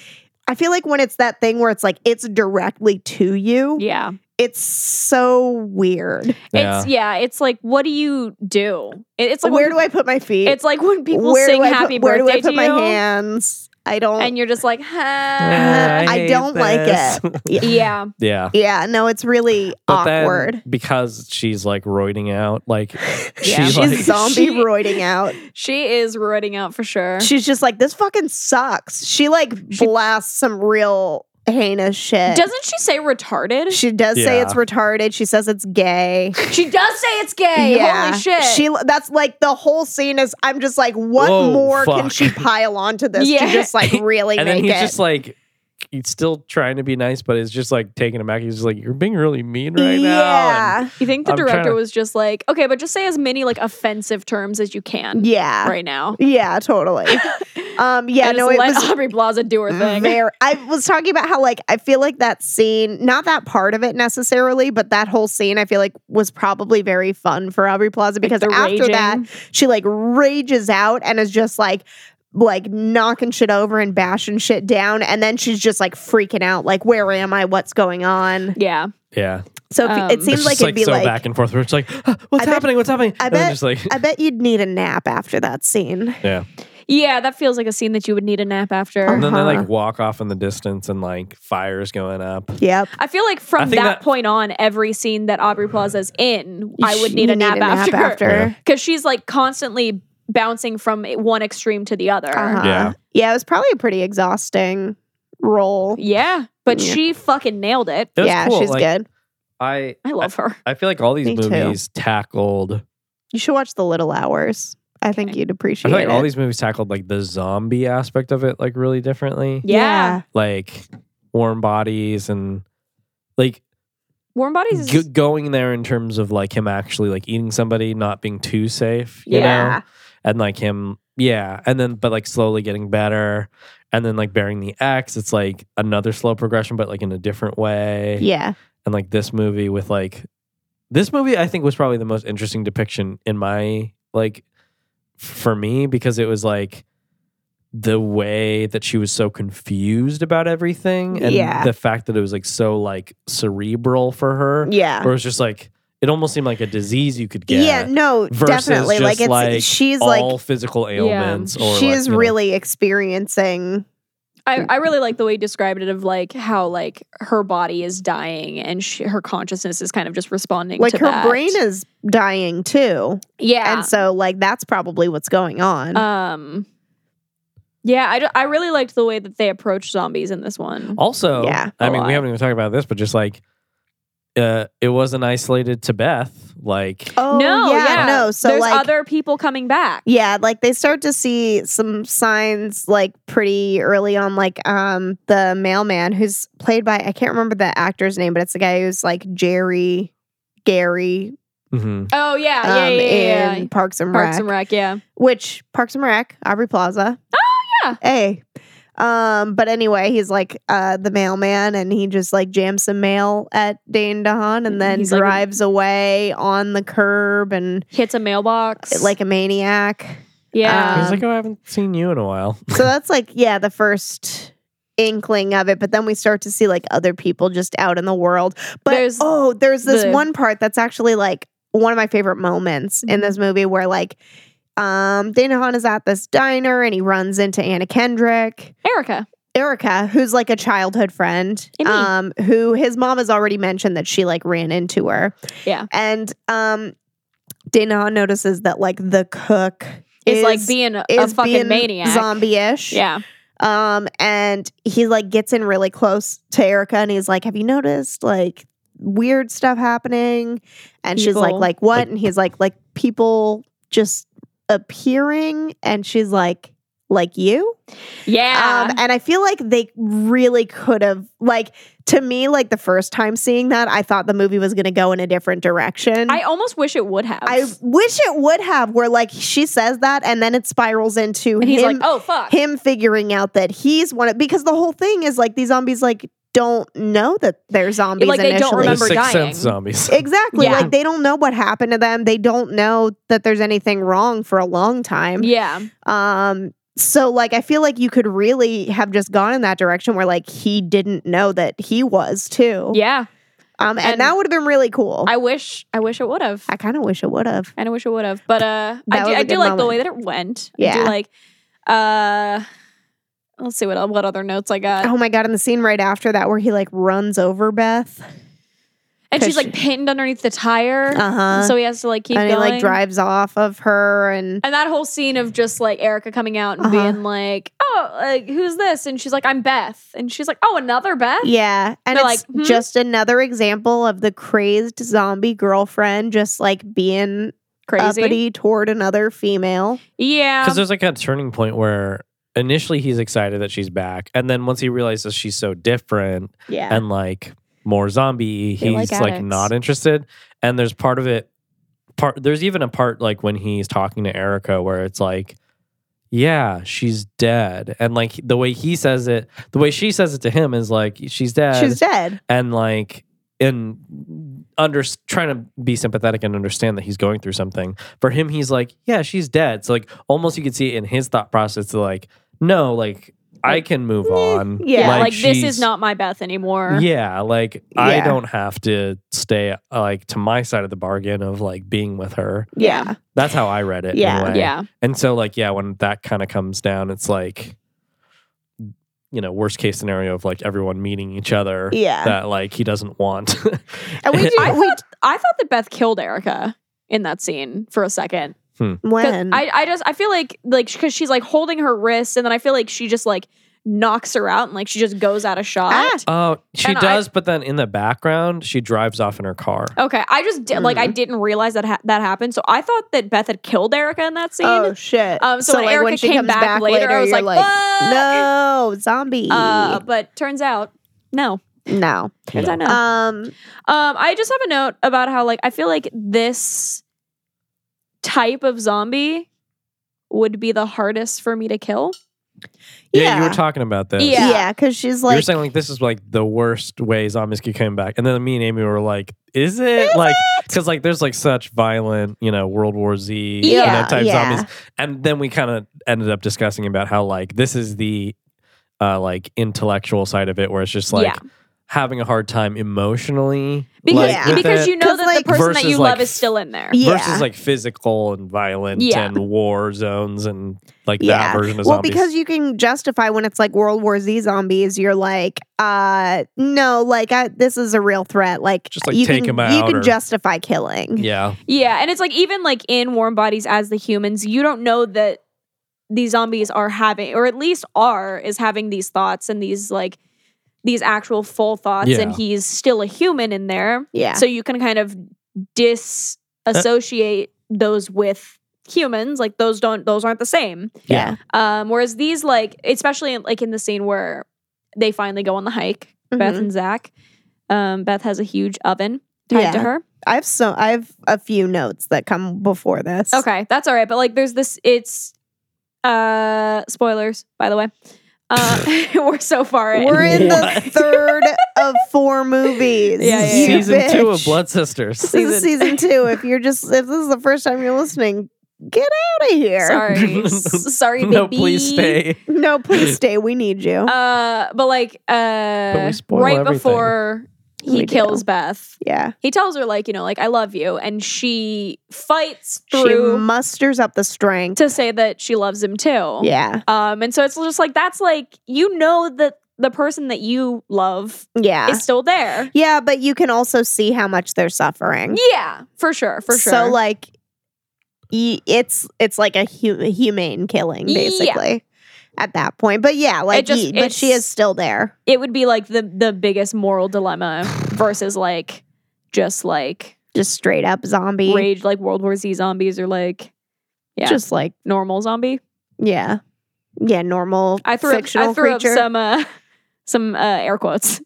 C: I feel like when it's that thing where it's like it's directly to you,
E: Yeah.
C: it's so weird.
E: It's yeah, it's like what do you do? It- It's like
C: where
E: when
C: do I put my feet?
E: It's like when people
C: where
E: sing
C: do I put-
E: happy
C: where
E: birthday
C: do I put
E: to
C: my
E: you
C: hands? I don't
E: and you're just like,
D: Yeah.
E: "Huh."
D: I
C: I,
D: hate
C: don't like
D: this.
C: it. Yeah.
E: yeah.
D: Yeah.
C: Yeah, no, it's really
D: But then,
C: awkward.
D: because she's like roiding out, like
C: She's
D: she's like
C: zombie
E: She-
C: roiding out.
E: She is roiding out for sure.
C: She's just like, this fucking sucks. She like blasts some real heinous shit.
E: Doesn't she say retarded?
C: She does say
D: Yeah.
C: it's retarded. She says it's gay.
E: She does say it's gay. Holy shit.
C: She that's like the whole scene is I'm just like, what
D: Whoa,
C: more can
D: fuck.
C: she pile onto this
E: Yeah.
C: to just like really
D: and
C: make
D: then he's
C: it?
D: just like he's still trying to be nice, but it's just like taking him back. He's just like, You're being really mean right now.
C: yeah.
E: you think the
D: I'm trying
E: director
D: to-
E: was just like, okay, but just say as many like offensive terms as you can
C: Yeah.
E: right now.
C: Yeah, totally. um yeah,
E: and
C: no,
E: just
C: it
E: let
C: was
E: Aubrey Plaza do her thing.
C: Very, I was talking about how like I feel like that scene, not that part of it necessarily, but that whole scene I feel like was probably very fun for Aubrey Plaza because
E: the
C: after that
E: raging.
C: she like rages out and is just like like knocking shit over and bashing shit down and then she's just like freaking out like where am I what's going on
E: yeah.
D: Yeah.
C: so if,
E: Um,
C: it
D: It's
C: seems like
D: just,
C: it'd be
D: so
C: like
D: back and forth where it's like, "Ah, what's
C: I bet-
D: happening? what's happening?
C: I
D: and then
C: bet-
D: just like
C: I bet you'd need a nap after that scene
D: Yeah.
E: Yeah, that feels like a scene that you would need a nap after.
D: And then they
C: Uh-huh.
D: like walk off in the distance and like fires going up.
C: yep
E: I feel like
D: I
E: from that,
D: think that-
E: point on, every scene that Aubrey Plaza's in, I would
C: You
E: need a nap after.
D: Yeah.
E: Because she's like constantly bouncing from one extreme to the other.
C: Uh-huh.
D: Yeah.
C: yeah it was probably a pretty exhausting role
E: Yeah. But
C: Yeah.
E: she fucking nailed it.
D: It was
C: yeah
D: cool.
C: she's
D: like,
C: good
D: I
E: I love her.
D: I feel like all these
C: Me too.
D: movies tackled.
C: You should watch The Little Hours. I think
E: Okay.
C: you'd
D: I
C: appreciate
D: feel like
C: it.
D: all these movies tackled like the zombie aspect of it like really differently.
E: Yeah.
D: Like warm bodies and like
E: Warm Bodies is.
D: go- going there in terms of like him actually like eating somebody, not being too safe. You
E: Yeah.
D: Know? And like him, yeah. And then but like slowly getting better. And then like bearing the X, it's like another slow progression, but like in a different way.
C: yeah.
D: and like this movie with like this movie I think was probably the most interesting depiction in my like for me because it was like the way that she was so confused about everything and
C: Yeah.
D: the fact that it was like so like cerebral for her
C: Yeah.
D: where it was just like it almost seemed like a disease you could
C: Yeah.
D: get
C: no,
D: versus
C: definitely.
D: just
C: Like it's
D: like
C: she's
D: all
C: like
D: physical ailments or
C: she
D: like,
C: is
D: you know.
C: really experiencing
E: I, I really like the way he described it of like how like her body is dying and she, her consciousness is kind of just responding
C: Like
E: to
C: her
E: that.
C: brain is dying too.
E: yeah
C: And so like that's probably what's going on.
E: um yeah I, d- I really liked the way that they approached zombies in this one
D: Also,
C: Yeah.
D: I
E: A
D: mean,
E: lot.
D: we haven't even talked about this, but just like, uh, it wasn't isolated to Beth. Like,
C: oh
E: no
C: yeah, no. So
E: there's
C: like
E: other people coming back
C: yeah, like they start to see some signs like pretty early on, like um the mailman who's played by I can't remember the actor's name, but it's the guy who's like Jerry Gary
D: mhm.
E: oh yeah yeah
C: um,
E: yeah, yeah,
C: in
E: yeah.
C: Parks and Rec.
E: Parks and Rec yeah
C: which Parks and Rec, Aubrey Plaza. Oh
E: yeah.
C: Hey. Um, but anyway, he's like uh the mailman and he just like jams some mail at Dane DeHaan and then
E: Mm-hmm. He's like a-
C: drives away on the curb and
E: hits a mailbox
C: like a maniac.
E: yeah
C: uh,
D: He's like,
C: um,
D: oh, I haven't seen you in a while.
C: So that's like, yeah, the first inkling of it. But then we start to see like other people just out in the world. But
E: There's
C: oh, there's this
E: the-
C: one part that's actually like one of my favorite moments
E: Mm-hmm.
C: in this movie where like um Dana Hahn is at this diner and he runs into Anna Kendrick.
E: Erica
C: Erica, who's like a childhood friend,
E: And me.
C: um, who his mom has already mentioned that she like ran into her.
E: Yeah.
C: And um Dana Hahn notices that like the cook
E: is, like being a, a
C: is
E: fucking
C: being
E: maniac
C: zombie-ish.
E: yeah
C: Um, and he like gets in really close to Erica and he's like, Have you noticed like weird stuff happening? And she's like,
E: People.
C: like what?
D: Like-
C: and he's like, like people just appearing and she's like, like you?
E: yeah
C: Um, and I feel like they really could have like to me, like the first time seeing that, I thought the movie was gonna go in a different direction.
E: I almost wish it would have
C: I wish it would have where like she says that and then it spirals into
E: and he's
C: him
E: like oh fuck
C: him figuring out that he's one of because the whole thing is like these zombies like don't know that they're zombies
E: like, they don't
C: initially.
D: The
E: remember
D: Sixth
E: dying.
D: Sense zombies.
C: Exactly.
E: Yeah.
C: Like they don't know what happened to them. They don't know that there's anything wrong for a long time.
E: yeah
C: Um so like I feel like you could really have just gone in that direction where like he didn't know that he was too.
E: yeah
C: Um and,
E: And-
C: that would have been really cool. I,
E: I wish I wish it would have
C: kind of wish it would have.
E: and I wish it would have. But uh,
C: That
E: I
C: was
E: do,
C: a
E: I do
C: good
E: like the
C: moment.
E: way that it went. I
C: Yeah.
E: do like. Uh, let's see what what other notes I got.
C: Oh my god, and the scene right after that where he like runs over Beth.
E: and she's
C: cause
E: like pinned underneath the tire,
C: Uh-huh.
E: so he has to like keep
C: and he
E: going.
C: like drives off of her and
E: And that whole scene of just like Erica coming out and
C: Uh-huh.
E: being like, "Oh, like who's this?" and she's like, "I'm Beth," and she's like, "Oh, another Beth."
C: Yeah. And
E: They're
C: it's
E: like, "Hmm?"
C: just another example of the crazed zombie girlfriend just like being
E: Crazy.
C: uppity toward another female.
E: Yeah.
D: Because there's like a turning point where initially he's excited that she's back. And then once he realizes she's so different,
C: Yeah.
D: and like more zombie
E: They like
D: he's like
E: addicts.
D: not interested and there's part of it part there's even a part like when he's talking to erica where it's like yeah she's dead and like the way he says it the way she says it to him is like she's dead
C: She's dead.
D: and like in under trying to be sympathetic and understand that he's going through something for him he's like yeah she's dead so like almost you could see it in his thought process to like no like i can move on
C: yeah,
E: eh, yeah, like, this
D: she's-
E: is not my Beth anymore.
D: yeah, like I
C: Yeah.
D: don't have to stay uh, like to my side of the bargain of like being with her.
C: Yeah.
D: That's how I read it.
C: Yeah.
D: anyway.
E: Yeah.
D: And so like yeah, when that kind of comes down, it's like you know worst case scenario of like everyone meeting each other
C: Yeah.
D: that like he doesn't want.
C: And we do
E: I
C: we
E: thought I thought that Beth killed Erica in that scene for a second. 'Cause
C: when
E: I, I just I feel like like because she's like holding her wrist and then I feel like she just like knocks her out and like she just goes out of shot.
D: oh, she
E: And I-
D: does, but then in the background she drives off in her car.
E: Okay, I just did, like I didn't realize that ha- that happened, so I thought that Beth had killed Erica in that scene.
C: Oh shit.
E: um, so, when Erica came back, later, I was
C: you're
E: like, "Fuck!"
C: no, zombie.
E: Uh, but turns out no,
C: no.
E: turns out no.
C: Um
E: Um, I just have a note about how like I feel like this type of zombie would be the hardest for me to kill.
D: Yeah, you
C: yeah.
D: were talking about this.
E: Yeah.
C: yeah, because she's
D: you were
C: like
D: saying like this is like the worst way zombies could come back, and then me and Amy were like, "Is it like because like there's like such violent, you know, World War Z, you know,
C: Yeah,
D: type
C: yeah.
D: zombies?" And then we kind of ended up discussing about how like this is the uh like intellectual side of it, where it's just like
E: Yeah.
D: having a hard time emotionally.
E: because
D: like, with
E: because
D: it,
E: you know
C: 'Cause,
E: that
C: like-
E: the person that
D: versus,
E: you
D: like,
E: love is still in there.
C: Yeah.
D: versus like physical and violent
E: Yeah.
D: and war zones and like
C: yeah.
D: that version of
C: well,
D: zombies.
C: because you can justify when it's like World War Z zombies, you're like, uh, no, like I, this is a real threat. Like,
D: Just, like,
C: you
D: take
C: can,
D: him
C: You
D: out
C: can
D: or-
C: justify killing.
D: yeah,
E: Yeah, and it's like even like in warm bodies as the humans, you don't know that these zombies are having, or at least are, is having these thoughts and these like these actual full thoughts, and
D: Yeah.
E: he's still a human in there.
C: Yeah.
E: So you can kind of
D: Uh
E: disassociate those with humans. Like those don't those aren't the same.
D: yeah,
E: Um, whereas these like especially like in the scene where they finally go on the hike, Beth
C: Mhm.
E: and Zach. Um, Beth has a huge oven tied to
C: Yeah.
E: her.
C: I have so I have a few notes that come before this.
E: Okay, that's all right. But like, there's this. It's uh spoilers, by the way. Uh, we're so far in.
C: We're in the
D: What?
C: third of four movies.
E: Yeah, yeah,
C: you
E: yeah.
D: season two
C: bitch.
D: of Blood Sisters.
C: This is
E: Season-
C: season two. If you're just if this is the first time you're listening, get out of here.
E: sorry, S- sorry, baby.
D: no, please stay.
C: No, please stay. We need you.
E: Uh, but like,
D: we
E: uh,
D: spoil
E: right
D: everything.
E: before he
C: We do.
E: kills Beth,
C: yeah.
E: he tells her like, you know, like I love you, and she fights
C: She
E: through
C: musters up the strength.
E: to say that she loves him too.
C: Yeah.
E: Um, and so it's just like that's like you know that the person that you love
C: Yeah.
E: is still there.
C: yeah, but you can also see how much they're suffering.
E: Yeah, for sure, for sure.
C: So like y- it's it's like a hu- humane killing
E: Yeah.
C: basically at that point. But yeah, like
E: just-
C: y- but she
E: it's-
C: is still there.
E: it would be like the the biggest moral dilemma versus like just like
C: Just straight up zombie.
E: rage like World War Z zombies or like yeah just
C: Just like
E: normal zombie.
C: yeah. Yeah, normal
E: I threw up,
C: fictional
E: I threw
C: creature.
E: up some uh some uh air quotes.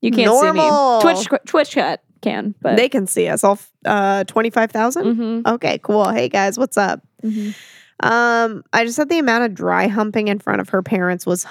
E: You can't
C: Normal.
E: see me. Twitch qu- Twitch chat can, but
C: they can see us all f- uh 25,000.
E: Mhm,
C: Okay, cool. Hey guys, what's up?
E: mhm.
C: Um, I just said the amount of dry humping in front of her parents was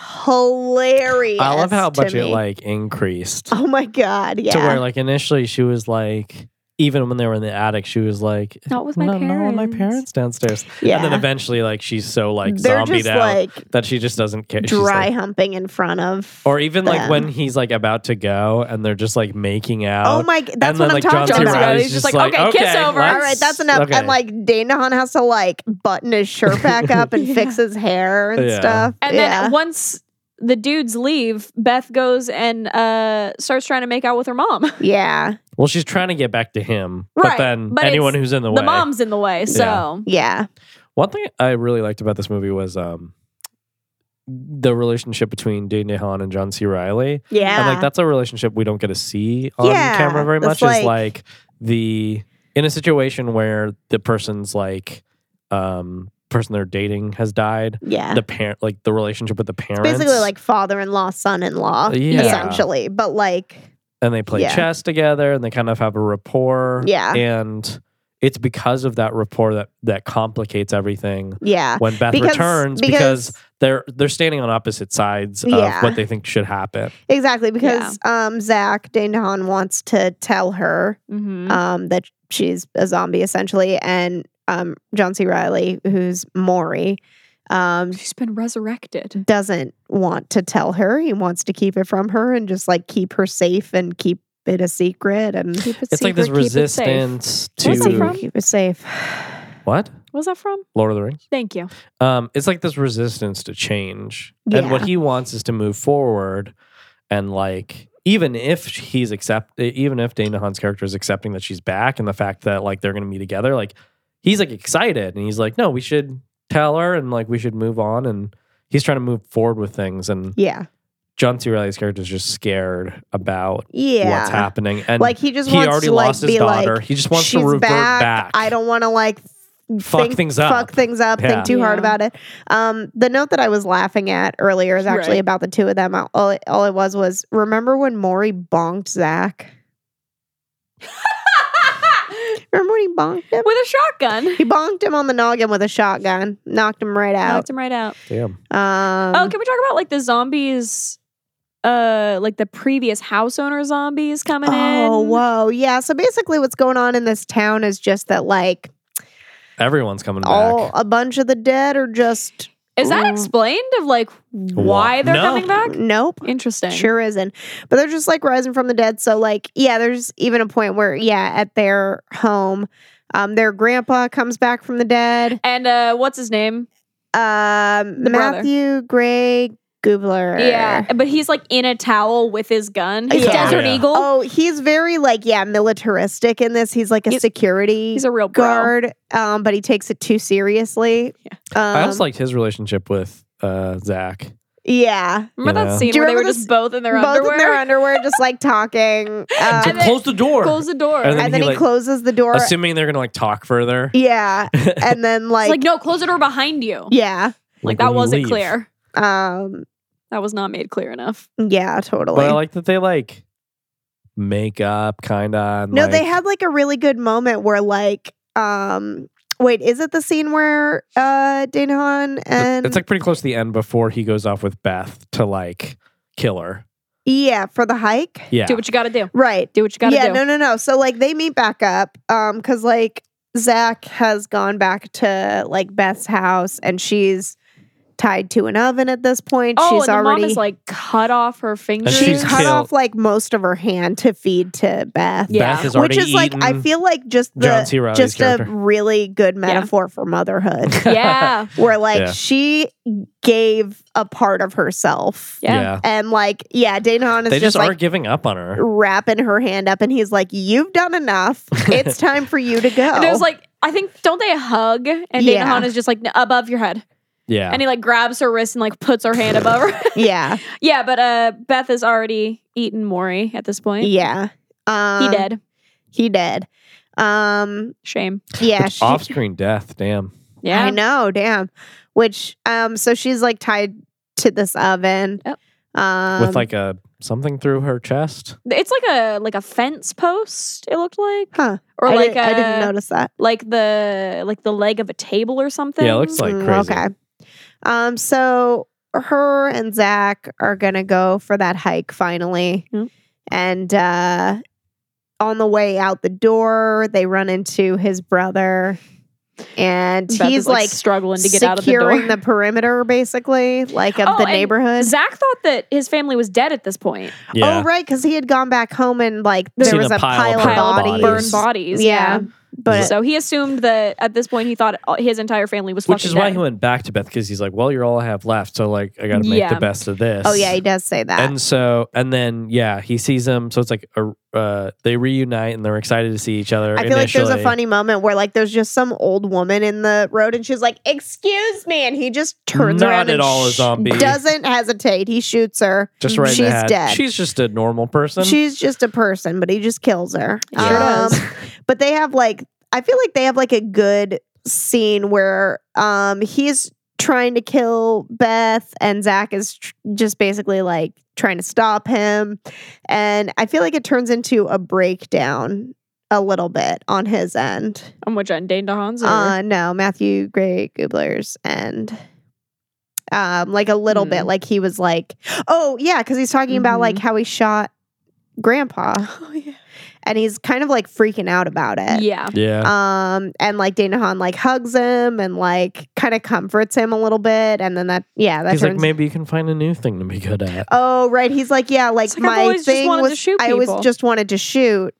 C: hilarious.
D: I love how
C: to
D: much it
C: me.
D: like increased
C: Oh my god, yeah.
D: to where like initially she was like. Even when they were in the attic, she was like,
E: Not with my
D: "No, not with my parents
E: parents."
D: downstairs."
C: yeah.
D: And then eventually, like, she's so like
C: They're
D: zombied
C: just
D: out
C: like
D: that she just doesn't care. She's
C: dry
D: like-
C: humping in front of
D: Or even like
C: them.
D: when he's like about to go and they're just like making out.
C: Oh my g- that's
D: and
C: what
D: then,
C: I'm
D: like,
C: talking
D: John C.
C: about.
D: Reilly's
E: He's just like, "Okay, kiss over."
D: let's-
C: All right, that's enough.
D: okay."
C: And like Dane DeHaan has to like button his shirt back up and
E: Yeah.
C: fix his hair and
D: Yeah.
C: stuff.
E: And
C: yeah.
E: then once the dudes leave, Beth goes and uh starts trying to make out with her mom.
C: yeah.
D: well, she's trying to get back to him, but
E: Right,
D: then
E: but
D: anyone
E: it's
D: who's in the,
E: The,
D: way.
E: mom's in the way, so
C: Yeah.
D: One thing I really liked about this movie was um, the relationship between Dane DeHaan and John C. Riley.
C: Yeah.
D: And like that's a relationship we don't get to see on
C: Yeah,
D: camera very much.
C: that's
D: Is like,
C: like-
D: the in a situation where the person's like um person they're dating has died.
C: yeah.
D: The parent like the relationship with the parents. Uh,
C: Basically like father in law, son in law,
D: Yeah.
C: essentially. But like
D: and they play
C: Yeah.
D: chess together and they kind of have a rapport.
C: Yeah.
D: And it's because of that rapport that that complicates everything
C: yeah.
D: when Beth
C: Because-
D: returns because,
C: because-
D: they're they're standing on opposite sides
C: Yeah.
D: of what they think should happen.
C: Exactly. Because um Zach Dane DeHaan wants to tell her
E: mhm.
D: Mm-hmm.
C: um, that she's a zombie essentially, and um, John C. Riley, who's Maury, um,
E: she's been resurrected.
C: doesn't want to tell her. He wants to keep it from her and just like keep her safe and keep it a secret. And
E: Keep it
D: It's like this
E: secret, keep it safe.
D: resistance to
E: Where's that from?
C: keep it safe.
D: what?
E: Where's that from?
D: Lord of the Rings.
E: Thank you.
D: Um, it's like this resistance to change, and
C: Yeah.
D: what he wants is to move forward, and like even if he's accept, e, even if Dana Hunt's character is accepting that she's back, and the fact that like they're going to be together, like he's like excited, and he's like, no, we should tell her, and like we should move on, and he's trying to move forward with things, and
C: Yeah,
D: John C. Riley's character is just scared about
C: yeah.
D: what's happening, and
C: Like he just
D: he
C: wants
D: already
C: to like
D: lost
C: be
D: his daughter.
C: like,
D: he just wants to
C: she's
D: revert back.
C: back. I don't want to like
D: Fuck
C: think-
D: things up.
C: Fuck things up.
D: Yeah.
C: Think too hard
E: Yeah.
C: about it. Um, the note that I was laughing at earlier is actually
E: Right.
C: about the two of them. All, all it- all it was was remember when Maury bonked Zach? Remember when he bonked him?
E: With a shotgun.
C: He bonked him on the noggin with a shotgun, knocked him right out.
E: Knocked him right out.
D: Damn.
C: Um,
E: oh, can we talk about like the zombies? Uh, like the previous house owner zombies coming in.
C: Oh, whoa. Yeah. So basically, what's going on in this town is just that, like,
D: Everyone's coming back.
C: all a bunch of the dead are just
E: Is that explained of like why they're
A: No.
E: coming back?
C: Nope.
E: Interesting.
C: Mm. Sure isn't. But they're just like rising from the dead. So like, yeah, there's even a point where, yeah, at their home, um, their grandpa comes back from the dead.
E: And uh, what's his name?
C: Um
E: The brother.
C: Matthew Gray Gubler.
E: Yeah, but he's like in a towel with his gun. He's
C: Yeah.
E: Desert
A: Yeah.
E: Eagle.
C: Oh, he's very like, yeah, militaristic in this. He's like a
E: He's-
C: security
E: He's a real bro.
C: guard, um, but he takes it too seriously. Um,
D: I also liked his relationship with uh, Zach.
C: yeah.
E: Remember
D: You
E: that
D: know.
E: scene
C: Do you
E: where they were
C: remember
E: just both in their
C: Both
E: underwear?
C: in their underwear, just like talking. Um,
E: And
C: and
E: then-
C: then,
D: Close the door.
E: Close the door.
D: And then he,
C: he,
D: like-
C: closes the door.
D: Assuming they're gonna like talk further.
C: yeah. And then
E: it's
C: like,
E: like, no, close the door behind you.
C: yeah.
E: Like
D: when
E: that
D: you
E: wasn't
D: leave.
E: clear.
C: Um,
E: That was not made clear enough.
C: yeah, totally.
D: But I like that they like make up kind of.
C: no, they had like a really good moment where like, um, wait, is it the scene where uh Dana Han and
D: It's like pretty close to the end before he goes off with Beth to like kill her.
C: yeah for the hike?
D: Yeah.
E: Do what you got to do.
C: Right.
E: Do what you got to
C: yeah,
E: do.
C: no, no, no. So like they meet back up, um, because like Zach has gone back to like Beth's house and she's tied to an oven at this point.
E: oh,
C: she's
E: and the
C: already
E: mom is like cut off her fingers.
C: she
D: she's
C: cut
D: killed-
C: off like most of her hand to feed to Beth.
E: Yeah.
D: Beth is already
C: Which is like I
D: eaten.
C: feel like just
D: John
C: the
D: C. Reilly's
C: just
D: character.
C: a really good metaphor for motherhood.
E: yeah.
C: where like
D: Yeah.
C: she gave a part of herself.
E: Yeah.
C: And like, yeah, Dana Han is
D: They just,
C: like
D: aren't giving up on her.
C: wrapping her hand up and he's like, You've done enough. It's time for you to go.
E: And there's like, I think, don't they hug? And
C: Oh. Yeah.
E: Dana Hahn is just like "N- above your head.
D: Yeah.
E: And he like grabs her wrist and like puts her hand above her.
C: yeah.
E: yeah, but uh, Beth has already eaten Maury at this point.
C: Yeah. Um,
E: He dead.
C: He did. Um,
E: Shame.
C: yeah. she-
D: Off screen death, damn.
E: Yeah.
C: I know, damn. Which um so she's like tied to this oven.
E: Yep.
C: Um
D: With like a something through her chest.
E: It's like a like a fence post. It looked like,
C: Huh.
E: or
C: I,
E: like
C: didn't, I didn't
E: a-
C: notice that.
E: like the like the leg of a table or something.
D: Yeah, it looks like
C: Mm,
D: crazy.
C: Okay. Um, so her and Zach are gonna go for that hike finally.
E: Yep.
C: And uh on the way out the door, they run into his brother. And
E: Beth
C: he's
E: is, like,
C: like,
E: struggling to get out of the door.
C: securing the, perimeter, basically, like of
E: Oh,
C: the
E: and
C: neighborhood.
E: Zach thought that his family was dead at this point.
D: Yeah.
C: Oh, right, because he had gone back home and like
E: Seen
C: there was
D: a
C: a pile,
D: pile of
C: of
E: Pile
C: bodies.
E: of burned bodies.
C: Yeah, but
E: so he assumed that at this point he thought all- his entire family was
D: Which
E: fucking
D: is why
E: dead.
D: he went back to Beth because he's like, well, you're all I have left. So, like, I got to make
E: Yeah.
D: the best of this.
C: oh yeah, he does say that.
D: And so, and then, yeah, he sees them. So it's like a, uh, they reunite and they're excited to see each other.
C: I feel like there's a
D: initially.
C: funny moment where like there's just some old woman in the road and she's like, "Excuse me," and he just turns
D: Not
C: around
D: at
C: and
D: all a zombie.
C: doesn't hesitate. He shoots her.
D: Just right in the
C: She's
D: head.
C: dead.
D: She's just a normal person.
C: She's just a person, but he just kills her. Um,
E: He sure does.
C: But they have like I feel like they have like a good scene where um he's trying to kill Beth and Zach is tr- just basically like trying to stop him and I feel like it turns into a breakdown a little bit on his end.
E: on which end Dane DeHaan's or-
C: Uh, no, Matthew Gray Gubler's and um, like a little
E: Hmm.
C: bit, like he was like, oh yeah, because he's talking about like
E: Mm-hmm.
C: how he shot Grandpa, and he's kind of like freaking out about it.
E: Oh, yeah.
D: yeah.
C: Um, and like Dana Han like hugs him and like kind of comforts him a little bit, and then that yeah, that
D: he's
C: turns.
D: like, maybe you can find a new thing to be good at.
C: oh right, he's like yeah, like,
E: It's like, I've
C: my
E: always just
C: thing
E: wanted to
C: was
E: shoot
C: I always
E: people.
C: just wanted to shoot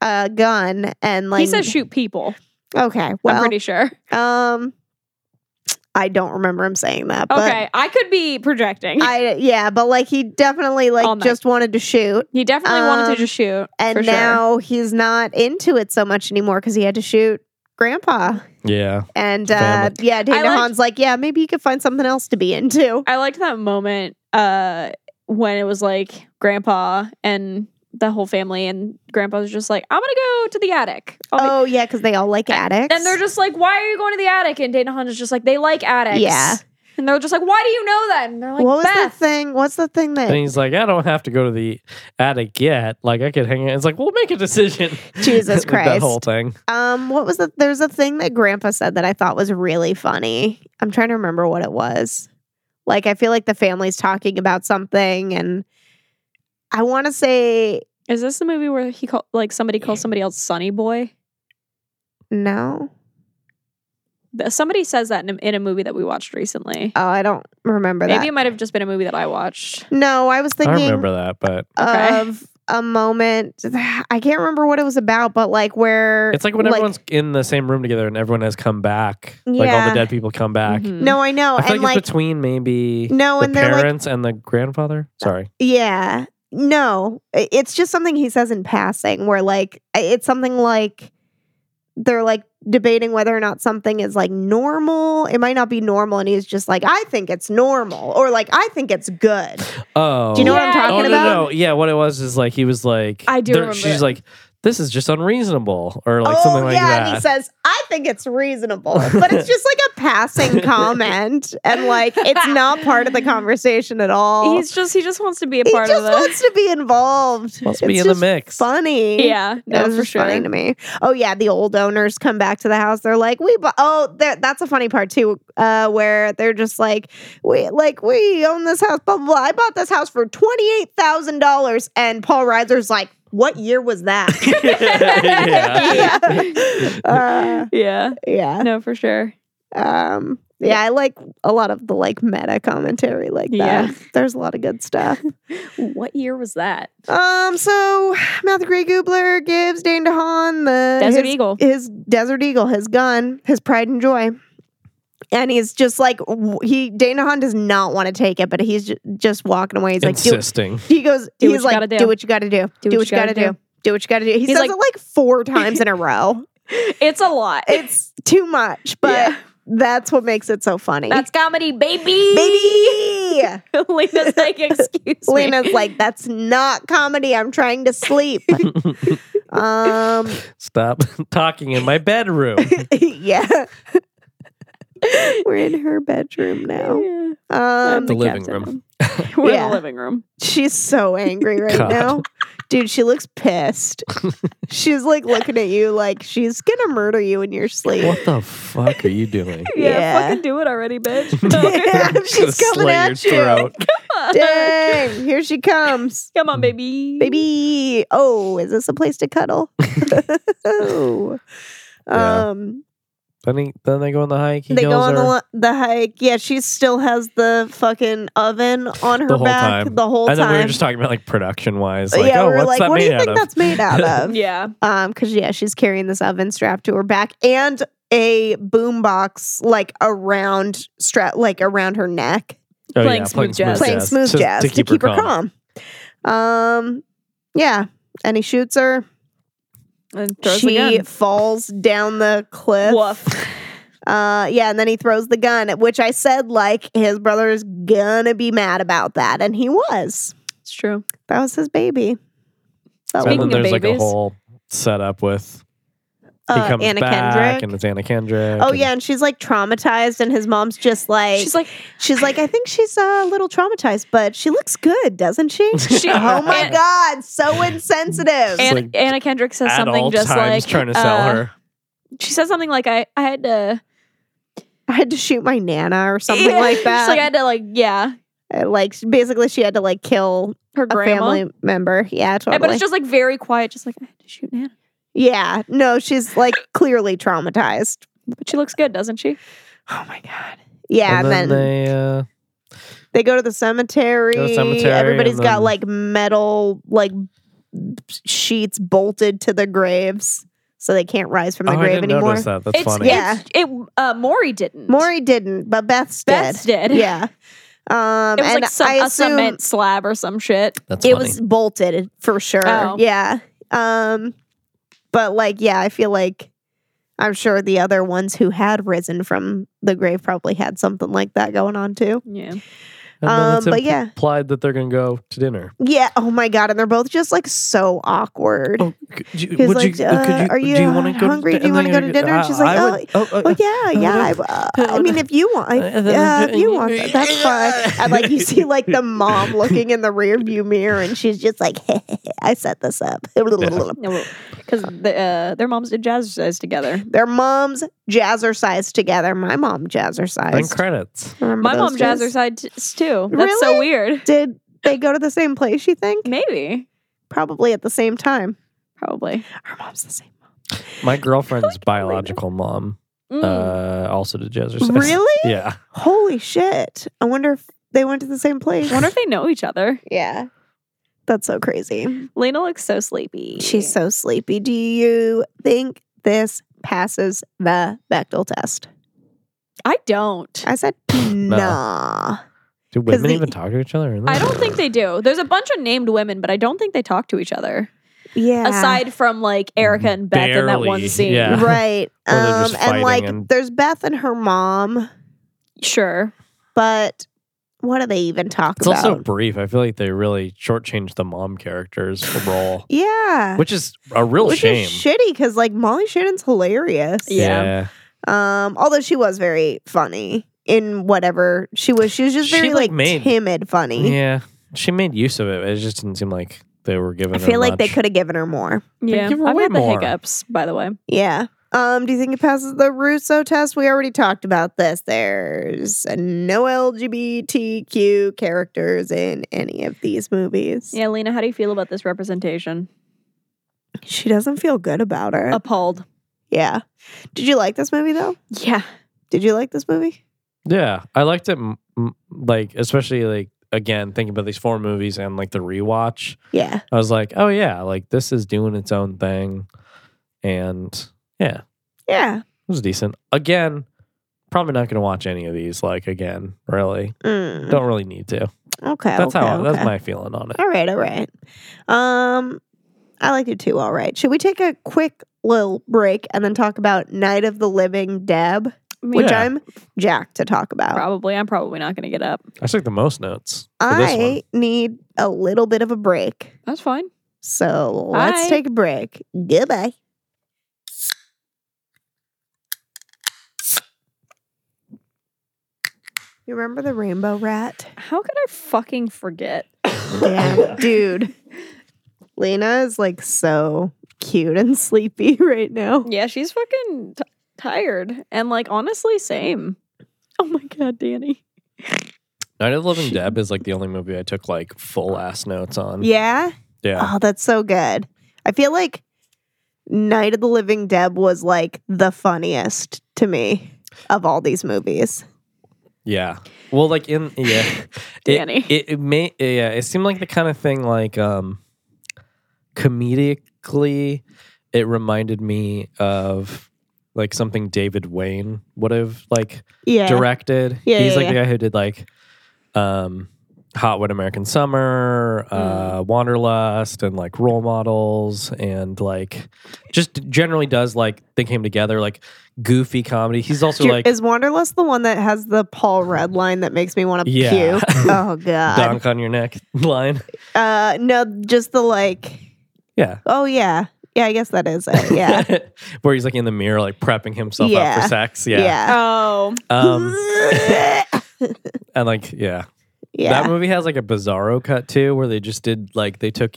C: a gun and like
E: he says shoot people.
C: okay, well
E: I'm pretty sure.
C: Um, I don't remember him saying that. But
E: okay, I could be projecting.
C: I yeah, but like he definitely
E: All
C: like
E: night.
C: just wanted to shoot,
E: he definitely wanted to
C: um,
E: just shoot.
C: and
E: for sure.
C: now he's not into it so much anymore because he had to shoot Grandpa.
D: Yeah.
C: And uh,
D: Family.
C: yeah, Dana
E: liked- Oh,
C: Han's like, yeah, maybe you could find something else to be into.
E: I liked that moment uh, when it was like grandpa and the whole family, and grandpa was just like, I'm going to go to the attic. I'll be-
C: Oh yeah, because they all like addicts.
E: and they're just like, Why are you going to the attic? And Dana Hunt is just like, They like attics.
C: Yeah.
E: And they're just like, Why do you know that? And they're like,
C: what was
E: Beth.
C: the thing? What's the thing
D: And
C: that?
D: he's like, I don't have to go to the attic yet. Like, I could hang out. It's like, we'll make a decision.
C: Jesus
D: that
C: Christ.
D: whole thing.
C: Um, what was the? There's a thing that Grandpa said that I thought was really funny. I'm trying to remember what it was. Like, I feel like the family's talking about something, and I want to say
E: Is this the movie where he called, like, somebody calls somebody else Sonny Boy?
C: no.
E: th- somebody says that in a, in a movie that we watched recently.
C: Oh, I don't remember
E: Maybe
C: that.
E: it might have just been a movie that I watched.
C: no, I was
D: I
C: thinking
D: remember that, but
E: Okay.
C: of a moment. I can't remember what it was about, but like where
D: it's like when everyone's in the same room together and everyone has come back. Like all
C: Yeah.
D: the dead people come back.
E: Mhm.
C: No, I know,
D: I feel
C: and
D: like
C: like
D: it's between maybe
C: No,
D: the
C: and they're, like-
D: parents and the grandfather. Sorry.
C: Yeah. No, i- it's just something he says in passing where, like, i- it's something like they're like debating whether or not something is like normal. It might not be normal. And he's just like, I think it's normal. Or like, I think it's good.
D: Oh.
C: Do you know what I'm
E: Yeah.
C: talking
D: oh, no,
C: about?
D: no, yeah. What it was is like he was like,
E: I do
D: there-
E: remember
D: She's
E: it.
D: like, this is just unreasonable, or like
C: oh,
D: something like
C: yeah. And he
D: that.
C: says, I think it's reasonable. But it's just like a passing comment. And like, it's not part of the conversation at all.
E: He's just he just wants to be a
C: he
E: part
C: just
E: of the
C: wants to be involved.
D: Must be
C: It's
D: in the
C: just
D: mix.
C: funny.
E: yeah.
C: That
E: No,
C: was
E: for
C: just funny
E: sure.
C: to me. Oh yeah, the old owners come back to the house. They're like, we bu- oh, there- that's a funny part too, uh, where they're just like, we like we own this house, blah blah. blah. I bought this house for twenty eight thousand dollars, and Paul Reiser's like, what year was that?
D: yeah.
C: uh,
E: Yeah.
C: yeah.
E: No, for sure.
C: Um, yeah, I like a lot of the like meta commentary like that.
E: Yeah.
C: There's a lot of good stuff.
E: What year was that?
C: Um, so Mouth Grey Goobler gives Dane DeHaan the
E: Desert
C: his,
E: Eagle.
C: his Desert Eagle, his gun, his pride and joy. And he's just like w- he Dane DeHaan does not want to take it, but he's ju- just walking away. He's like, do,
D: Insisting.
C: he goes,
E: Do what
C: he's
E: you
C: like,
E: gotta do.
C: do what you got to do, do what you got to do, do what you got to do. He
E: He's
C: says
E: like-
C: it like four times in a row.
E: It's a lot.
C: It's too much, but
E: Yeah.
C: that's what makes it so funny.
E: That's comedy, baby.
C: baby.
E: Lena's like, excuse me.
C: Lena's like, that's not comedy. I'm trying to sleep. um,
D: Stop talking in my bedroom.
C: yeah. We're in her bedroom now.
E: Yeah.
C: Um,
D: the
E: cats
D: living
E: in
D: room.
E: We're
C: Yeah.
E: in the living room.
C: she's so angry right
D: God.
C: now. Dude, she looks pissed. she's like looking at you like she's gonna murder you in your sleep.
D: What the fuck are you doing?
E: Yeah,
C: Yeah.
E: fucking do it already, bitch.
C: Damn,
D: Gonna
C: she's
D: slit
C: coming
D: your
C: at you.
D: throat.
C: Dang, here she comes.
E: Come on, baby.
C: Baby. Oh, is this a place to cuddle? oh.
D: Yeah.
C: Um
D: Then, he, then they go on the hike. He
C: they
D: goes
C: go on the,
D: her.
C: lo- the hike. Yeah, she still has the fucking oven on her
D: The whole
C: back
D: time.
C: the whole
D: and then
C: time.
D: we were just talking about like production wise. Like,
C: yeah,
D: oh,
C: we were
D: what's
C: like,
D: that
C: what do
D: made
C: you think
D: out of?
C: that's made out of?
E: Yeah.
C: Um, because yeah, she's carrying this oven strapped to her back and a boombox like around strap like around her neck,
D: Oh,
E: Playing
D: yeah,
E: smooth jazz.
C: playing
D: jazz.
C: smooth
D: To-
C: jazz to, keep, her, calm. Um, yeah, and he shoots her.
E: And throws the
C: She
E: gun.
C: falls down the cliff.
E: Woof.
C: Uh, yeah, and then he throws the gun, which I said like his brother is gonna be mad about that, and he was.
E: It's true.
C: That was his baby. oh, That
D: And
E: Speaking
D: then
E: of
C: little-
D: there's like a
E: babies.
D: whole setup with he
C: uh,
D: comes
C: Anna
D: back
C: Kendrick.
D: and it's Anna Kendrick.
C: oh
D: and-
C: yeah, and she's like traumatized, and his mom's just like
E: She's like,
C: she's like I think she's uh, a little traumatized, but she looks good, doesn't she?
E: She-
C: oh my
E: Anna-
C: god, so insensitive.
E: Anna,
D: like,
E: Anna Kendrick says
D: at
E: something
D: all
E: just
D: times
E: like
D: trying to sell
E: uh,
D: her.
E: She says something like, I, I had to
C: I had to shoot my nana or something
E: Yeah.
C: like
E: She's like, I
C: that.
E: had to like, yeah,
C: Uh, like basically, she had to like kill
E: her
C: a
E: grandma.
C: family member. Yeah, totally.
E: Yeah, But it's just like very quiet, just like I had to shoot Nana.
C: Yeah. No, she's like clearly traumatized.
E: But she looks good, doesn't she?
C: Oh my god. Yeah,
D: and then,
C: they,
D: they uh,
C: go to the cemetery.
D: Go to the cemetery,
C: Everybody's
D: and
C: got
D: then-
C: like metal like sheets bolted to the graves so they can't rise from the
D: oh, I
C: grave
D: didn't
C: anymore.
D: notice that. That's
E: it's
D: funny.
C: yeah.
E: it's- it. Uh, Maury didn't.
C: Maury didn't, but Beth's
E: Beth's
C: did.
E: did.
C: Yeah. Um
E: It was
C: and
E: like some,
C: I
E: a
C: assume
E: cement slab or some shit.
D: That's
C: it
D: funny.
C: was bolted for sure.
E: Oh.
C: Yeah. Um but like yeah, I feel like I'm sure the other ones who had risen from the grave probably had something like that going on too.
E: Yeah.
D: And then it's
C: um, but yeah.
D: implied that they're gonna go to dinner.
C: Yeah. Oh my god. And they're both just like so awkward. Oh,
D: Oh, could you,
C: He's
D: would
C: like,
D: you,
C: uh,
D: could you,
C: are you,
D: do you
C: uh,
D: want to go
C: hungry?
D: To,
C: Do you wanna go
D: and then
C: to
D: you're
C: dinner?
D: gonna-
C: She's like,
D: I would- oh, oh,
C: yeah, yeah. I, uh, I mean, if you want,
D: Uh, then-
C: yeah, if you want, that, that's fine. And like you see, like the mom looking in the rearview mirror, and she's just like, "I set this up."
E: Because the, uh, their moms did jazzercise together.
C: Their moms jazzercise together. My mom
D: and
C: jazzercised.
D: credits.
C: Remember
E: My
C: those
E: mom
C: days?
E: jazzercised too. That's so
C: Really?
E: weird.
C: Did they go to the same place? You think?
E: Maybe.
C: Probably at the same time.
E: Probably.
C: Our mom's the same.
D: My girlfriend's biological mom
E: Mm.
D: uh, also to Jazzercise.
C: Mm. Really?
D: Yeah.
C: Holy shit. I wonder if they went to the same place.
E: I wonder if they know each other.
C: yeah. That's so crazy.
E: Lena looks so sleepy.
C: She's so sleepy. Do you think this passes the Bechtel test?
E: I don't.
C: I said, nah.
D: Do
C: 'Cause
D: women
C: the-
D: even talk to each other?
E: I don't think they do. There's a bunch of named women, but I don't think they talk to each other.
C: Yeah.
E: Aside from like Erica and Beth in that one
D: Barely,
E: scene.
D: yeah.
C: Right.
D: Or they're
C: um,
D: just
C: and
D: fighting
C: like,
D: and-
C: there's Beth and her mom,
E: Sure.
C: but what do they even talk
D: It's
C: about?
D: also brief. I feel like they really shortchanged the mom character's role,
C: yeah.
D: which is a real
C: Which
D: shame.
C: is shitty because like Molly Shannon's hilarious.
E: Yeah.
C: Um, although she was very funny in whatever she was, she was just
D: She,
C: very
D: like,
C: like,
D: made-
C: timid
D: yeah,
C: funny.
D: yeah. She made use of it. It just didn't seem like they were giving.
C: I feel
D: her
C: like they
D: much.
C: could have given her more.
E: Yeah.
D: give her
E: I've
D: way
E: had
D: more.
E: the hiccups, by the way.
C: Yeah. Um, do you think it passes the Russo test? We already talked about this. There's no LGBTQ characters in any of these movies.
E: Yeah, Lena, how do you feel about this representation?
C: She doesn't feel good about it.
E: Appalled.
C: yeah. Did you like this movie though?
E: Yeah.
C: Did you like this movie?
D: Yeah, I liked it. m- m- Like especially like again thinking about these four movies and like the rewatch.
C: Yeah.
D: I was like, oh yeah, like this is doing its own thing, and yeah, it
C: Yeah.
D: was decent. Again, probably not going to watch any of these. Like again, really,
C: Mm.
D: don't really need to.
C: Okay.
D: That's
C: okay,
D: how
C: okay.
D: that's my feeling on it.
C: All right, all right. Um, I like it too. All right. Should we take a quick little break and then talk about Night of the Living Deb, which
D: Yeah.
C: I'm Jack to talk about?
E: Probably. I'm probably not going to get up.
D: I took the most notes for this one.
C: I need a little bit of a break,
E: That's fine.
C: so let's
E: Bye.
C: take a break. Goodbye. You remember the rainbow rat?
E: How could I fucking forget?
C: Yeah, dude. Lena is like so cute and sleepy right now.
E: Yeah, she's fucking t- tired. And like, honestly, same. Oh my God, Danny.
D: Night of the Living Deb is like the only movie I took like full ass notes on.
C: Yeah?
D: Yeah.
C: Oh, that's so good. I feel like Night of the Living Deb was like the funniest to me of all these movies.
D: Yeah. Well, like in yeah,
E: Danny.
D: It, it, it may yeah. It seemed like the kind of thing like um, comedically, it reminded me of like something David Wayne would have like
C: Yeah.
D: directed.
C: Yeah,
D: He's
C: yeah,
D: like the
C: yeah.
D: guy who did like um, Hot Wet American Summer,
C: Mm.
D: uh, Wanderlust, and like Role Models, and like just generally does like they came together like goofy comedy. He's also
C: Do-
D: like
C: is Wanderlust the one that has the Paul Rudd line that makes me want to
D: Yeah.
C: puke? Oh god.
D: donk on your neck line.
C: Uh no, just the like
D: Yeah.
C: oh yeah. Yeah, I guess that is it. Yeah.
D: Where he's like in the mirror, like prepping himself up
C: Yeah.
D: for sex. Yeah.
C: yeah.
E: Oh.
D: Um, and like, yeah.
C: yeah.
D: That movie has like a bizarro cut too, where they just did like, they took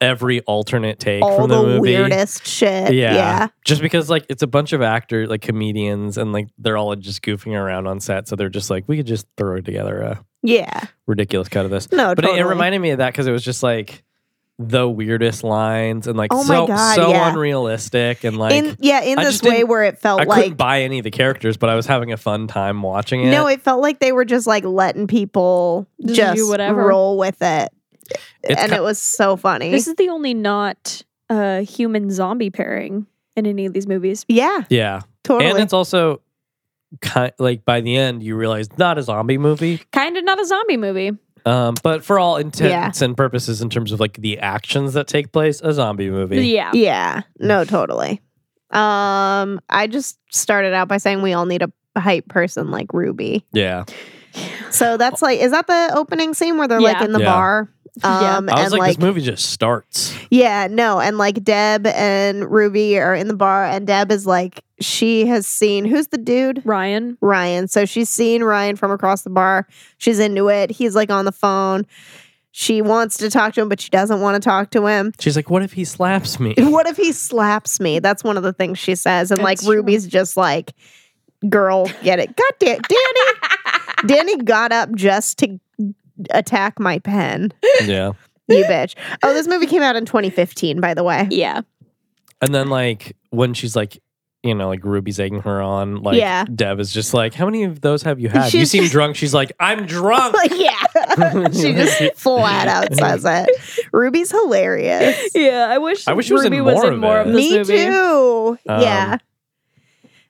D: every alternate take
C: all
D: from the,
C: the,
D: movie.
C: weirdest shit.
D: Yeah.
C: Uh, yeah.
D: Just because like it's a bunch of actors, like comedians, and like they're all just goofing around on set. So they're just like, we could just throw together a
C: Yeah.
D: ridiculous cut of this.
C: No,
D: but it-
C: Oh, totally.
D: it, reminded me of that because it was just like, the weirdest lines and like
C: Oh my
D: so
C: God,
D: so
C: yeah.
D: unrealistic and like
C: in yeah, in
D: I
C: this
D: just
C: way
D: didn't-
C: where it felt
D: I
C: like
D: couldn't buy any of the characters, but I was having a fun time watching it.
C: no, it felt like they were just like letting people
E: Just
C: just
E: do whatever.
C: roll with it,
D: It's
C: and
D: ki-
C: it was so funny.
E: This is the only not uh, human zombie pairing in any of these movies.
C: yeah,
D: yeah, and
C: totally.
D: it's also kind like by the end you realize not a zombie movie,
E: Kind of not a zombie movie.
D: um, but for all intents and purposes, in terms of like the actions that take place, a zombie movie.
E: Yeah.
C: yeah, no, totally. Um, I just started out by saying we all need a hype person like Ruby.
D: Yeah,
C: So that's like, is that the opening scene where they're like
E: Yeah.
C: in the
D: Yeah.
C: bar?
E: Yeah.
C: Um,
D: I
C: and
D: was like,
C: like
D: this movie just starts.
C: Yeah, no, and like Deb and Ruby are in the bar, and Deb is like, she has seen who's the dude?
E: Ryan.
C: Ryan. So she's seen Ryan from across the bar. She's into it. He's like on the phone. She wants to talk to him, but she doesn't want to talk to him.
D: She's like, what if he slaps me?
C: What if he slaps me? That's one of the things she says. And like
E: That's true.
C: Ruby's just like, girl, get it. God damn Danny. Danny got up just to attack my pen.
D: yeah,
C: You bitch. Oh, this movie came out in 2015, by the way.
E: Yeah.
D: and then like when she's like. you know, like Ruby's egging her on. Like
C: Yeah.
D: Dev is just like, How many of those have you had? you
C: She's-
D: seem drunk. She's like, I'm drunk.
C: Like, yeah. she just flat out says it. Ruby's hilarious.
E: Yeah, I wish.
D: I wish she was in
E: Ruby
D: more of it.
E: this
C: Me
E: movie.
C: too.
D: Um, hmm.
C: yeah.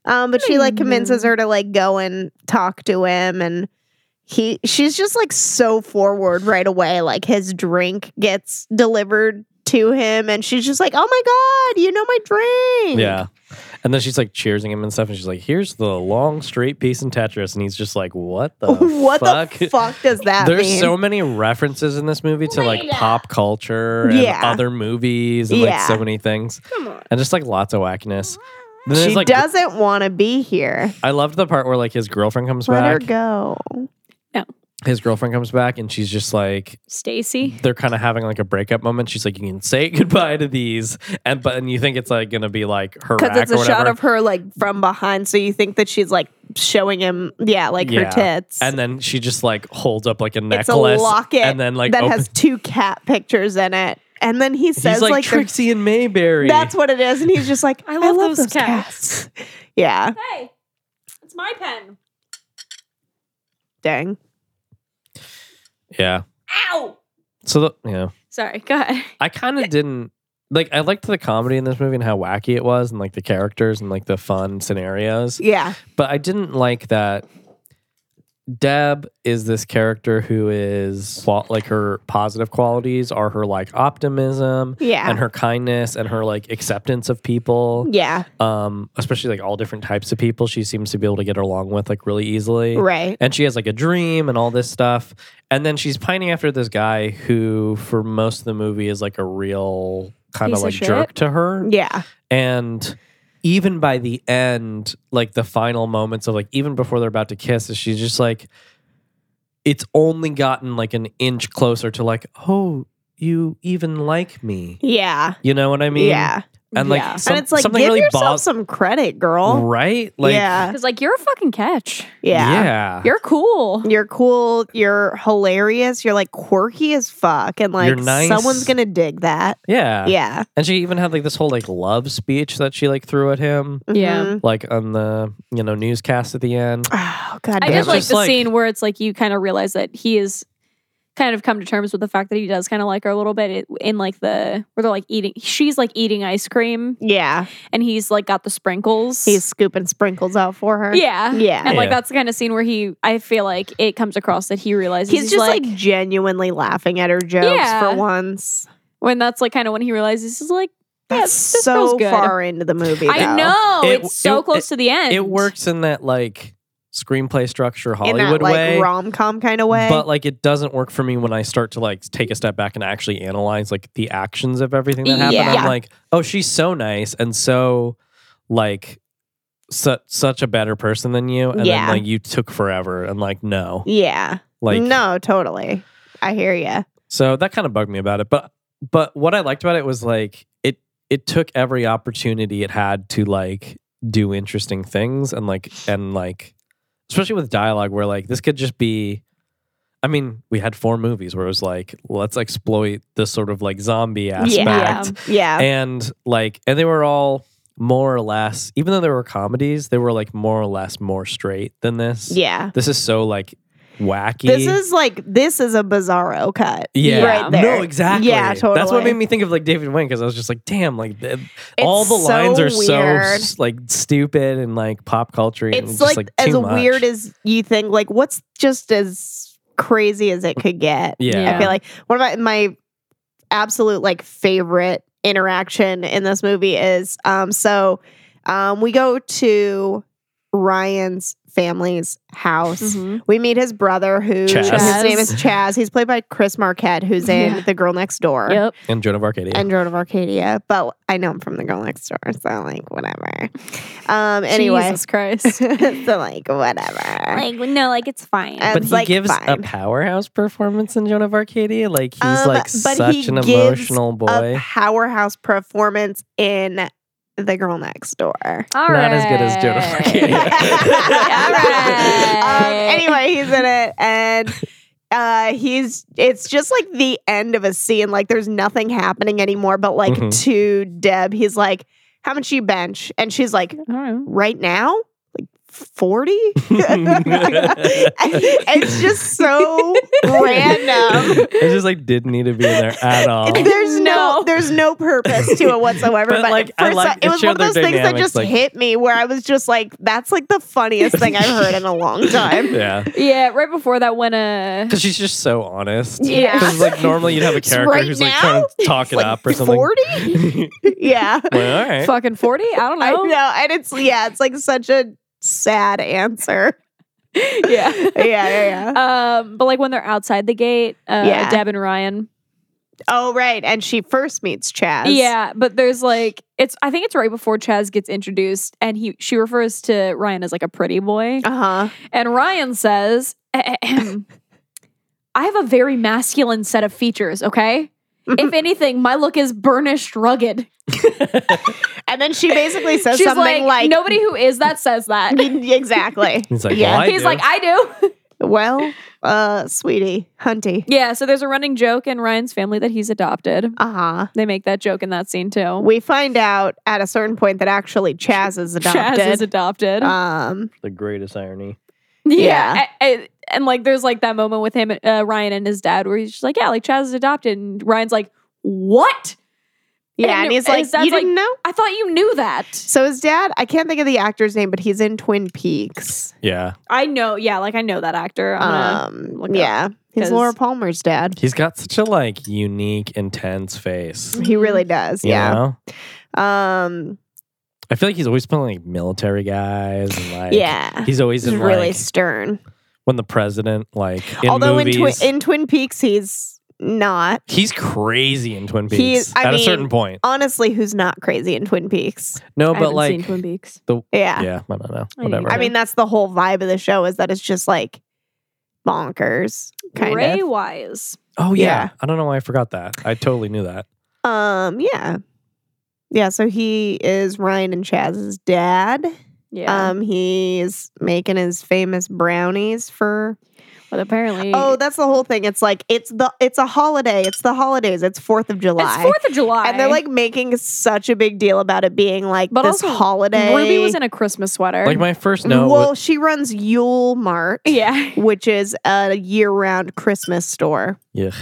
C: Um, but she like convinces her to like go and talk to him and he she's just like so forward right away. Like his drink gets delivered to him and she's just like, Oh my god, you know my drink.
D: Yeah. And then she's like cheersing him and stuff, and she's like, "Here's the long straight piece in Tetris," and he's just like, "What the
C: what
D: fuck?"
C: the fuck does that
D: There's
C: mean?
D: so many references in this movie to like pop culture and
C: Yeah.
D: other movies and like
C: Yeah.
D: so many things, and just like lots of wackiness. Then
C: she
D: there's, like,
C: doesn't want to be here.
D: I loved the part where like his girlfriend comes
C: Let her
D: back.
C: go.
D: His girlfriend comes back, and she's just like,
E: Stacy.
D: they're kind of having like a breakup moment. She's like, "You can say goodbye to these," and but and you think it's like gonna be like her
C: Because
D: rack
C: it's
D: or
C: a
D: whatever.
C: shot of her like from behind, so you think that she's like showing him, yeah, like
D: Yeah.
C: her tits.
D: And then she just like holds up like a
C: it's a
D: necklace.
C: locket
D: And then like
C: that
D: opens-
C: has two cat pictures in it. And then he says
D: he's like,
C: like, the-
D: Trixie and Mayberry.
C: that's what it is, and he's just like, I love, those, cats. yeah,
E: Hey, it's my pen.
C: dang.
D: yeah.
E: Ow!
D: So the, yeah,
E: Sorry. Go ahead.
D: I kind of didn't like. I liked the comedy in this movie and how wacky it was, and like the characters and like the fun scenarios.
C: Yeah,
D: But I didn't like that. Deb is this character who is qual- like her positive qualities are her like optimism
C: Yeah.
D: and her kindness and her like acceptance of people.
C: yeah,
D: um, especially like all different types of people. She seems to be able to get along with like really easily.
C: right.
D: And she has like a dream and all this stuff. And then she's pining after this guy who, for most of the movie, is like a real kind
E: Piece
D: of
E: of
D: like
E: shit.
D: jerk to her.
C: Yeah,
D: And even by the end, like the final moments of like, even before they're about to kiss, is she's just like, it's only gotten like an inch closer to like, oh, you even like me.
C: yeah,
D: You know what I mean?
C: yeah.
D: And like,
E: Yeah.
D: some-
C: and it's like,
D: something
C: give
D: really
C: yourself
D: bothers.
C: some credit, girl.
D: Right? Like,
C: yeah,
E: Because like you're a fucking catch.
C: yeah,
D: yeah.
E: You're cool.
C: You're cool. You're hilarious. You're like quirky as fuck, and like
D: You're nice.
C: someone's gonna dig that.
D: yeah.
C: yeah,
D: And she even had like this whole like love speech that she like threw at him,
E: Yeah.
C: Mm-hmm.
D: like on the, you know, newscast at the end.
C: Oh god, damn
E: I did
D: just
C: it.
E: like
D: Just
E: the
D: like-
E: scene where it's like you kind of realize that he is kind of come to terms with the fact that he does kind of like her a little bit it- in like the where they're like eating she's like eating ice cream
C: yeah,
E: and he's like got the sprinkles.
C: he's scooping sprinkles out for her.
E: yeah.
C: yeah.
E: And like
D: Yeah.
E: that's the kind of scene where he I feel like it comes across that he realizes
C: He's just like, genuinely laughing at her jokes
E: Yeah.
C: for once.
E: when that's like kind of when he realizes he's like yeah,
C: That's
E: this girl's
C: so
E: good.
C: far into the movie. though.
E: I know
D: It-
E: it's so
D: it-
E: close to the end.
D: It works in that like screenplay structure
C: in
D: Hollywood
C: that
D: way.
C: like rom com kind of way.
D: But like it doesn't work for me when I start to like take a step back and actually analyze like the actions of everything that happened. I'm
C: Yeah.
D: like, oh, she's so nice and so like su- such a better person than you. And
C: Yeah.
D: then like you took forever and like no.
C: yeah,
D: Like
C: no, totally. I hear you.
D: So that kind of bugged me about it. But but what I liked about it was like it it took every opportunity it had to like do interesting things and like and like especially with dialogue where like this could just be I mean, we had four movies where it was like, let's exploit the sort of like zombie aspect.
C: Yeah,
D: And like and they were all more or less even though they were comedies, they were like more or less more straight than this.
C: yeah.
D: This is so like wacky.
C: This is like this is a bizarro cut.
D: Yeah.
C: right there.
D: No, exactly.
C: Yeah, totally.
D: That's what made me think of like David Wayne because I was just like, damn, like th- all the
C: so
D: lines are so
C: weird.
D: s- like stupid and like pop culture. and
C: It's
D: just,
C: like,
D: like,
C: as
D: too much.
C: weird as you think. Like, what's just as crazy as it could get?
D: yeah.
E: Yeah.
C: I feel like one of my, my absolute like favorite interaction in this movie is um so um we go to Ryan's family's house.
E: Mhm.
C: We meet his brother who
D: Chaz.
E: Chaz.
C: his name is Chaz. He's played by Chris Marquette, who's in
E: Yeah.
C: The Girl Next Door
E: Yep.
D: And Joan of Arcadia.
C: and Road of Arcadia. But I know him from The Girl Next Door, so like whatever. Um anyway.
E: Jesus Christ.
C: so like whatever.
E: like no, like it's fine.
C: Uh,
D: but
C: it's,
D: he
C: like,
D: gives a
C: fine.
D: powerhouse performance in Joan of Arcadia. Like he's
C: Um,
D: like
C: but
D: such
C: he
D: an
C: gives
D: emotional
C: A
D: boy.
C: powerhouse performance in The Girl Next Door.
E: All
D: Not as good as Joan of
E: right.
D: Arcadia.
E: All right.
C: Um, anyway, he's in it and uh he's it's just like the end of a scene like there's nothing happening anymore but like
D: Mhm.
C: to Deb he's like how much you bench? And she's like,
E: I don't know.
C: right now, like 40? it's just so random.
D: I just like didn't need to be in there at all.
C: There's no,
E: No.
C: there's no purpose to it whatsoever.
D: Oh. But,
C: but
D: like, I
C: at first,
D: like
C: I-
D: that
C: it was
D: she
C: one
D: had
C: of those
D: their
C: things that
D: dynamics,
C: just
D: like-
C: hit me, where I was just like, "That's like the funniest thing I've heard in a long time."
D: yeah.
E: Yeah, right before that when uh
D: Because she's just so honest.
E: Yeah.
D: Because like normally you'd have a character
C: Right
D: who's
C: now?
D: like trying to talk it up or something.
C: Forty? yeah.
D: Well, all right.
E: fucking 40, I don't
C: I
E: know.
C: know, and it's yeah, it's like such a sad answer.
E: yeah.
C: Yeah, yeah, yeah.
E: Um, but like when they're outside the gate, uh,
C: Yeah.
E: Deb and Ryan.
C: Oh, right, and she first meets Chaz.
E: Yeah, but there's like it's. I think it's right before Chaz gets introduced, and he she refers to Ryan as like a pretty boy,
C: Uh huh.
E: and Ryan says, "I have a very masculine set of features. Okay,
C: Mm-hmm.
E: if anything, my look is burnished, rugged."
C: And then she basically says
E: She's like,
C: something like,
E: "Nobody who is that says that."
C: exactly."
D: He's like,
C: yeah.
D: well, I
E: He's
D: do.
E: like, "I do."
C: Well, uh, sweetie, hunty.
E: yeah. So there's a running joke in Ryan's family that he's adopted.
C: Uh huh.
E: They make that joke in that scene too.
C: We find out at a certain point that actually Chaz is adopted.
E: Chaz is adopted. Uh,
C: um,
D: the greatest irony.
E: Yeah. a- a- and like, there's like that moment with him, and, uh, Ryan, and his dad where he's just like, yeah, like Chaz is adopted. And Ryan's like, what?
C: yeah, and,
E: And
C: he's
E: his
C: like,
E: dad's
C: "You
E: like-
C: didn't know?"
E: I thought you knew that.
C: So his dad, I can't think of the actor's name, but he's in Twin Peaks.
D: Yeah.
E: I know. Yeah. Like, I know that actor. I'm
C: Um,
E: look it up,
C: yeah, he's
E: 'cause-
C: Laura Palmer's dad.
D: He's got such a like unique, intense face.
E: Mm-hmm.
C: He really does.
D: You
C: Mm, Yeah.
D: know?
C: Um.
D: I feel like he's always playing like military guys and like
C: yeah.
D: He's always
C: He's
D: in
C: really
D: like
C: stern.
D: when the president like in
C: Although in,
D: movies.
C: Twi- in Twin Peaks, he's not.
D: he's crazy in Twin Peaks
C: He's- I
D: at a
C: mean-
D: certain point.
C: Honestly, who's not crazy in Twin Peaks?
D: No,
E: I
D: but
E: haven't
D: like
E: seen Twin Peaks.
C: Yeah.
D: yeah, I don't know.
E: I
D: Whatever.
C: I mean, that's the whole vibe of the show is that it's just like bonkers, kind
E: Ray
C: of.
E: Wise.
D: oh yeah.
C: yeah.
D: I don't know why I forgot that. I totally knew that.
C: Um, yeah. Yeah, so he is Ryan and Chaz's dad.
E: Yeah.
C: Um, he's making his famous brownies for
E: but apparently.
C: Oh, that's the whole thing. It's like it's the it's a holiday. It's the holidays. It's 4th of July.
E: it's 4th of July.
C: and they're like making such a big deal about it being like
E: But
C: this
E: also,
C: holiday.
E: Ruby was in a Christmas sweater.
D: Like my first note
C: well,
D: was,
C: she runs Yule Mart.
E: yeah.
C: which is a year-round Christmas store.
D: yeah.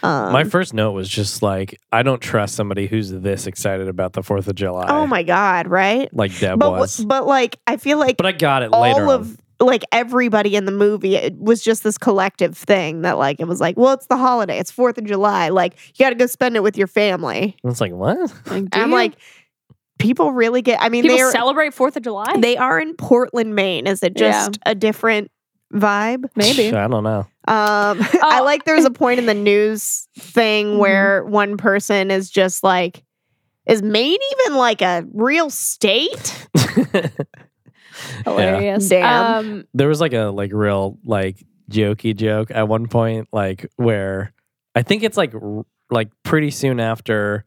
C: Um,
D: my first note was just like I don't trust somebody who's this excited about the 4th of July.
C: oh my god, right?
D: Like Deb
C: But w-
D: was.
C: but like I feel like
D: but I got it later.
C: all
D: on.
C: of like everybody in the movie it was just this collective thing that like it was like, well, it's the holiday, it's 4th of July, like you got to go spend it with your family.
D: And it's like, what?
E: Like, do
C: I'm
E: you?
C: like people really get I mean
E: people
C: they're
E: celebrate 4th of July?
C: they are in Portland, Maine. Is it
E: Yeah.
C: just a different vibe?
E: Maybe.
D: I don't know.
C: Um,
E: Oh,
C: I like there's a point in the news
E: Mm-hmm.
C: thing where one person is just like, is Maine even like a real state?
E: Hilarious.
C: Damn.
E: Um,
D: there was like a like real like jokey joke at one point like where i think it's like r- like pretty soon after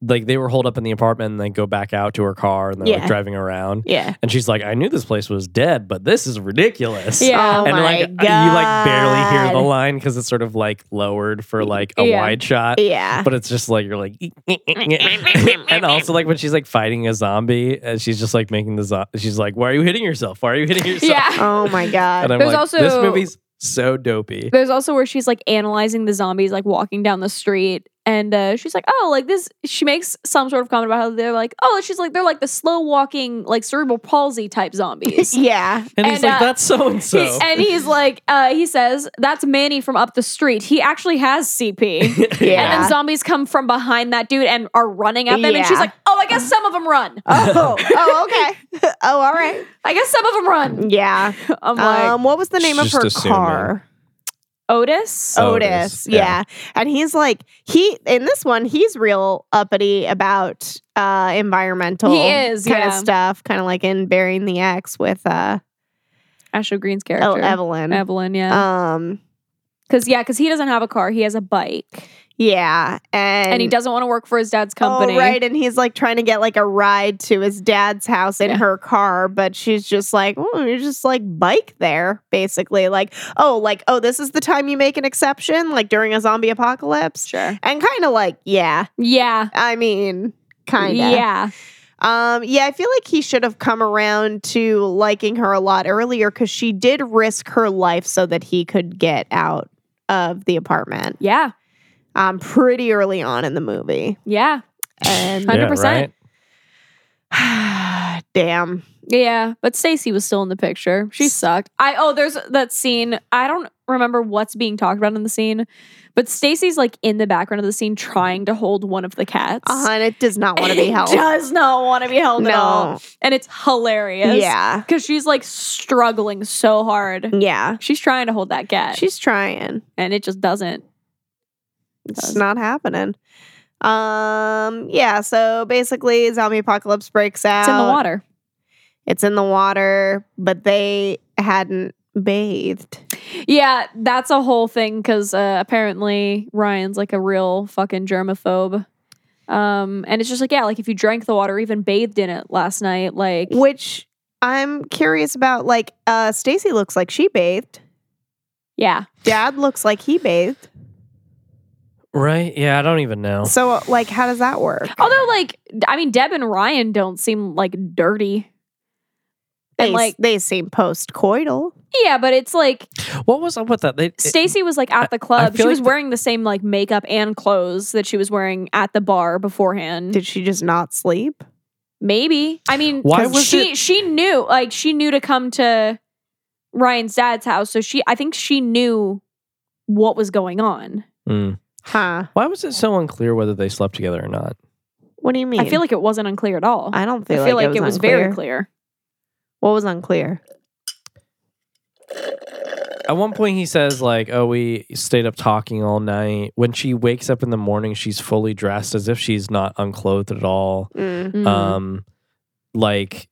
D: like they were holed up in the apartment and they go back out to her car and they're
C: Yeah.
D: like driving around
C: Yeah.
D: and she's like i knew this place was dead but this is ridiculous
E: Yeah.
C: Oh
D: and
C: my
D: like
C: god.
D: you like barely hear the line because it's sort of like lowered for like a
E: Yeah.
D: wide shot
C: Yeah.
D: but it's just like you're like and also like when she's like fighting a zombie and she's just like making the zo- she's like why are you hitting yourself why are you hitting yourself
E: yeah.
C: Oh my
D: and
C: god.
D: I'm
E: There's
D: like,
E: also-
D: this movie's so dopey.
E: There's also where she's like analyzing the zombies like walking down the street. And uh, she's like, oh, like this. She makes some sort of comment about how they're like, oh, she's like, they're like the slow walking, like cerebral palsy type zombies.
C: Yeah.
D: And he's
E: and,
D: like,
E: uh,
D: that's so and so.
E: And he's like, uh, he says, that's Manny from up the street. He actually has CP. And then
C: Yeah.
E: zombies come from behind that dude and are running at them. And she's
C: Yeah.
E: like, oh, I guess some of them run.
C: Oh. Oh. Okay. Oh. All right.
E: I guess some of them run.
C: Yeah.
E: I'm like,
C: Um. What was the name of
D: Just
C: her
D: assuming.
C: car?
E: Otis?
D: Oh.
C: Otis.
D: Otis,
C: Yeah.
D: yeah.
C: And he's like he in this one he's real uppity about uh environmental
E: He is,
C: kind
E: yeah.
C: of stuff, kind of like in burying the ex with uh
E: Ashley Green's
C: El-
E: character.
C: Oh, Evelyn.
E: Evelyn, yeah.
C: Um
E: Because yeah, because he doesn't have a car; he has a bike,
C: yeah, and
E: and, he doesn't want to work for his dad's
C: oh,
E: company.
C: right, and he's like trying to get like a ride to his dad's house in
E: Yeah.
C: her car, but she's just like, oh, you just like bike there, basically. Like, oh, like, oh, this is the time you make an exception, like during a zombie apocalypse.
E: Sure.
C: And kind of like, yeah,
E: Yeah.
C: I mean, kind of.
E: Yeah.
C: Um, yeah, I feel like he should have come around to liking her a lot earlier because she did risk her life so that he could get out of the apartment
E: Yeah.
C: um, pretty early on in the movie.
E: Yeah.
C: And
E: 100%.
C: damn.
E: Yeah, but Stacy was still in the picture. She sucked. I oh, there's that scene. I don't remember what's being talked about in the scene, but Stacy's like in the background of the scene trying to hold one of the cats.
C: Uh-huh, and it does not want to be held.
E: Does not want to be held at
C: No.
E: all, and it's hilarious.
C: Yeah.
E: because she's like struggling so
D: Mm.
E: hard.
C: Yeah.
E: She's trying to hold that cat,
C: She's trying.
E: and it just doesn't.
C: It's
E: Does.
C: not happening. Um, yeah, so basically zombie apocalypse breaks out.
E: It's in the water.
C: It's in the water, but they hadn't bathed.
E: Yeah, that's a whole thing because uh, apparently Ryan's like a real fucking germaphobe. Um, and it's just like, yeah, like if you drank the water, even bathed in it last night, like,
C: Which I'm curious about like uh Stacy looks like she bathed.
E: yeah,
C: Dad looks like he bathed.
D: Right? Yeah, I don't even know.
C: So uh, like how does that work?
E: Although, like, I mean, Deb and Ryan don't seem like dirty.
C: They,
E: and, like-
C: they seem post coital.
E: Yeah, but it's like
D: What was up with that? They,
E: Stacy was like at the club. She
D: feel
E: was
D: like the-
E: wearing the same like makeup and clothes that she was wearing at the bar beforehand.
C: Did she just not sleep?
E: Maybe. I mean,
D: Why
E: 'cause
D: was
E: she she knew like she knew to come to Ryan's dad's house, so she I think she knew what was going on.
D: Mm.
C: Huh.
D: Why was it so unclear whether they slept together or not?
C: What do you mean?
E: I feel like it wasn't unclear at all.
C: I don't
E: I
C: feel,
E: feel like,
C: it was,
E: very
C: unclear.
E: clear.
C: What was unclear?
D: At one point, he says, like, oh, we stayed up talking all night. When she wakes up in the morning, she's fully dressed as if she's not unclothed at all.
C: Mm.
E: Mm.
D: um like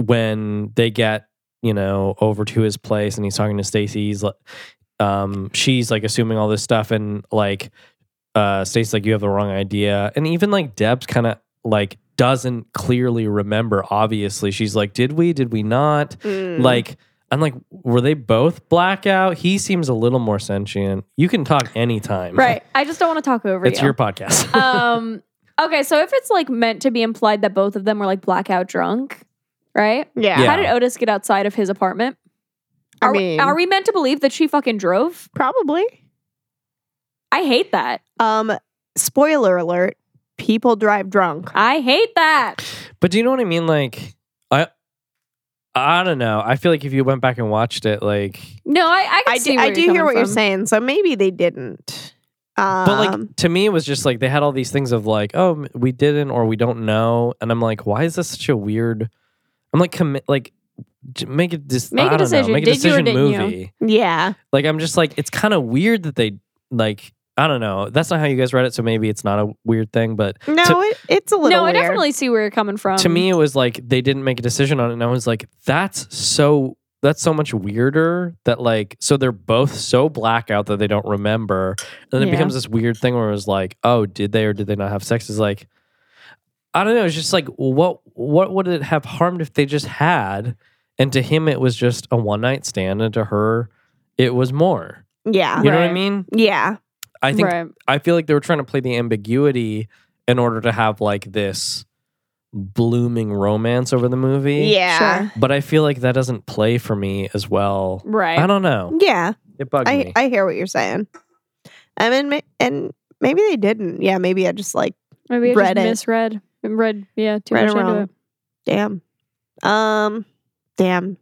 D: when they get you know over to his place and he's talking to stacy he's like um she's like assuming all this stuff and like uh stacy's like you have the wrong idea and even like deb's kind of like doesn't clearly remember obviously she's like did we did we not
E: Mm-hmm.
C: Mm.
D: like i'm like were they both blackout he seems a little more sentient you can talk anytime
E: Mm. right. I just don't want to talk over
D: it's
E: you.
D: your podcast
E: um okay, so if it's like meant to be implied that both of them were like blackout drunk, right?
C: yeah.
E: How did Otis get outside of his apartment?
C: I
E: Are, we-
C: mean-
E: are we meant to believe that she fucking drove?
C: Probably.
E: I hate that.
C: Um, spoiler alert: people drive drunk.
E: I hate that.
D: But do you know what I mean? Like, I, I don't know. I feel like if you went back and watched it, like,
E: No, I
C: I
E: I, can see
C: do,
E: where
C: I
E: you're
C: do hear
E: coming
C: what you're
E: from.
C: saying. So maybe they didn't. Um,
D: but like to me, it was just like they had all these things of like, oh, m- we didn't or we don't know, and I'm like, why is this such a weird? I'm like, commit, like, j- make a dis-
E: Make a
D: I don't know,
E: decision.
D: make a
E: Did you or
D: decision
E: didn't you?
D: movie.
C: yeah,
D: Like, I'm just like, it's kind of weird that they like. I don't know. That's not how you guys read it, so maybe it's not a weird thing. But
C: no,
D: to,
C: it, it's a little.
E: No, I
C: weird.
E: definitely see where you're coming from.
D: to me, it was like they didn't make a decision on it, and I was like, that's so that's so much weirder that like so they're both so blackout that they don't remember, and then it
C: Yeah.
D: becomes this weird thing where it was like, oh, did they or did they not have sex? Is like, I don't know. It's just like what what would it have harmed if they just had? And to him, it was just a one night stand, and to her, it was more.
C: Yeah,
D: You know what I
E: Right.
D: mean?
C: yeah,
D: I think
E: right.
D: I feel like they were trying to play the ambiguity in order to have like this blooming romance over the movie.
C: yeah,
E: Sure.
D: But I feel like that doesn't play for me as well.
E: Right.
D: I don't know.
C: yeah.
D: It bugged
C: I
D: me.
C: I hear what you're saying. I mean, ma- and maybe they didn't. Yeah, maybe I just like
E: Maybe I
C: Read
E: just
C: it.
E: misread. Read, yeah, too
C: Read
E: much
C: it
E: into
C: wrong.
E: it.
C: damn, um, damn,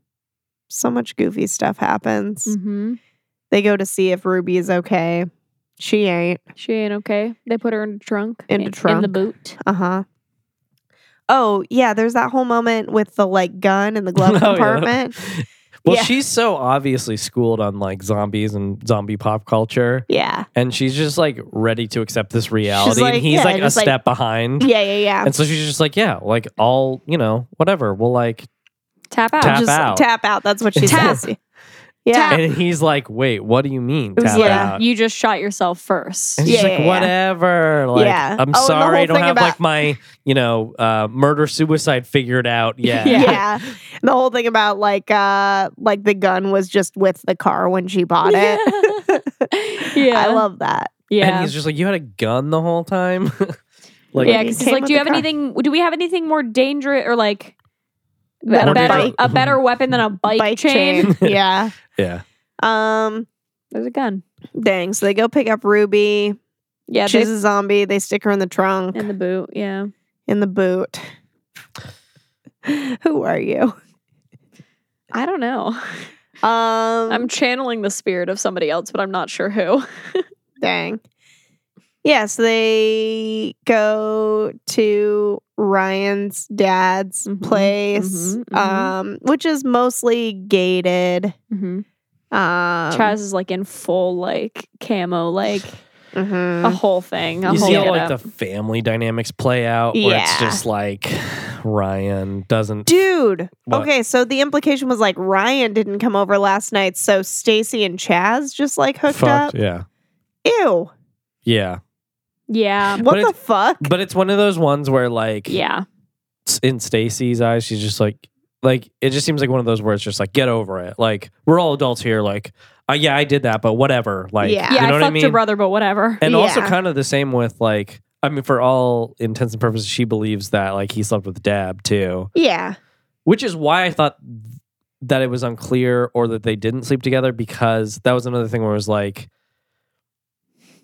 C: so much goofy stuff happens.
E: Mm-hmm.
C: They go to see if Ruby is okay. She ain't.
E: She ain't okay. They put her in a trunk.
C: In the
E: In the
C: trunk.
E: boot.
C: Uh huh. Oh yeah, there's that whole moment with the like gun in the glove
D: Oh, yeah.
C: compartment.
D: Well,
C: Yeah.
D: she's so obviously schooled on like zombies and zombie pop culture.
C: Yeah,
D: And she's just like ready to accept this reality.
C: like,
D: and he's
C: yeah,
D: like a
C: just, like-
D: step behind.
C: yeah, yeah, yeah.
D: And so she's just like, yeah, like all, you know, whatever. We'll like
E: Tap out.
D: Tap
C: Just
D: out.
C: tap out. That's what she
D: Tap.
C: says. Yeah,
E: Tap.
D: and he's like, wait, what do you mean?
E: It was
D: Tap
E: like,
D: out.
E: you just shot yourself first.
D: And she's
C: Yeah,
D: like,
C: yeah, yeah.
D: whatever. Like,
C: Yeah. Oh,
D: I'm
C: and the
D: sorry, I
C: whole
D: don't
C: thing
D: have
C: about-
D: like my, you know, uh, murder suicide figured out yet.
E: Yeah.
C: yeah. And the whole thing about like uh like the gun was just with the car when she bought it.
E: Yeah.
C: I love that.
E: Yeah.
D: And he's just like, you had a gun the whole time. Like,
E: yeah,
C: he
E: because he's
C: came
E: like,
C: with
E: do you
C: the
E: have
C: car."
E: anything? Do we have anything more dangerous or like
C: Than
E: a
D: a
E: better
D: bike.
E: a better weapon than a bike,
C: bike
E: chain?
C: chain. yeah.
D: yeah.
C: Um.
E: There's a gun.
C: Dang. So they go pick up Ruby.
E: Yeah,
C: She's
E: they,
C: a zombie. They stick her in the trunk,
E: in the boot. Yeah,
C: in the boot. Who are you?
E: I don't know.
C: Um.
E: I'm channeling the spirit of somebody else, but I'm not sure who.
C: Dang. Yeah, so they go to Ryan's dad's
E: Mhm,
C: place,
E: mhm, mhm.
C: Um, which is mostly gated.
E: Mm-hmm.
C: Um,
E: Chaz is like in full like camo, like
C: mhm.
E: a whole thing. A
D: You
E: whole
D: see how
E: get
D: like
E: up.
D: the family dynamics play out where
C: Yeah.
D: it's just like Ryan doesn't
C: Dude.
D: What?
C: Okay, so the implication was like Ryan didn't come over last night, so Stacy and Chaz just like hooked up.
D: fucked. Yeah.
C: Ew.
D: Yeah.
E: yeah,
C: What the
D: it's-
C: fuck?
D: But it's one of those ones where like
E: yeah,
D: s- in Stacy's eyes, she's just like, like it just seems like one of those words, just like get over it. Like we're all adults here. Like, uh, yeah, I did that, but whatever. Like,
C: Yeah.
E: yeah.
D: you know
E: I
D: what
E: fucked
D: I mean?
E: your brother, but whatever.
D: and also
C: Yeah.
D: kind of the same with like, I mean, for all intents and purposes, she believes that like he slept with Dab too,
C: yeah.
D: which is why I thought that it was unclear or that they didn't sleep together because that was another thing where it was like.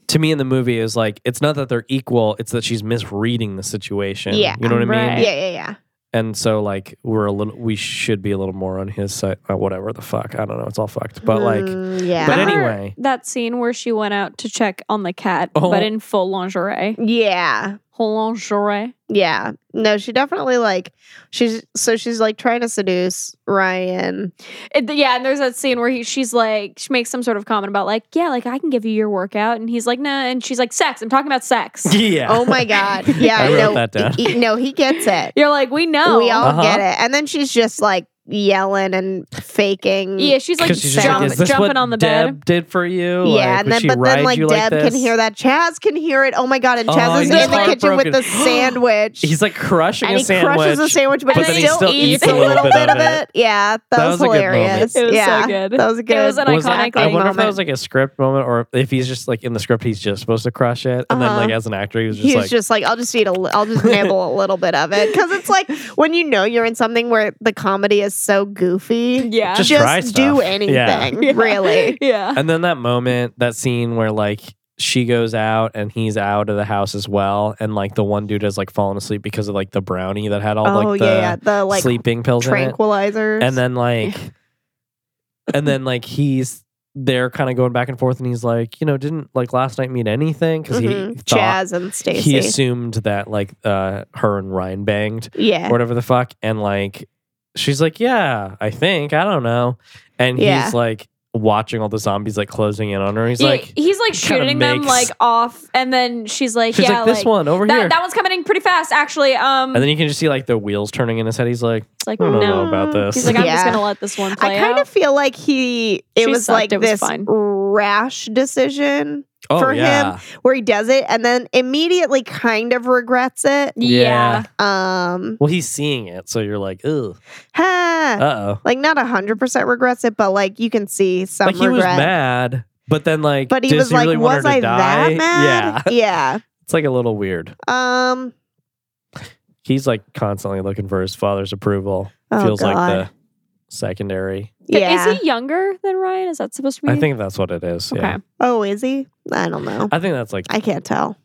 D: To me, in the movie, is like it's not that they're equal; it's that she's misreading the situation.
C: Yeah.
D: you know what I mean
E: Right.
C: Yeah, yeah, yeah.
D: and so like we're a little we should be a little more on his side uh, whatever the fuck i don't know it's all fucked but like
C: Mm, yeah.
D: but
E: Remember
D: anyway.
E: that scene where she went out to check on the cat,
D: Oh.
E: but in full lingerie,
C: yeah.
E: whole lingerie.
C: Yeah. No, she definitely like she's so she's like trying to seduce Ryan.
E: It- yeah, and there's that scene where he, she's like, she makes some sort of comment about like, yeah, like I can give you your workout, and he's like, nah, and she's like, sex. I'm talking about sex.
D: yeah
C: Oh my god. Yeah,
D: I wrote
C: no,
D: that down.
C: He, no, he gets it.
E: You're like, we know.
C: We all
D: Uh-huh.
C: get it. And then she's just like yelling and faking.
E: yeah, she's like,
D: Because she's just
E: jump-
D: like, is this
E: jumping
D: what
E: on the
D: Deb
E: bed.
D: did for
C: Yeah,
D: you? Like,
C: and
D: would
C: then
D: she
C: but
D: ride
C: then like
D: you
C: Deb
D: this?
C: can hear that. Chaz can hear it. Oh my god! And
D: Oh,
C: Chaz is
D: he's
C: in the kitchen with
D: heartbroken.
C: the sandwich.
D: He's like crushing
C: and
D: a
C: he
D: sandwich.
C: crushes the sandwich, but,
E: And
C: he
E: then he
C: still,
E: still
C: eats
E: eats
C: a little bit of it. Yeah, that,
D: That
C: was,
D: was a good moment.
C: hilarious.
E: It was so
C: yeah,
E: good.
C: That was a good.
E: It was an
D: Was-
E: iconic
D: I wonder if
E: moment.
D: that was like a script moment or if he's just like in the script he's just supposed to crush it, and
C: Uh-huh.
D: then like as an actor he was just
C: He was
D: like,
C: just like, I'll just eat a, li- I'll just nibble a little bit of it because it's like when you know you're in something where the comedy is so goofy,
E: Yeah.
D: Just try stuff.
C: do
D: Yeah.
C: anything, really.
E: yeah.
D: And then that moment, that scene where like she goes out and he's out of the house as well, and like the one dude has like fallen asleep because of like the brownie that had all
C: oh
D: like the
C: yeah, yeah, the like
D: sleeping pills in it.
C: tranquilizers,
D: And then like, and then like he's they're kind of going back and forth, and he's like, you know, didn't like last night mean anything because
C: Mhm.
D: he thought
C: Chaz and
D: he
C: Stacy,
D: assumed that like uh her and Ryan banged or
C: yeah,
D: whatever the fuck, and like she's like, yeah, I think I don't know, and
C: Yeah.
D: he's like watching all the zombies like closing in on her. He's
E: Yeah,
D: like.
E: he's
D: kinda
E: like shooting them
D: makes-
E: like off, and then she's like,
D: She's
E: yeah,
D: like this one over here.
E: That, that one's coming in pretty fast, actually. Um,
D: and then you can just see like the wheels turning in his head. He's like,
E: it's like
D: I don't
E: no.
D: know about this.
E: He's like, I'm
C: Yeah.
E: just gonna let this one play
C: I kind
E: out.
C: of feel like he it
E: She
C: was
E: sucked,
C: like
E: it was
C: this
E: fine.
C: rash decision
D: oh
C: for
D: yeah,
C: him where he does it and then immediately kind of regrets it.
E: yeah.
D: Yeah.
C: Um,
D: well he's seeing it, so you're like, ugh,
C: huh.
D: uh oh.
C: like not hundred percent regrets it, but like you can see some
D: Like he was
C: regret.
D: mad, but then like,
C: But he
D: does
C: was like,
D: really want
C: "Was
D: her to
C: I
D: die?"
C: that mad?"
D: Yeah,
C: Yeah.
D: it's like a little weird.
C: Um.
D: He's like constantly looking for his father's approval.
C: Oh,
D: Feels like
C: God.
D: the secondary.
C: Yeah.
E: Is he younger than Ryan? Is that supposed to be?
D: I think that's what it is.
E: Okay.
D: Yeah,
C: oh, is he? I don't know.
D: I think that's like.
C: I can't tell.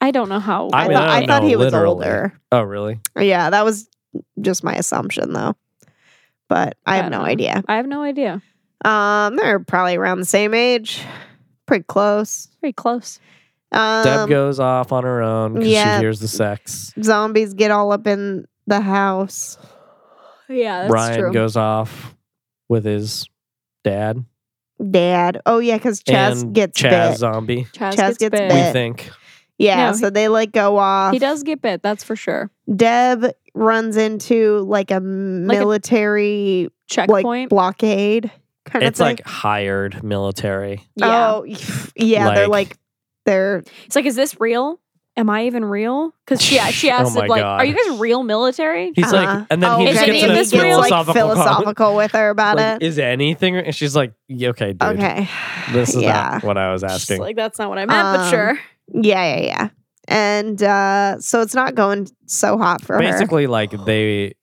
E: I don't know how.
D: I
C: I,
D: mean,
C: thought,
D: I
C: I,
D: don't
C: thought
D: know,
C: he was
D: literally.
C: older.
D: Oh really?
C: Yeah, that was just my assumption though. But I have
E: don't
C: no
E: know.
C: idea.
E: I have no idea.
C: Um, they're probably around the same age, pretty close.
E: Pretty close.
C: Um,
D: Deb goes off on her own because
C: yeah.
D: she hears the sex.
C: zombies get all up in the house.
E: Yeah, that's
D: Ryan
E: true.
D: goes off with his dad.
C: Dad. Oh yeah, because Chaz
D: and
C: gets
D: Chaz
C: bit.
D: zombie.
E: Chaz,
C: Chaz gets
E: gets bit.
C: bit.
D: We think
C: Yeah,
E: No, he-
C: so they like go off.
E: He does get bit. That's for sure.
C: Deb runs into like a military like,
E: Checkpoint.
C: blockade kind
D: it's
C: of thing.
D: like hired military.
E: yeah.
C: Oh yeah, they're like
D: Like-
C: they're
E: It's like, is this real? Am I even real? Because she she
D: Oh
E: asked him
D: my
E: like,
D: God.
E: are you guys real military?
D: He's
C: uh-huh.
D: like, and then
C: Oh,
D: he
E: Is
D: just
E: any
D: gets
E: of
D: in a
E: this real?
C: like
D: philosophical, comment,
C: philosophical with her about
D: like,
C: it.
D: is anything? And she's like, yeah, okay, dude.
C: okay,
D: This is
C: yeah,
D: not what I was
E: She's
D: asking.
E: like that's not what I meant, but
C: Um,
E: sure.
C: yeah, yeah, yeah. and uh, so it's not going so hot for her.
D: Basically, like they,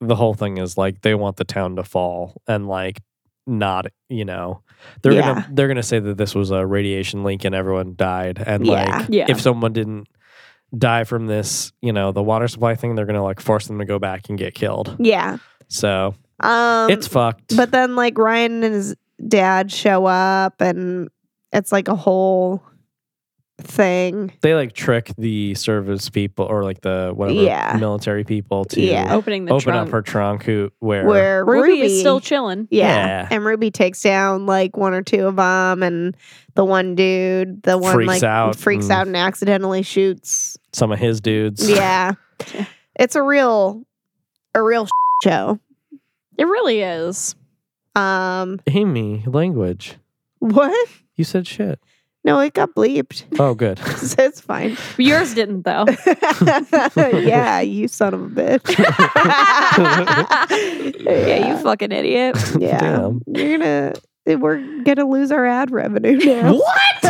D: the whole thing is like they want the town to fall and like not, you know, they're
C: Yeah.
D: gonna they're gonna say that this was a radiation leak and everyone died, and like
E: Yeah. Yeah.
D: if someone didn't die from this, you know, the water supply thing, they're gonna like force them to go back and get killed.
C: Yeah.
D: So
C: Um,
D: it's fucked.
C: But then like Ryan and his dad show up and it's like a whole thing.
D: they like trick the service people or like the whatever
C: Yeah.
D: military people to
C: Yeah.
E: Opening the
D: open
E: trunk.
D: up her trunk who where,
C: Where
E: Ruby,
C: Ruby,
E: is still chilling.
C: yeah.
D: Yeah.
C: And Ruby takes down like one or two of them and the one dude, the one
D: Freaks
C: like
D: out Mm.
C: freaks
D: and-
C: out and accidentally shoots.
D: some of his dudes.
C: Yeah. It's a real a real show.
E: It really is.
C: Um
D: Amy, language.
C: what?
D: You said shit.
C: No, it got bleeped.
D: Oh, good.
C: So it's fine.
E: Yours didn't though.
C: yeah, you son of a bitch.
E: yeah, you fucking idiot.
C: Yeah.
D: Damn.
C: You're gonna we're gonna lose our ad revenue now.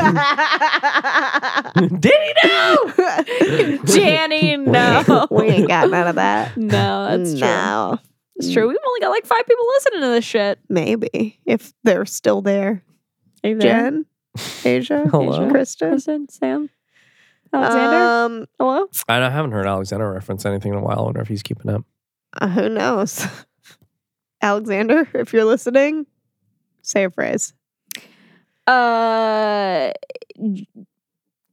C: What?
D: Did he know?
E: Janny, no.
C: we ain't got none of that.
E: No, that's true.
C: no.
E: It's true. We've only got like five people listening to this shit.
C: Maybe. If they're still there.
E: Are you there?
C: Jen, Asia,
D: Hello?
C: Kristen.
E: Kristen, Sam, Alexander.
C: Um,
E: Hello.
D: I don't- haven't heard Alexander reference anything in a while. I wonder if he's keeping up.
C: uh, who knows? Alexander, if you're listening, say a phrase.
E: Uh,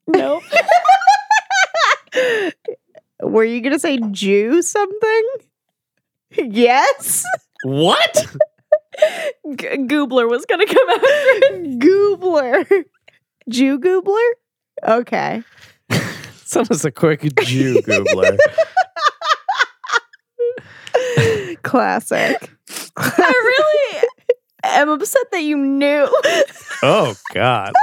E: nope.
C: Were you gonna say Jew something? Yes.
D: What?
E: G- Goobler was gonna come out.
C: Goobler. Jew Goobler? Okay.
D: Send us a quick Jew Googler.
C: Classic.
E: I really am upset that you knew
D: oh, God.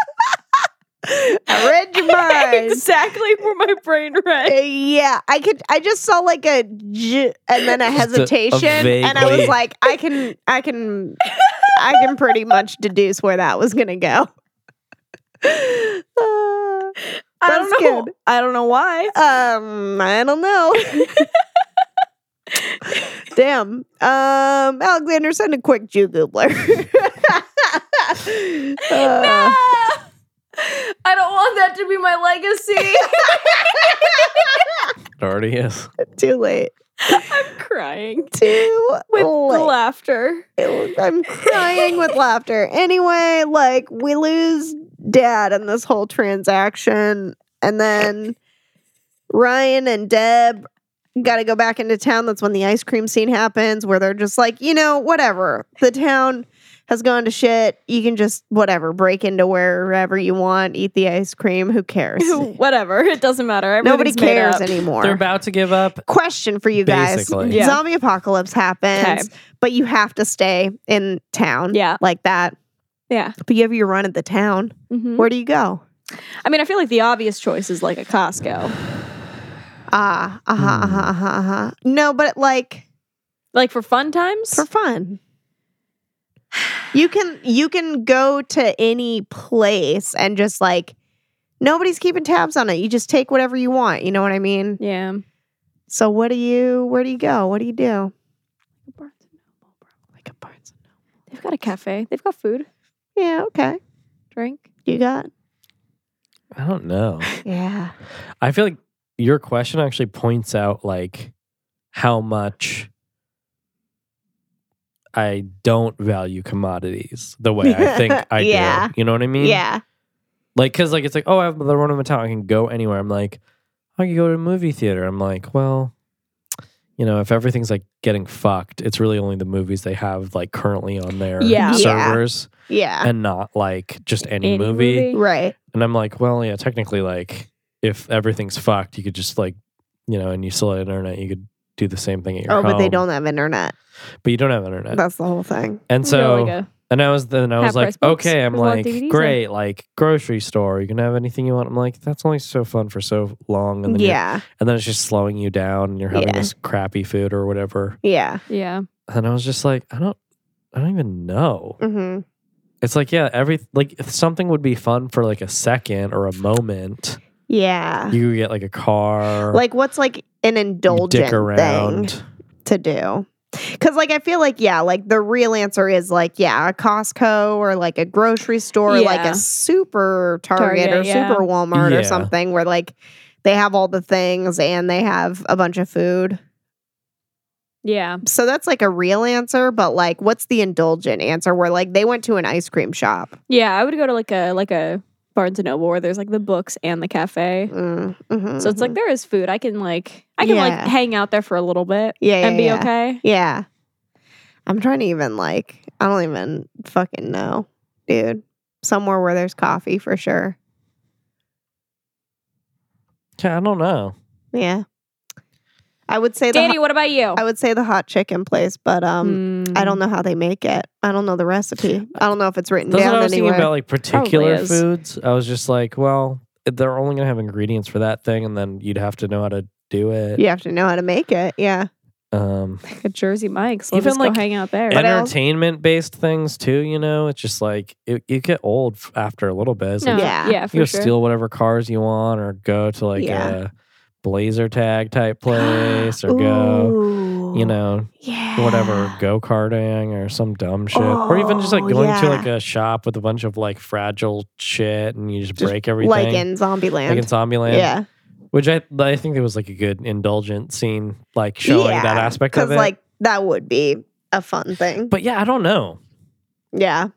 C: I read your mind.
E: exactly where my brain
C: Uh,
E: read.
C: yeah, I could. I just saw like a j- and then a
D: Just a- a
C: hesitation, and I
D: vaguely-
C: was like, I can, I can, I can pretty much deduce where that was gonna go. Uh,
E: I don't
C: that's
E: know.
C: good.
E: I don't know why.
C: um, I don't know. Damn. Um, Alexander, send a quick Jew Goobler. Uh,
E: Ah! I don't want that to be my legacy.
D: It already is.
C: Too late.
E: I'm crying
C: Too
E: with
C: late.
E: laughter.
C: It was- I'm crying with laughter. Anyway, like we lose dad in this whole transaction, and then Ryan and Deb got to go back into town. That's when the ice cream scene happens, where they're just like, you know, whatever. The town has gone to shit. You can just whatever break into wherever you want, eat the ice cream. Who cares?
E: Whatever. It doesn't matter.
C: Nobody
E: Everything's made
C: cares
E: up.
C: anymore
D: They're about to give up.
C: question for you guys.
D: Basically.
E: Yeah.
C: Zombie apocalypse happens,
E: Okay.
C: but you have to stay in town.
E: Yeah.
C: Like that.
E: Yeah.
C: But you have your run at the town.
E: Mhm.
C: Where do you go?
E: I mean, I feel like the obvious choice is like a Costco,
C: Ah, uh huh, uh huh, uh huh. No, but like
E: like for fun times.
C: for fun. You can you can go to any place and just like nobody's keeping tabs on it. You just take whatever you want. You know what I mean?
E: yeah.
C: So what do you where do you go? What do you do? Like a Barnes.
E: They've got a cafe. They've got food,
C: Yeah, okay.
E: drink.
C: You got
D: I don't know.
C: yeah.
D: I feel like your question actually points out like how much I don't value commodities the way I think I
C: Yeah.
D: do. You know what I mean?
C: Yeah.
D: Like, cause like it's like, oh, I have the run of a town. I can go anywhere. I'm like, I can go to a movie theater. I'm like, well, you know, if everything's like getting fucked, it's really only the movies they have like currently on their
E: Yeah.
C: Yeah.
D: servers
C: Yeah.
D: and not like just any,
E: Any
D: movie.
E: movie.
C: Right.
D: And I'm like, well, yeah, technically, like, if everything's fucked, you could just like, you know, and you still have internet, you could do the same thing at your
C: Oh, but they
D: home.
C: don't have internet.
D: But you don't have internet,
C: That's the whole thing.
D: and
E: Yeah,
D: so
E: like a-
D: and I was then I was like,
E: Half-price books
D: okay, I'm
E: with a lot
D: like,
E: of DVDs in.
D: great, like grocery store, you can have anything you want. I'm like, that's only so fun for so long, and then you're-
C: Yeah.
D: and then it's just slowing you down, and you're having
C: Yeah.
D: this crappy food or whatever.
C: Yeah.
E: yeah.
D: And I was just like, I don't, I don't even know.
C: hmm
D: It's like, yeah, every like if something would be fun for like a second or a moment.
C: Yeah.
D: You could get like a car,
C: like what's like an
D: you
C: indulgent
D: dick around.
C: thing to do? Cause like I feel like yeah, like the real answer is like yeah, a Costco or like a grocery store, like
E: Yeah.
C: a super Target,
E: Target,
C: or
E: yeah.
C: super Walmart
D: Yeah.
C: or something where like they have all the things and they have a bunch of food.
E: Yeah.
C: So that's like a real answer, but like what's the indulgent answer where like they went to an ice cream shop?
E: Yeah. I would go to like a like a Barnes and Noble where there's like the books and the cafe.
C: Mm, mhm,
E: So it's like
C: mhm.
E: there is food. I can like I can like
C: Yeah.
E: hang out there for a little bit
C: yeah, yeah,
E: and be
C: yeah.
E: okay.
C: Yeah. I'm trying to even like I don't even fucking know, dude. Somewhere where there's coffee for sure.
D: Yeah, I don't know.
C: Yeah. I would say
E: Danny,
C: the
E: what about you?
C: hot, I would say the hot chicken place, but um I don't
E: Mm.
C: know how they make it. I don't know the recipe. I don't know if it's written
D: That's what I
C: down
D: was thinking
C: anywhere.
D: about, like particular
E: is.
D: foods. I was just like, well, they're only gonna have ingredients for that thing, and then you'd have to know how to do it.
C: you have to know how to make it. Yeah.
D: Um,
E: like Hmm. a Jersey Mike's. Let's
D: Even,
E: just
D: like,
E: go hang out there.
C: But I also-
D: entertainment based things too. You know, it's just like it, you get old f- after a little bit. It's
E: No,
D: like,
E: yeah.
C: Yeah.
E: Yeah. For
D: you go
E: sure.
D: steal whatever cars you want, or go to like
C: Yeah.
D: a blazer tag type place, or go. You know,
C: Yeah.
D: whatever go karting or some dumb shit, or even just like
C: Ah. Oh,
D: going to
C: yeah.
D: like a shop with a bunch of like fragile shit and you just,
C: Just
D: break everything,
C: Like in Zombieland.
D: like in Zombieland.
C: Yeah.
D: which I I think there was like a good indulgent scene, like showing
C: yeah.
D: that aspect of it.
C: Cuz like that would be a fun thing.
D: but yeah, I don't know.
C: Yeah.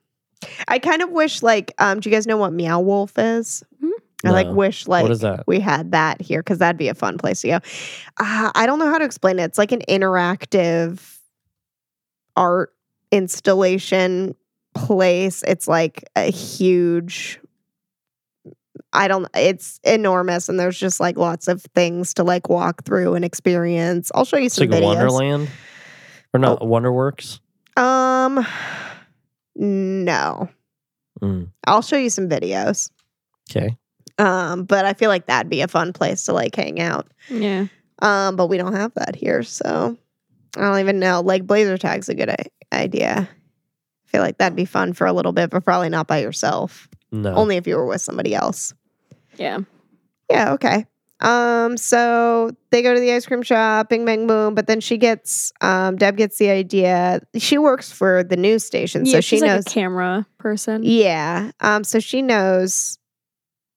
C: I kind of wish like um do you guys know what Meow Wolf is?
E: Hmm?
C: I like
D: No.
C: wish like
D: what is that?
C: we had that here because that'd be a fun place to go. Uh, I don't know how to explain it. It's like an interactive art installation place. It's like a huge. I don't. It's enormous, and there's just like lots of things to like walk through and experience. I'll show you
D: It's
C: some
D: like
C: videos. Oh.
D: Wonderland or not Wonderworks.
C: Um, no,
D: Mm,
C: I'll show you some videos.
D: okay,
C: Um, but I feel like that'd be a fun place to like hang out.
E: yeah.
C: Um, but we don't have that here, so I don't even know. Like blazer tag's a good I- idea. I feel like that'd be fun for a little bit, but probably not by yourself.
D: no,
C: Only if you were with somebody else.
E: Yeah.
C: Yeah, okay. Um, so they go to the ice cream shop, bing bang boom, but then she gets um Deb gets the idea. She works for the news station, so
E: yeah,
C: she
E: she's
C: knows
E: like a camera person.
C: yeah. Um, so she knows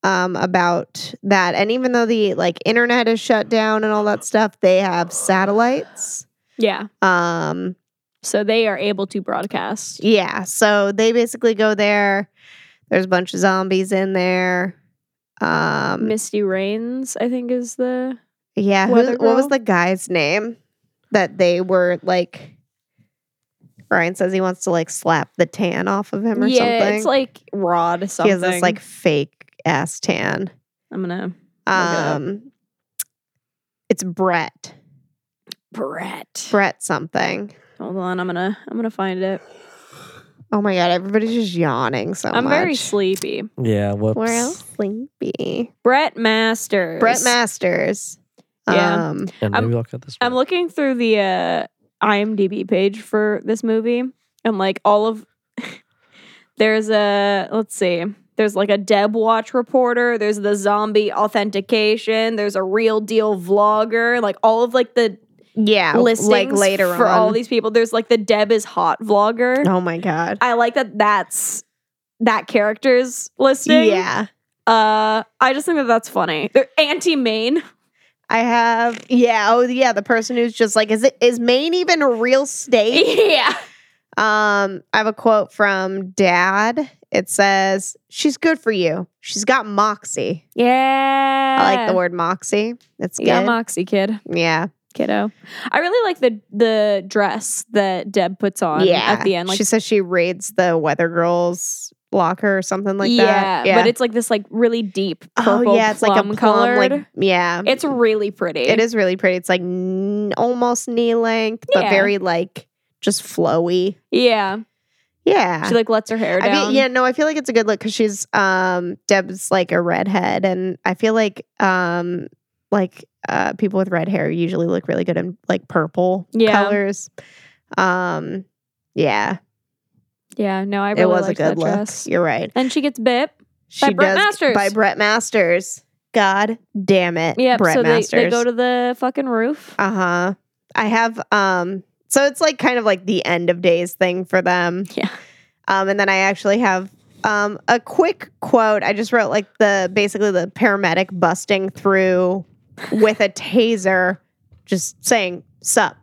C: um about that. And even though the like internet is shut down and all that stuff, they have satellites.
E: Yeah.
C: Um,
E: So they are able to broadcast.
C: yeah. So they basically go there. There's a bunch of zombies in there. Um
E: Misty Rains, I think, is the
C: yeah, who,
E: Weather
C: what was the
E: Girl?
C: guy's name that they were like Ryan says he wants to like slap the tan off of him or
E: yeah.
C: something.
E: It's like Rod
C: he
E: something.
C: has this like fake ass tan.
E: I'm gonna Look it up.
C: Um, it's Brett.
E: Brett.
C: Brett something.
E: Hold on, I'm gonna I'm gonna find it.
C: Oh my god, everybody's just yawning so
E: I'm
C: much.
E: very sleepy.
D: yeah, whoops.
C: We're all sleepy.
E: Brett Masters.
C: Brett Masters.
E: Yeah.
C: Um,
D: And
E: I'm-
D: maybe I'll cut this.
E: I'm
D: one.
E: looking through the uh, IMDb page for this movie, and like all of there's a let's see, there's like a Deb Watch reporter, there's the zombie authentication, there's a real deal vlogger, like all of like the
C: yeah.
E: listings
C: like later
E: for
C: on.
E: all these people. There's like the Deb is hot vlogger.
C: oh my god.
E: I like that. That's that character's listing.
C: Yeah.
E: Uh, I just think that that's funny. They're anti-main.
C: I have yeah, oh yeah, the person who's just like, is it is Maine even a real state?
E: yeah.
C: Um, I have a quote from Dad. It says, She's good for you. She's got moxie.
E: Yeah.
C: I like the word moxie. It's good.
E: Yeah, Moxie kid,
C: yeah.
E: kiddo. I really like the the dress that Deb puts on at the end. Like,
C: she says she raids the weather girl's locker or something like
E: yeah,
C: that. Yeah,
E: but it's like this like really deep purple.
C: oh yeah, it's like a plum,
E: colored.
C: like yeah,
E: it's really pretty.
C: it is really pretty. It's like n- almost knee length, but
E: Yeah.
C: very like just flowy.
E: Yeah,
C: Yeah.
E: she like lets her hair
C: I
E: down.
C: feel, yeah, no, I feel like it's a good look because she's um Deb's like a redhead, and I feel like um like uh people with red hair usually look really good in like purple
E: Yeah.
C: colors. Um, yeah,
E: Yeah, No, I really
C: it was a
E: liked
C: good
E: that
C: look.
E: dress.
C: You're right.
E: And she gets bit.
C: She
E: Brett
C: does
E: Masters.
C: by Brett Masters. God damn it,
E: Yep.
C: Brett
E: so they,
C: Masters.
E: they go to the fucking roof.
C: Uh huh. I have um. So it's like kind of like the end of days thing for them.
E: Yeah.
C: Um, and then I actually have um a quick quote. I just wrote like the basically the paramedic busting through with a taser, just saying "sup." Uh,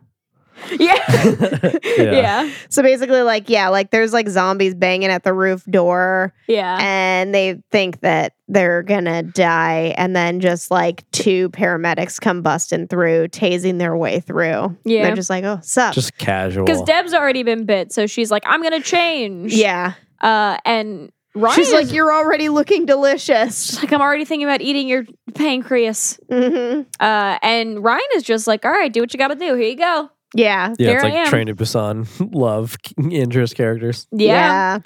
E: yeah.
D: Yeah.
E: yeah.
C: So basically, like yeah, like there's like zombies banging at the roof door,
E: Yeah.
C: and they think that they're gonna die, and then just like two paramedics come busting through, tasing their way through.
E: Yeah.
C: They're just like, "Oh, sup."
D: Just casual.
E: Because Deb's already been bit, so she's like, I'm gonna change.
C: Yeah.
E: Uh, and Ryan
C: She's like,
E: is-
C: you're already looking delicious.
E: like, I'm already thinking about eating your pancreas.
C: hmm
E: Uh, and Ryan is just like, all right, do what you gotta do. Here you go.
C: Yeah.
D: yeah,
E: there
D: it's
E: I
D: like
E: am.
D: Train to Busan love interest characters.
E: Yeah.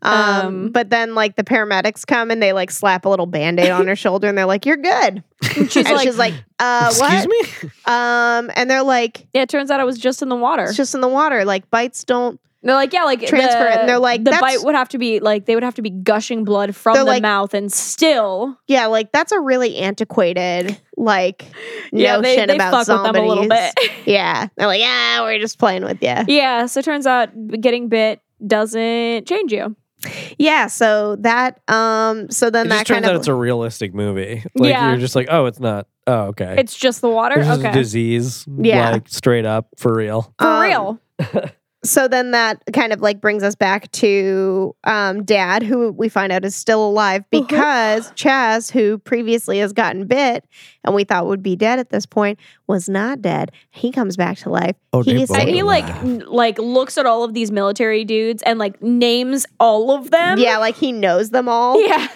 C: Um,
E: Um,
C: but then like the paramedics come and they like slap a little band-aid on her shoulder and they're like, You're good.
E: And she's
C: and
E: like,
C: she's like, uh
D: Excuse
C: what?
D: me.
C: Um and they're like,
E: yeah, it turns out I was just in the water.
C: It's just in the water. Like bites don't
E: They're like, yeah, like
C: Transfer
E: the-
C: it. And they're like,
E: the
C: that's-
E: bite would have to be like they would have to be gushing blood from
C: They're
E: the
C: like-
E: mouth, and still,
C: yeah, like that's a really antiquated like
E: yeah,
C: notion
E: they, they
C: about
E: fuck
C: zombies.
E: with them a little bit.
C: yeah. They're like, Yeah, we're just playing with you.
E: yeah, so it turns out getting bit doesn't change you.
C: Yeah, so that um so then
D: it
C: that
D: just
C: kind
D: turns
C: of
D: out it's a realistic movie. Like
E: Yeah.
D: you're just like, oh, it's not. Oh, okay.
E: It's just the water.
D: This is a
E: Okay,
D: disease.
C: Yeah.
D: Like straight up for real.
E: for
C: Um,
E: real.
C: so then that kind of like brings us back to um, dad who we find out is still alive
E: Uh-huh.
C: because chaz who previously has gotten bit and we thought would be dead at this point was not dead he comes back to life
D: Oh,
C: he
D: they
C: is
D: both
E: And
C: sitting-
E: he like n- like looks at all of these military dudes and like names all of them.
C: yeah like he knows them all
E: yeah,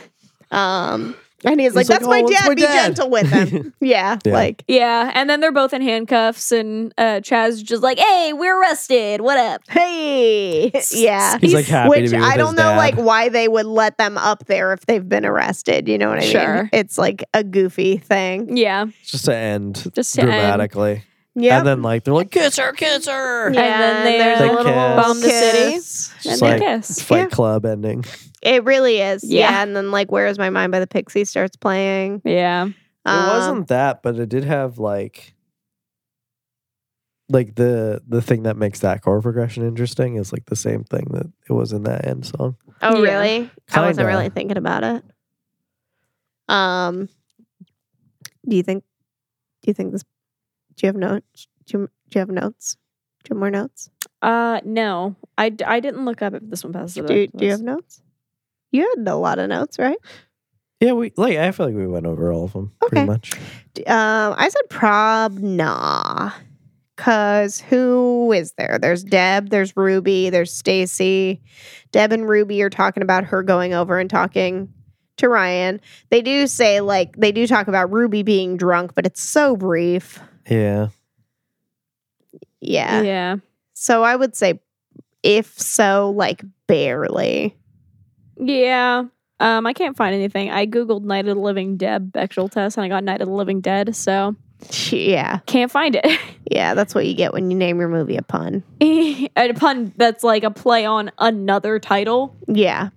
C: um and he's, like
D: like,
C: that's
D: "Oh,
C: my
D: it's
C: dad
D: my
C: be
D: dad."
C: gentle with him yeah,
D: Yeah.
C: like
E: yeah. And then they're both in handcuffs, and uh, Chaz is just like, "Hey, we're arrested. What up?"
C: hey yeah
D: He's, like, happy to
C: which
D: be with
C: Uh, i
D: his
C: don't know
D: dad.
C: like why they would let them up there if they've been arrested you know what i mean
E: Sure.
C: it's like a goofy thing
E: Yeah,
D: Just to end
E: Just to end.
D: dramatically.
C: Yeah.
D: And then like they're like, kiss her, kiss her.
E: Yeah. then they
C: there's
D: They
C: a little
D: kiss.
E: bomb the city.
C: kiss.
D: Just
E: and
D: like
E: they kiss.
D: Fight
C: Yeah.
D: Club ending.
C: It really is. Yeah.
E: Yeah.
C: And then like Where Is My Mind by the Pixies starts playing.
E: Yeah,
C: Um,
D: it wasn't that, but it did have like like the the thing that makes that chord progression interesting is like the same thing that it was in that end song.
C: Oh
E: Yeah.
C: really? I wasn't
D: Kinda.
C: really thinking about it. Um do you think do you think this do you have notes? Do you, do you have notes? Do you have more notes?
E: Uh, no, I, d- I didn't look up if this one passes.
C: Do, do you have notes? You had a lot of notes, right?
D: Yeah, we like I feel like we went over all of them
C: Okay.
D: pretty much.
C: D- Um, I said prob nah, cause who is there? There's Deb, there's Ruby, there's Stacy. Deb and Ruby are talking about her going over and talking to Ryan. They do say like they do talk about Ruby being drunk, but it's so brief.
D: Yeah.
C: Yeah.
E: Yeah.
C: So I would say, if so, like barely.
E: Yeah. Um, I can't find anything. I googled Night of the Living Dead Bechtel test and I got Night of the Living Dead, so
C: Yeah,
E: can't find it.
C: yeah. That's what you get when you name your movie a pun.
E: and a pun that's like a play on another title.
C: Yeah.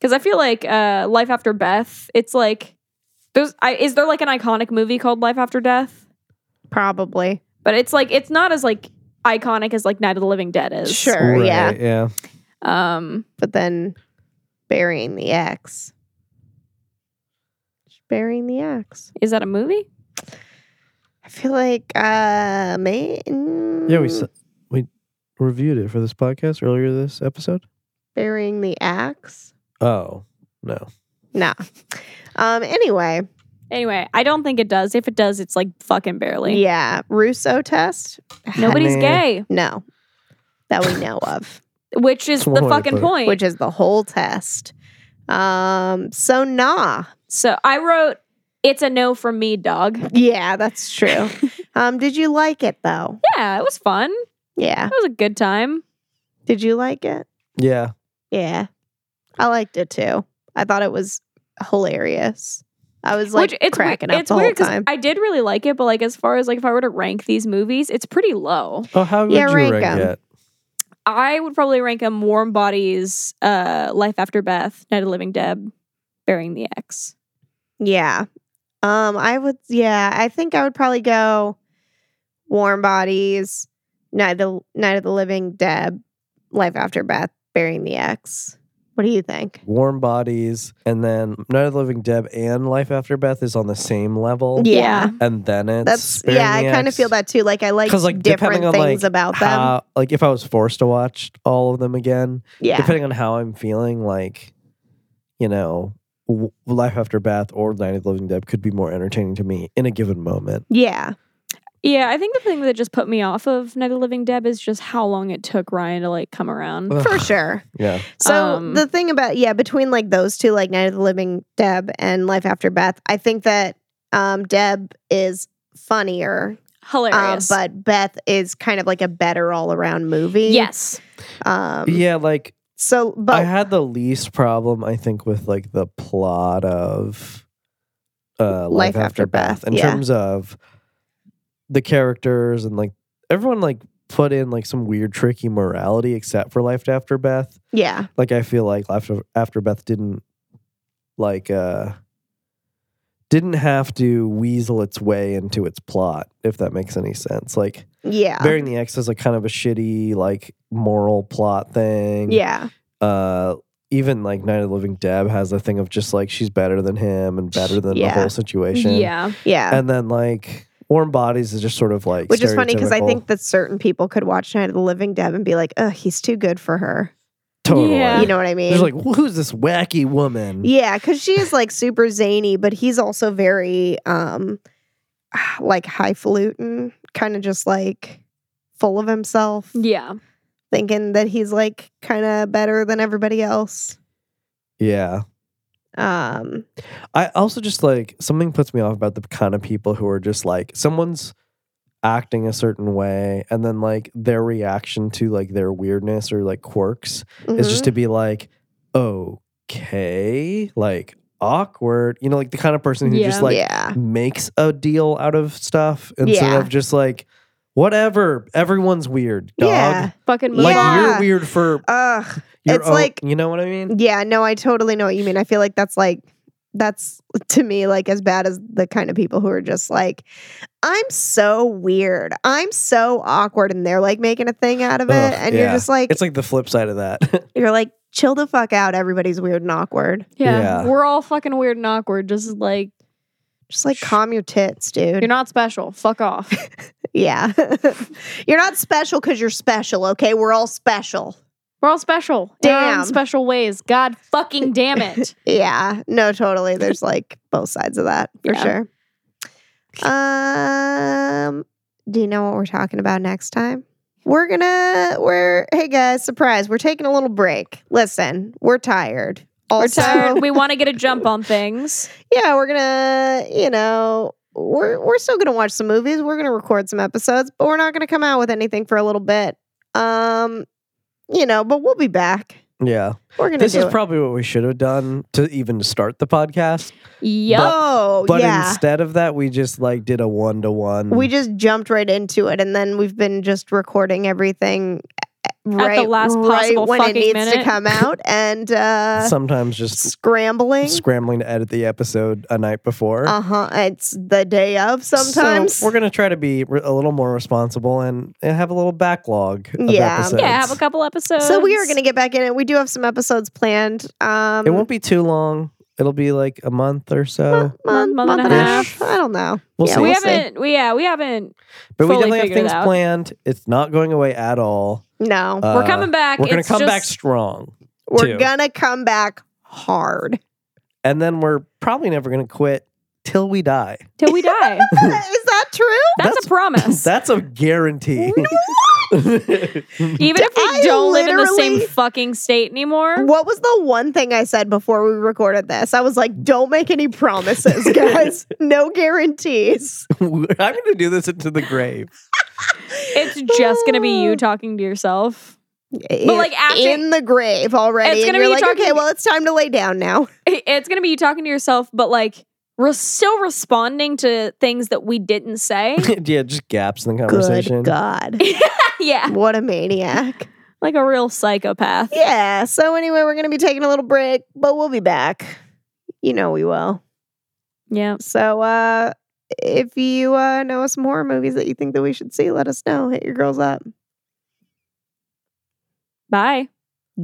E: Because I feel like uh, Life After Beth, it's like there's I, is there like an iconic movie called Life After Death?
C: Probably.
E: But it's like it's not as like iconic as like Night of the Living Dead is.
C: Sure.
D: Right,
C: Yeah.
D: Yeah.
E: Um
C: but then burying the ex. Just Burying the ex.
E: is that a movie?
C: I feel like uh man
D: Yeah, we s- we reviewed it for this podcast earlier this episode.
C: burying the axe.
D: Oh, no.
C: No. Um anyway,
E: Anyway, I don't think it does. If it does, it's like fucking barely.
C: yeah, Russo test?
E: Nobody's
D: Nah.
E: gay,
C: No. That we know of,
E: which is
D: That's
E: the
D: one way to
E: fucking
D: put it.
E: point.
C: which is the whole test. Um so nah.
E: so I wrote, "It's a no from me, dog."
C: Yeah, that's true. um did you like it though?
E: Yeah, it was fun. It
C: Yeah.
E: was a good time.
C: Did you like it?
D: Yeah.
C: Yeah. I liked it too. I thought it was hilarious. I was like
E: which it's weird-
C: cracking up
E: it's
C: the
E: weird
C: whole
E: 'cause
C: time.
E: I did really like it, but like as far as like if I were to rank these movies, it's pretty low.
D: Oh, how would
C: Yeah,
D: you
C: rank
D: rank
C: 'em.
D: it?
E: I would probably rank them Warm Bodies, uh, Life After Beth, Night of the Living Deb, Burying the X.
C: yeah. Um, I would, yeah, I think I would probably go Warm Bodies, Night of the, Night of the Living, Deb, Life After Beth, Burying the Ex. What do you think?
D: Warm Bodies, and then Night of the Living Deb and Life After Beth is on the same level.
E: Yeah.
D: And then it's
C: That's yeah. I kind of feel that too. Like I like,
D: 'Cause, like,
C: different
D: depending on,
C: things
D: like,
C: about them.
D: How, like if I was forced to watch all of them again,
C: yeah,
D: depending on how I'm feeling, like you know, w- Life After Beth or Night of the Living Dead could be more entertaining to me in a given moment.
C: yeah,
E: Yeah, I think the thing that just put me off of Night of the Living Deb is just how long it took Ryan to like come around.
D: Ugh.
C: for sure.
D: Yeah,
C: So
E: Um,
C: the thing about yeah, between like those two, like Night of the Living Deb and Life After Beth, I think that um Deb is funnier, um,
E: Hilarious.
C: but Beth is kind of like a better all around movie.
E: yes.
C: Um,
D: yeah. Like
C: So,
D: I
C: but
D: had the least problem, I think, with like the plot of uh, Life, After, Beth, in
C: yeah.
D: terms of the characters and like everyone like put in like some weird tricky morality except for Life After Beth.
C: yeah,
D: like I feel like after after Beth didn't like uh didn't have to weasel its way into its plot, if that makes any sense. Like
C: yeah,
D: burying the X is like kind of a shitty like moral plot thing.
C: yeah,
D: Uh even like Night of the Living Deb has a thing of just like she's better than him and better than
C: Yeah.
D: the whole situation.
E: Yeah.
C: yeah.
D: And then like Warm Bodies is just sort of like
C: Which is funny because I
D: stereotypical.
C: think that certain people could watch Night of the Living Deb and be like, "Ugh, he's too good for her."
D: totally
E: Yeah.
C: You know what I mean?
D: there's like who's this wacky woman?
C: Yeah, because she is like super zany, but he's also very um like highfalutin, kind of just like full of himself,
E: Yeah.
C: thinking that he's like kind of better than everybody else.
D: yeah.
C: Um,
D: I also just like something puts me off about the kind of people who are just like someone's acting a certain way and then like their reaction to like their weirdness or like quirks is just
C: mhm.
D: to be like okay like awkward you know like the kind of person who just
E: Yeah.
D: like
C: mm-hmm. yeah,
D: makes a deal out of stuff instead
C: Yeah.
D: of just like whatever everyone's weird dog
C: yeah.
E: Fucking move
D: like
E: on.
C: Yeah.
D: you're weird for
C: Ugh.
D: your
C: It's
D: own-
C: like-
D: you know what i mean
C: Yeah. No, I totally know what you mean. I feel like that's like that's to me like as bad as the kind of people who are just like, I'm so weird. I'm so awkward, and they're like making a thing out of it,
D: Ugh,
C: and
D: yeah.
C: you're just like,
D: it's like the flip side of that
C: you're like chill the fuck out everybody's weird and awkward
E: Yeah.
D: Yeah.
E: We're all fucking weird and awkward. Just like
C: just like calm your tits dude
E: you're not special. Fuck off.
C: yeah you're not special because you're special okay we're all special
E: We're all special. in our own
C: Damn.
E: special ways. God fucking damn it.
C: yeah no totally there's like both sides of that for
E: Yeah.
C: sure um do you know what we're talking about next time we're gonna we're hey guys surprise we're taking a little break listen we're tired
E: We're
C: also,
E: tired. We want to get a jump on things.
C: yeah, we're gonna, you know, we're we're still gonna watch some movies. We're gonna record some episodes, but we're not gonna come out with anything for a little bit. Um, you know, but we'll be back.
D: yeah
C: We're gonna
D: This
C: do
D: is
C: it.
D: probably what we should have done to even start the podcast.
E: Yup.
C: oh,
D: But
C: yeah.
D: instead of that, we just like did a one to one.
C: we just jumped right into it, and then we've been just recording everything eh, right,
E: last
C: right
E: possible
C: when it
E: fucking
C: needs to
E: minute.
C: come out, and uh,
D: sometimes just
C: scrambling.
D: scrambling to edit the episode a night before.
C: uh huh. It's the day of sometimes.
D: So we're gonna try to be re- a little more responsible and, and have a little backlog. Of
C: Yeah.
D: episodes.
E: Yeah, have a couple episodes.
C: so we are going to get back in it. We do have some episodes planned. Um,
D: It won't be too long. It'll be like a month or so,
C: month, month, and a half. I don't know.
D: We'll
C: yeah,
D: see.
E: we
C: we'll see.
E: haven't. We, yeah, we haven't.
D: but we
E: fully
D: definitely have
E: figured it
D: things
E: out.
D: planned. It's not going away at all.
C: No,
E: we're
D: Uh,
E: coming back.
D: We're gonna
E: It's
D: come back
E: just-
D: strong,
C: we're
D: two.
C: gonna come back hard.
D: and then we're probably never gonna quit till we die.
E: till we die.
C: Is that true?
E: That's,
D: That's-
E: a promise.
D: That's a guarantee.
E: Even if we
C: I
E: don't live in the same
C: literally-
E: fucking state anymore.
C: What was the one thing I said before we recorded this? I was like, "Don't make any promises, guys. no guarantees."
D: I'm going to do this into the grave.
E: It's just gonna be you talking to yourself.
C: In-
E: like, after-
C: in the grave already,
E: It's
C: and
E: gonna
C: you're like,
E: be talking-
C: "Okay, well, it's time to lay down now."
E: It- It's gonna be you talking to yourself, but like re- still responding to things that we didn't say.
D: yeah, just gaps in the conversation.
C: Good God,
E: yeah,
C: what a maniac!
E: like a real psychopath.
C: Yeah. So anyway, we're gonna be taking a little break, but we'll be back. You know we will.
E: Yeah.
C: So uh if you uh know some horror movies that you think that we should see, let us know. Hit your girls up.
E: Bye.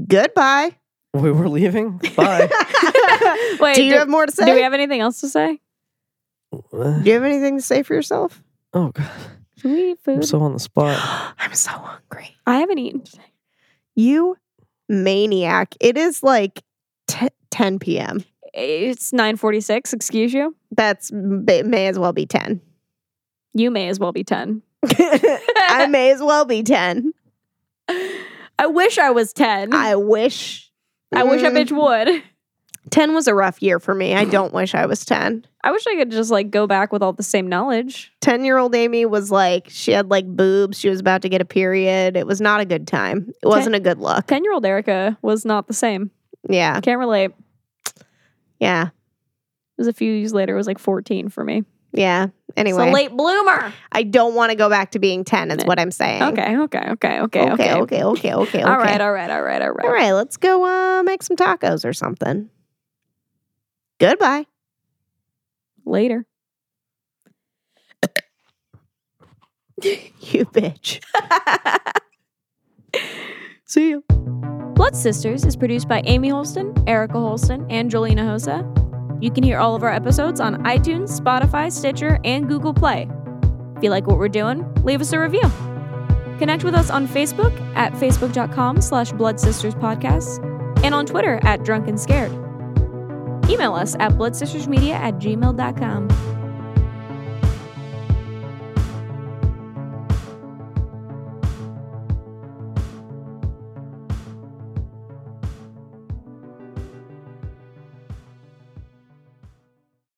C: Goodbye.
D: We were leaving. Bye.
E: Wait,
C: do you
E: do-
C: have more to say?
E: Do we have anything else to say?
D: oh
C: do you have anything to say for yourself?
D: god,
E: Can we eat
D: I'm
E: food?
D: so on the spot.
C: I'm so hungry.
E: I haven't eaten. today.
C: You maniac. It is like t- 10 p.m.
E: It's 9:46. Excuse you.
C: That's may may as well be 10.
E: You may as well be 10.
C: I may as well be 10.
E: I wish I was 10. I,
C: I wish.
E: wish Mm. I
C: Mm,
E: bitch would.
C: 10 was a rough year for me. I don't wish I was 10.
E: I wish I could just like go back with all the same knowledge.
C: 10 year old Amy was like, she had like boobs. She was about to get a period. It was not a good time. It wasn't a good look.
E: 10 year old Erica was not the same.
C: Yeah.
E: I can't relate. It
C: Yeah.
E: was a few years later. It was like 14 for me.
C: Yeah.
E: It's a
C: Anyway,
E: late bloomer.
C: I don't want to go back to being 10, is what I'm saying.
E: Okay, okay, okay, okay,
C: Okay.
E: okay.
C: Okay. Okay. Okay. Okay.
E: All right, all right, all right, all right.
C: All right. Let's go uh, make some tacos or something. Goodbye.
E: Later.
C: You bitch.
E: See you. Blood Sisters is produced by Amy Holston, Erica Holston, and Jolena Hosa. You can hear all of our episodes on iTunes, Spotify, Stitcher, and Google Play. If you like what we're doing, leave us a review. Connect with us on Facebook at facebook.com slash Blood Sisters Podcast and on Twitter at Drunk and Scared. Email us at bloodsistersmedia at gmail.com.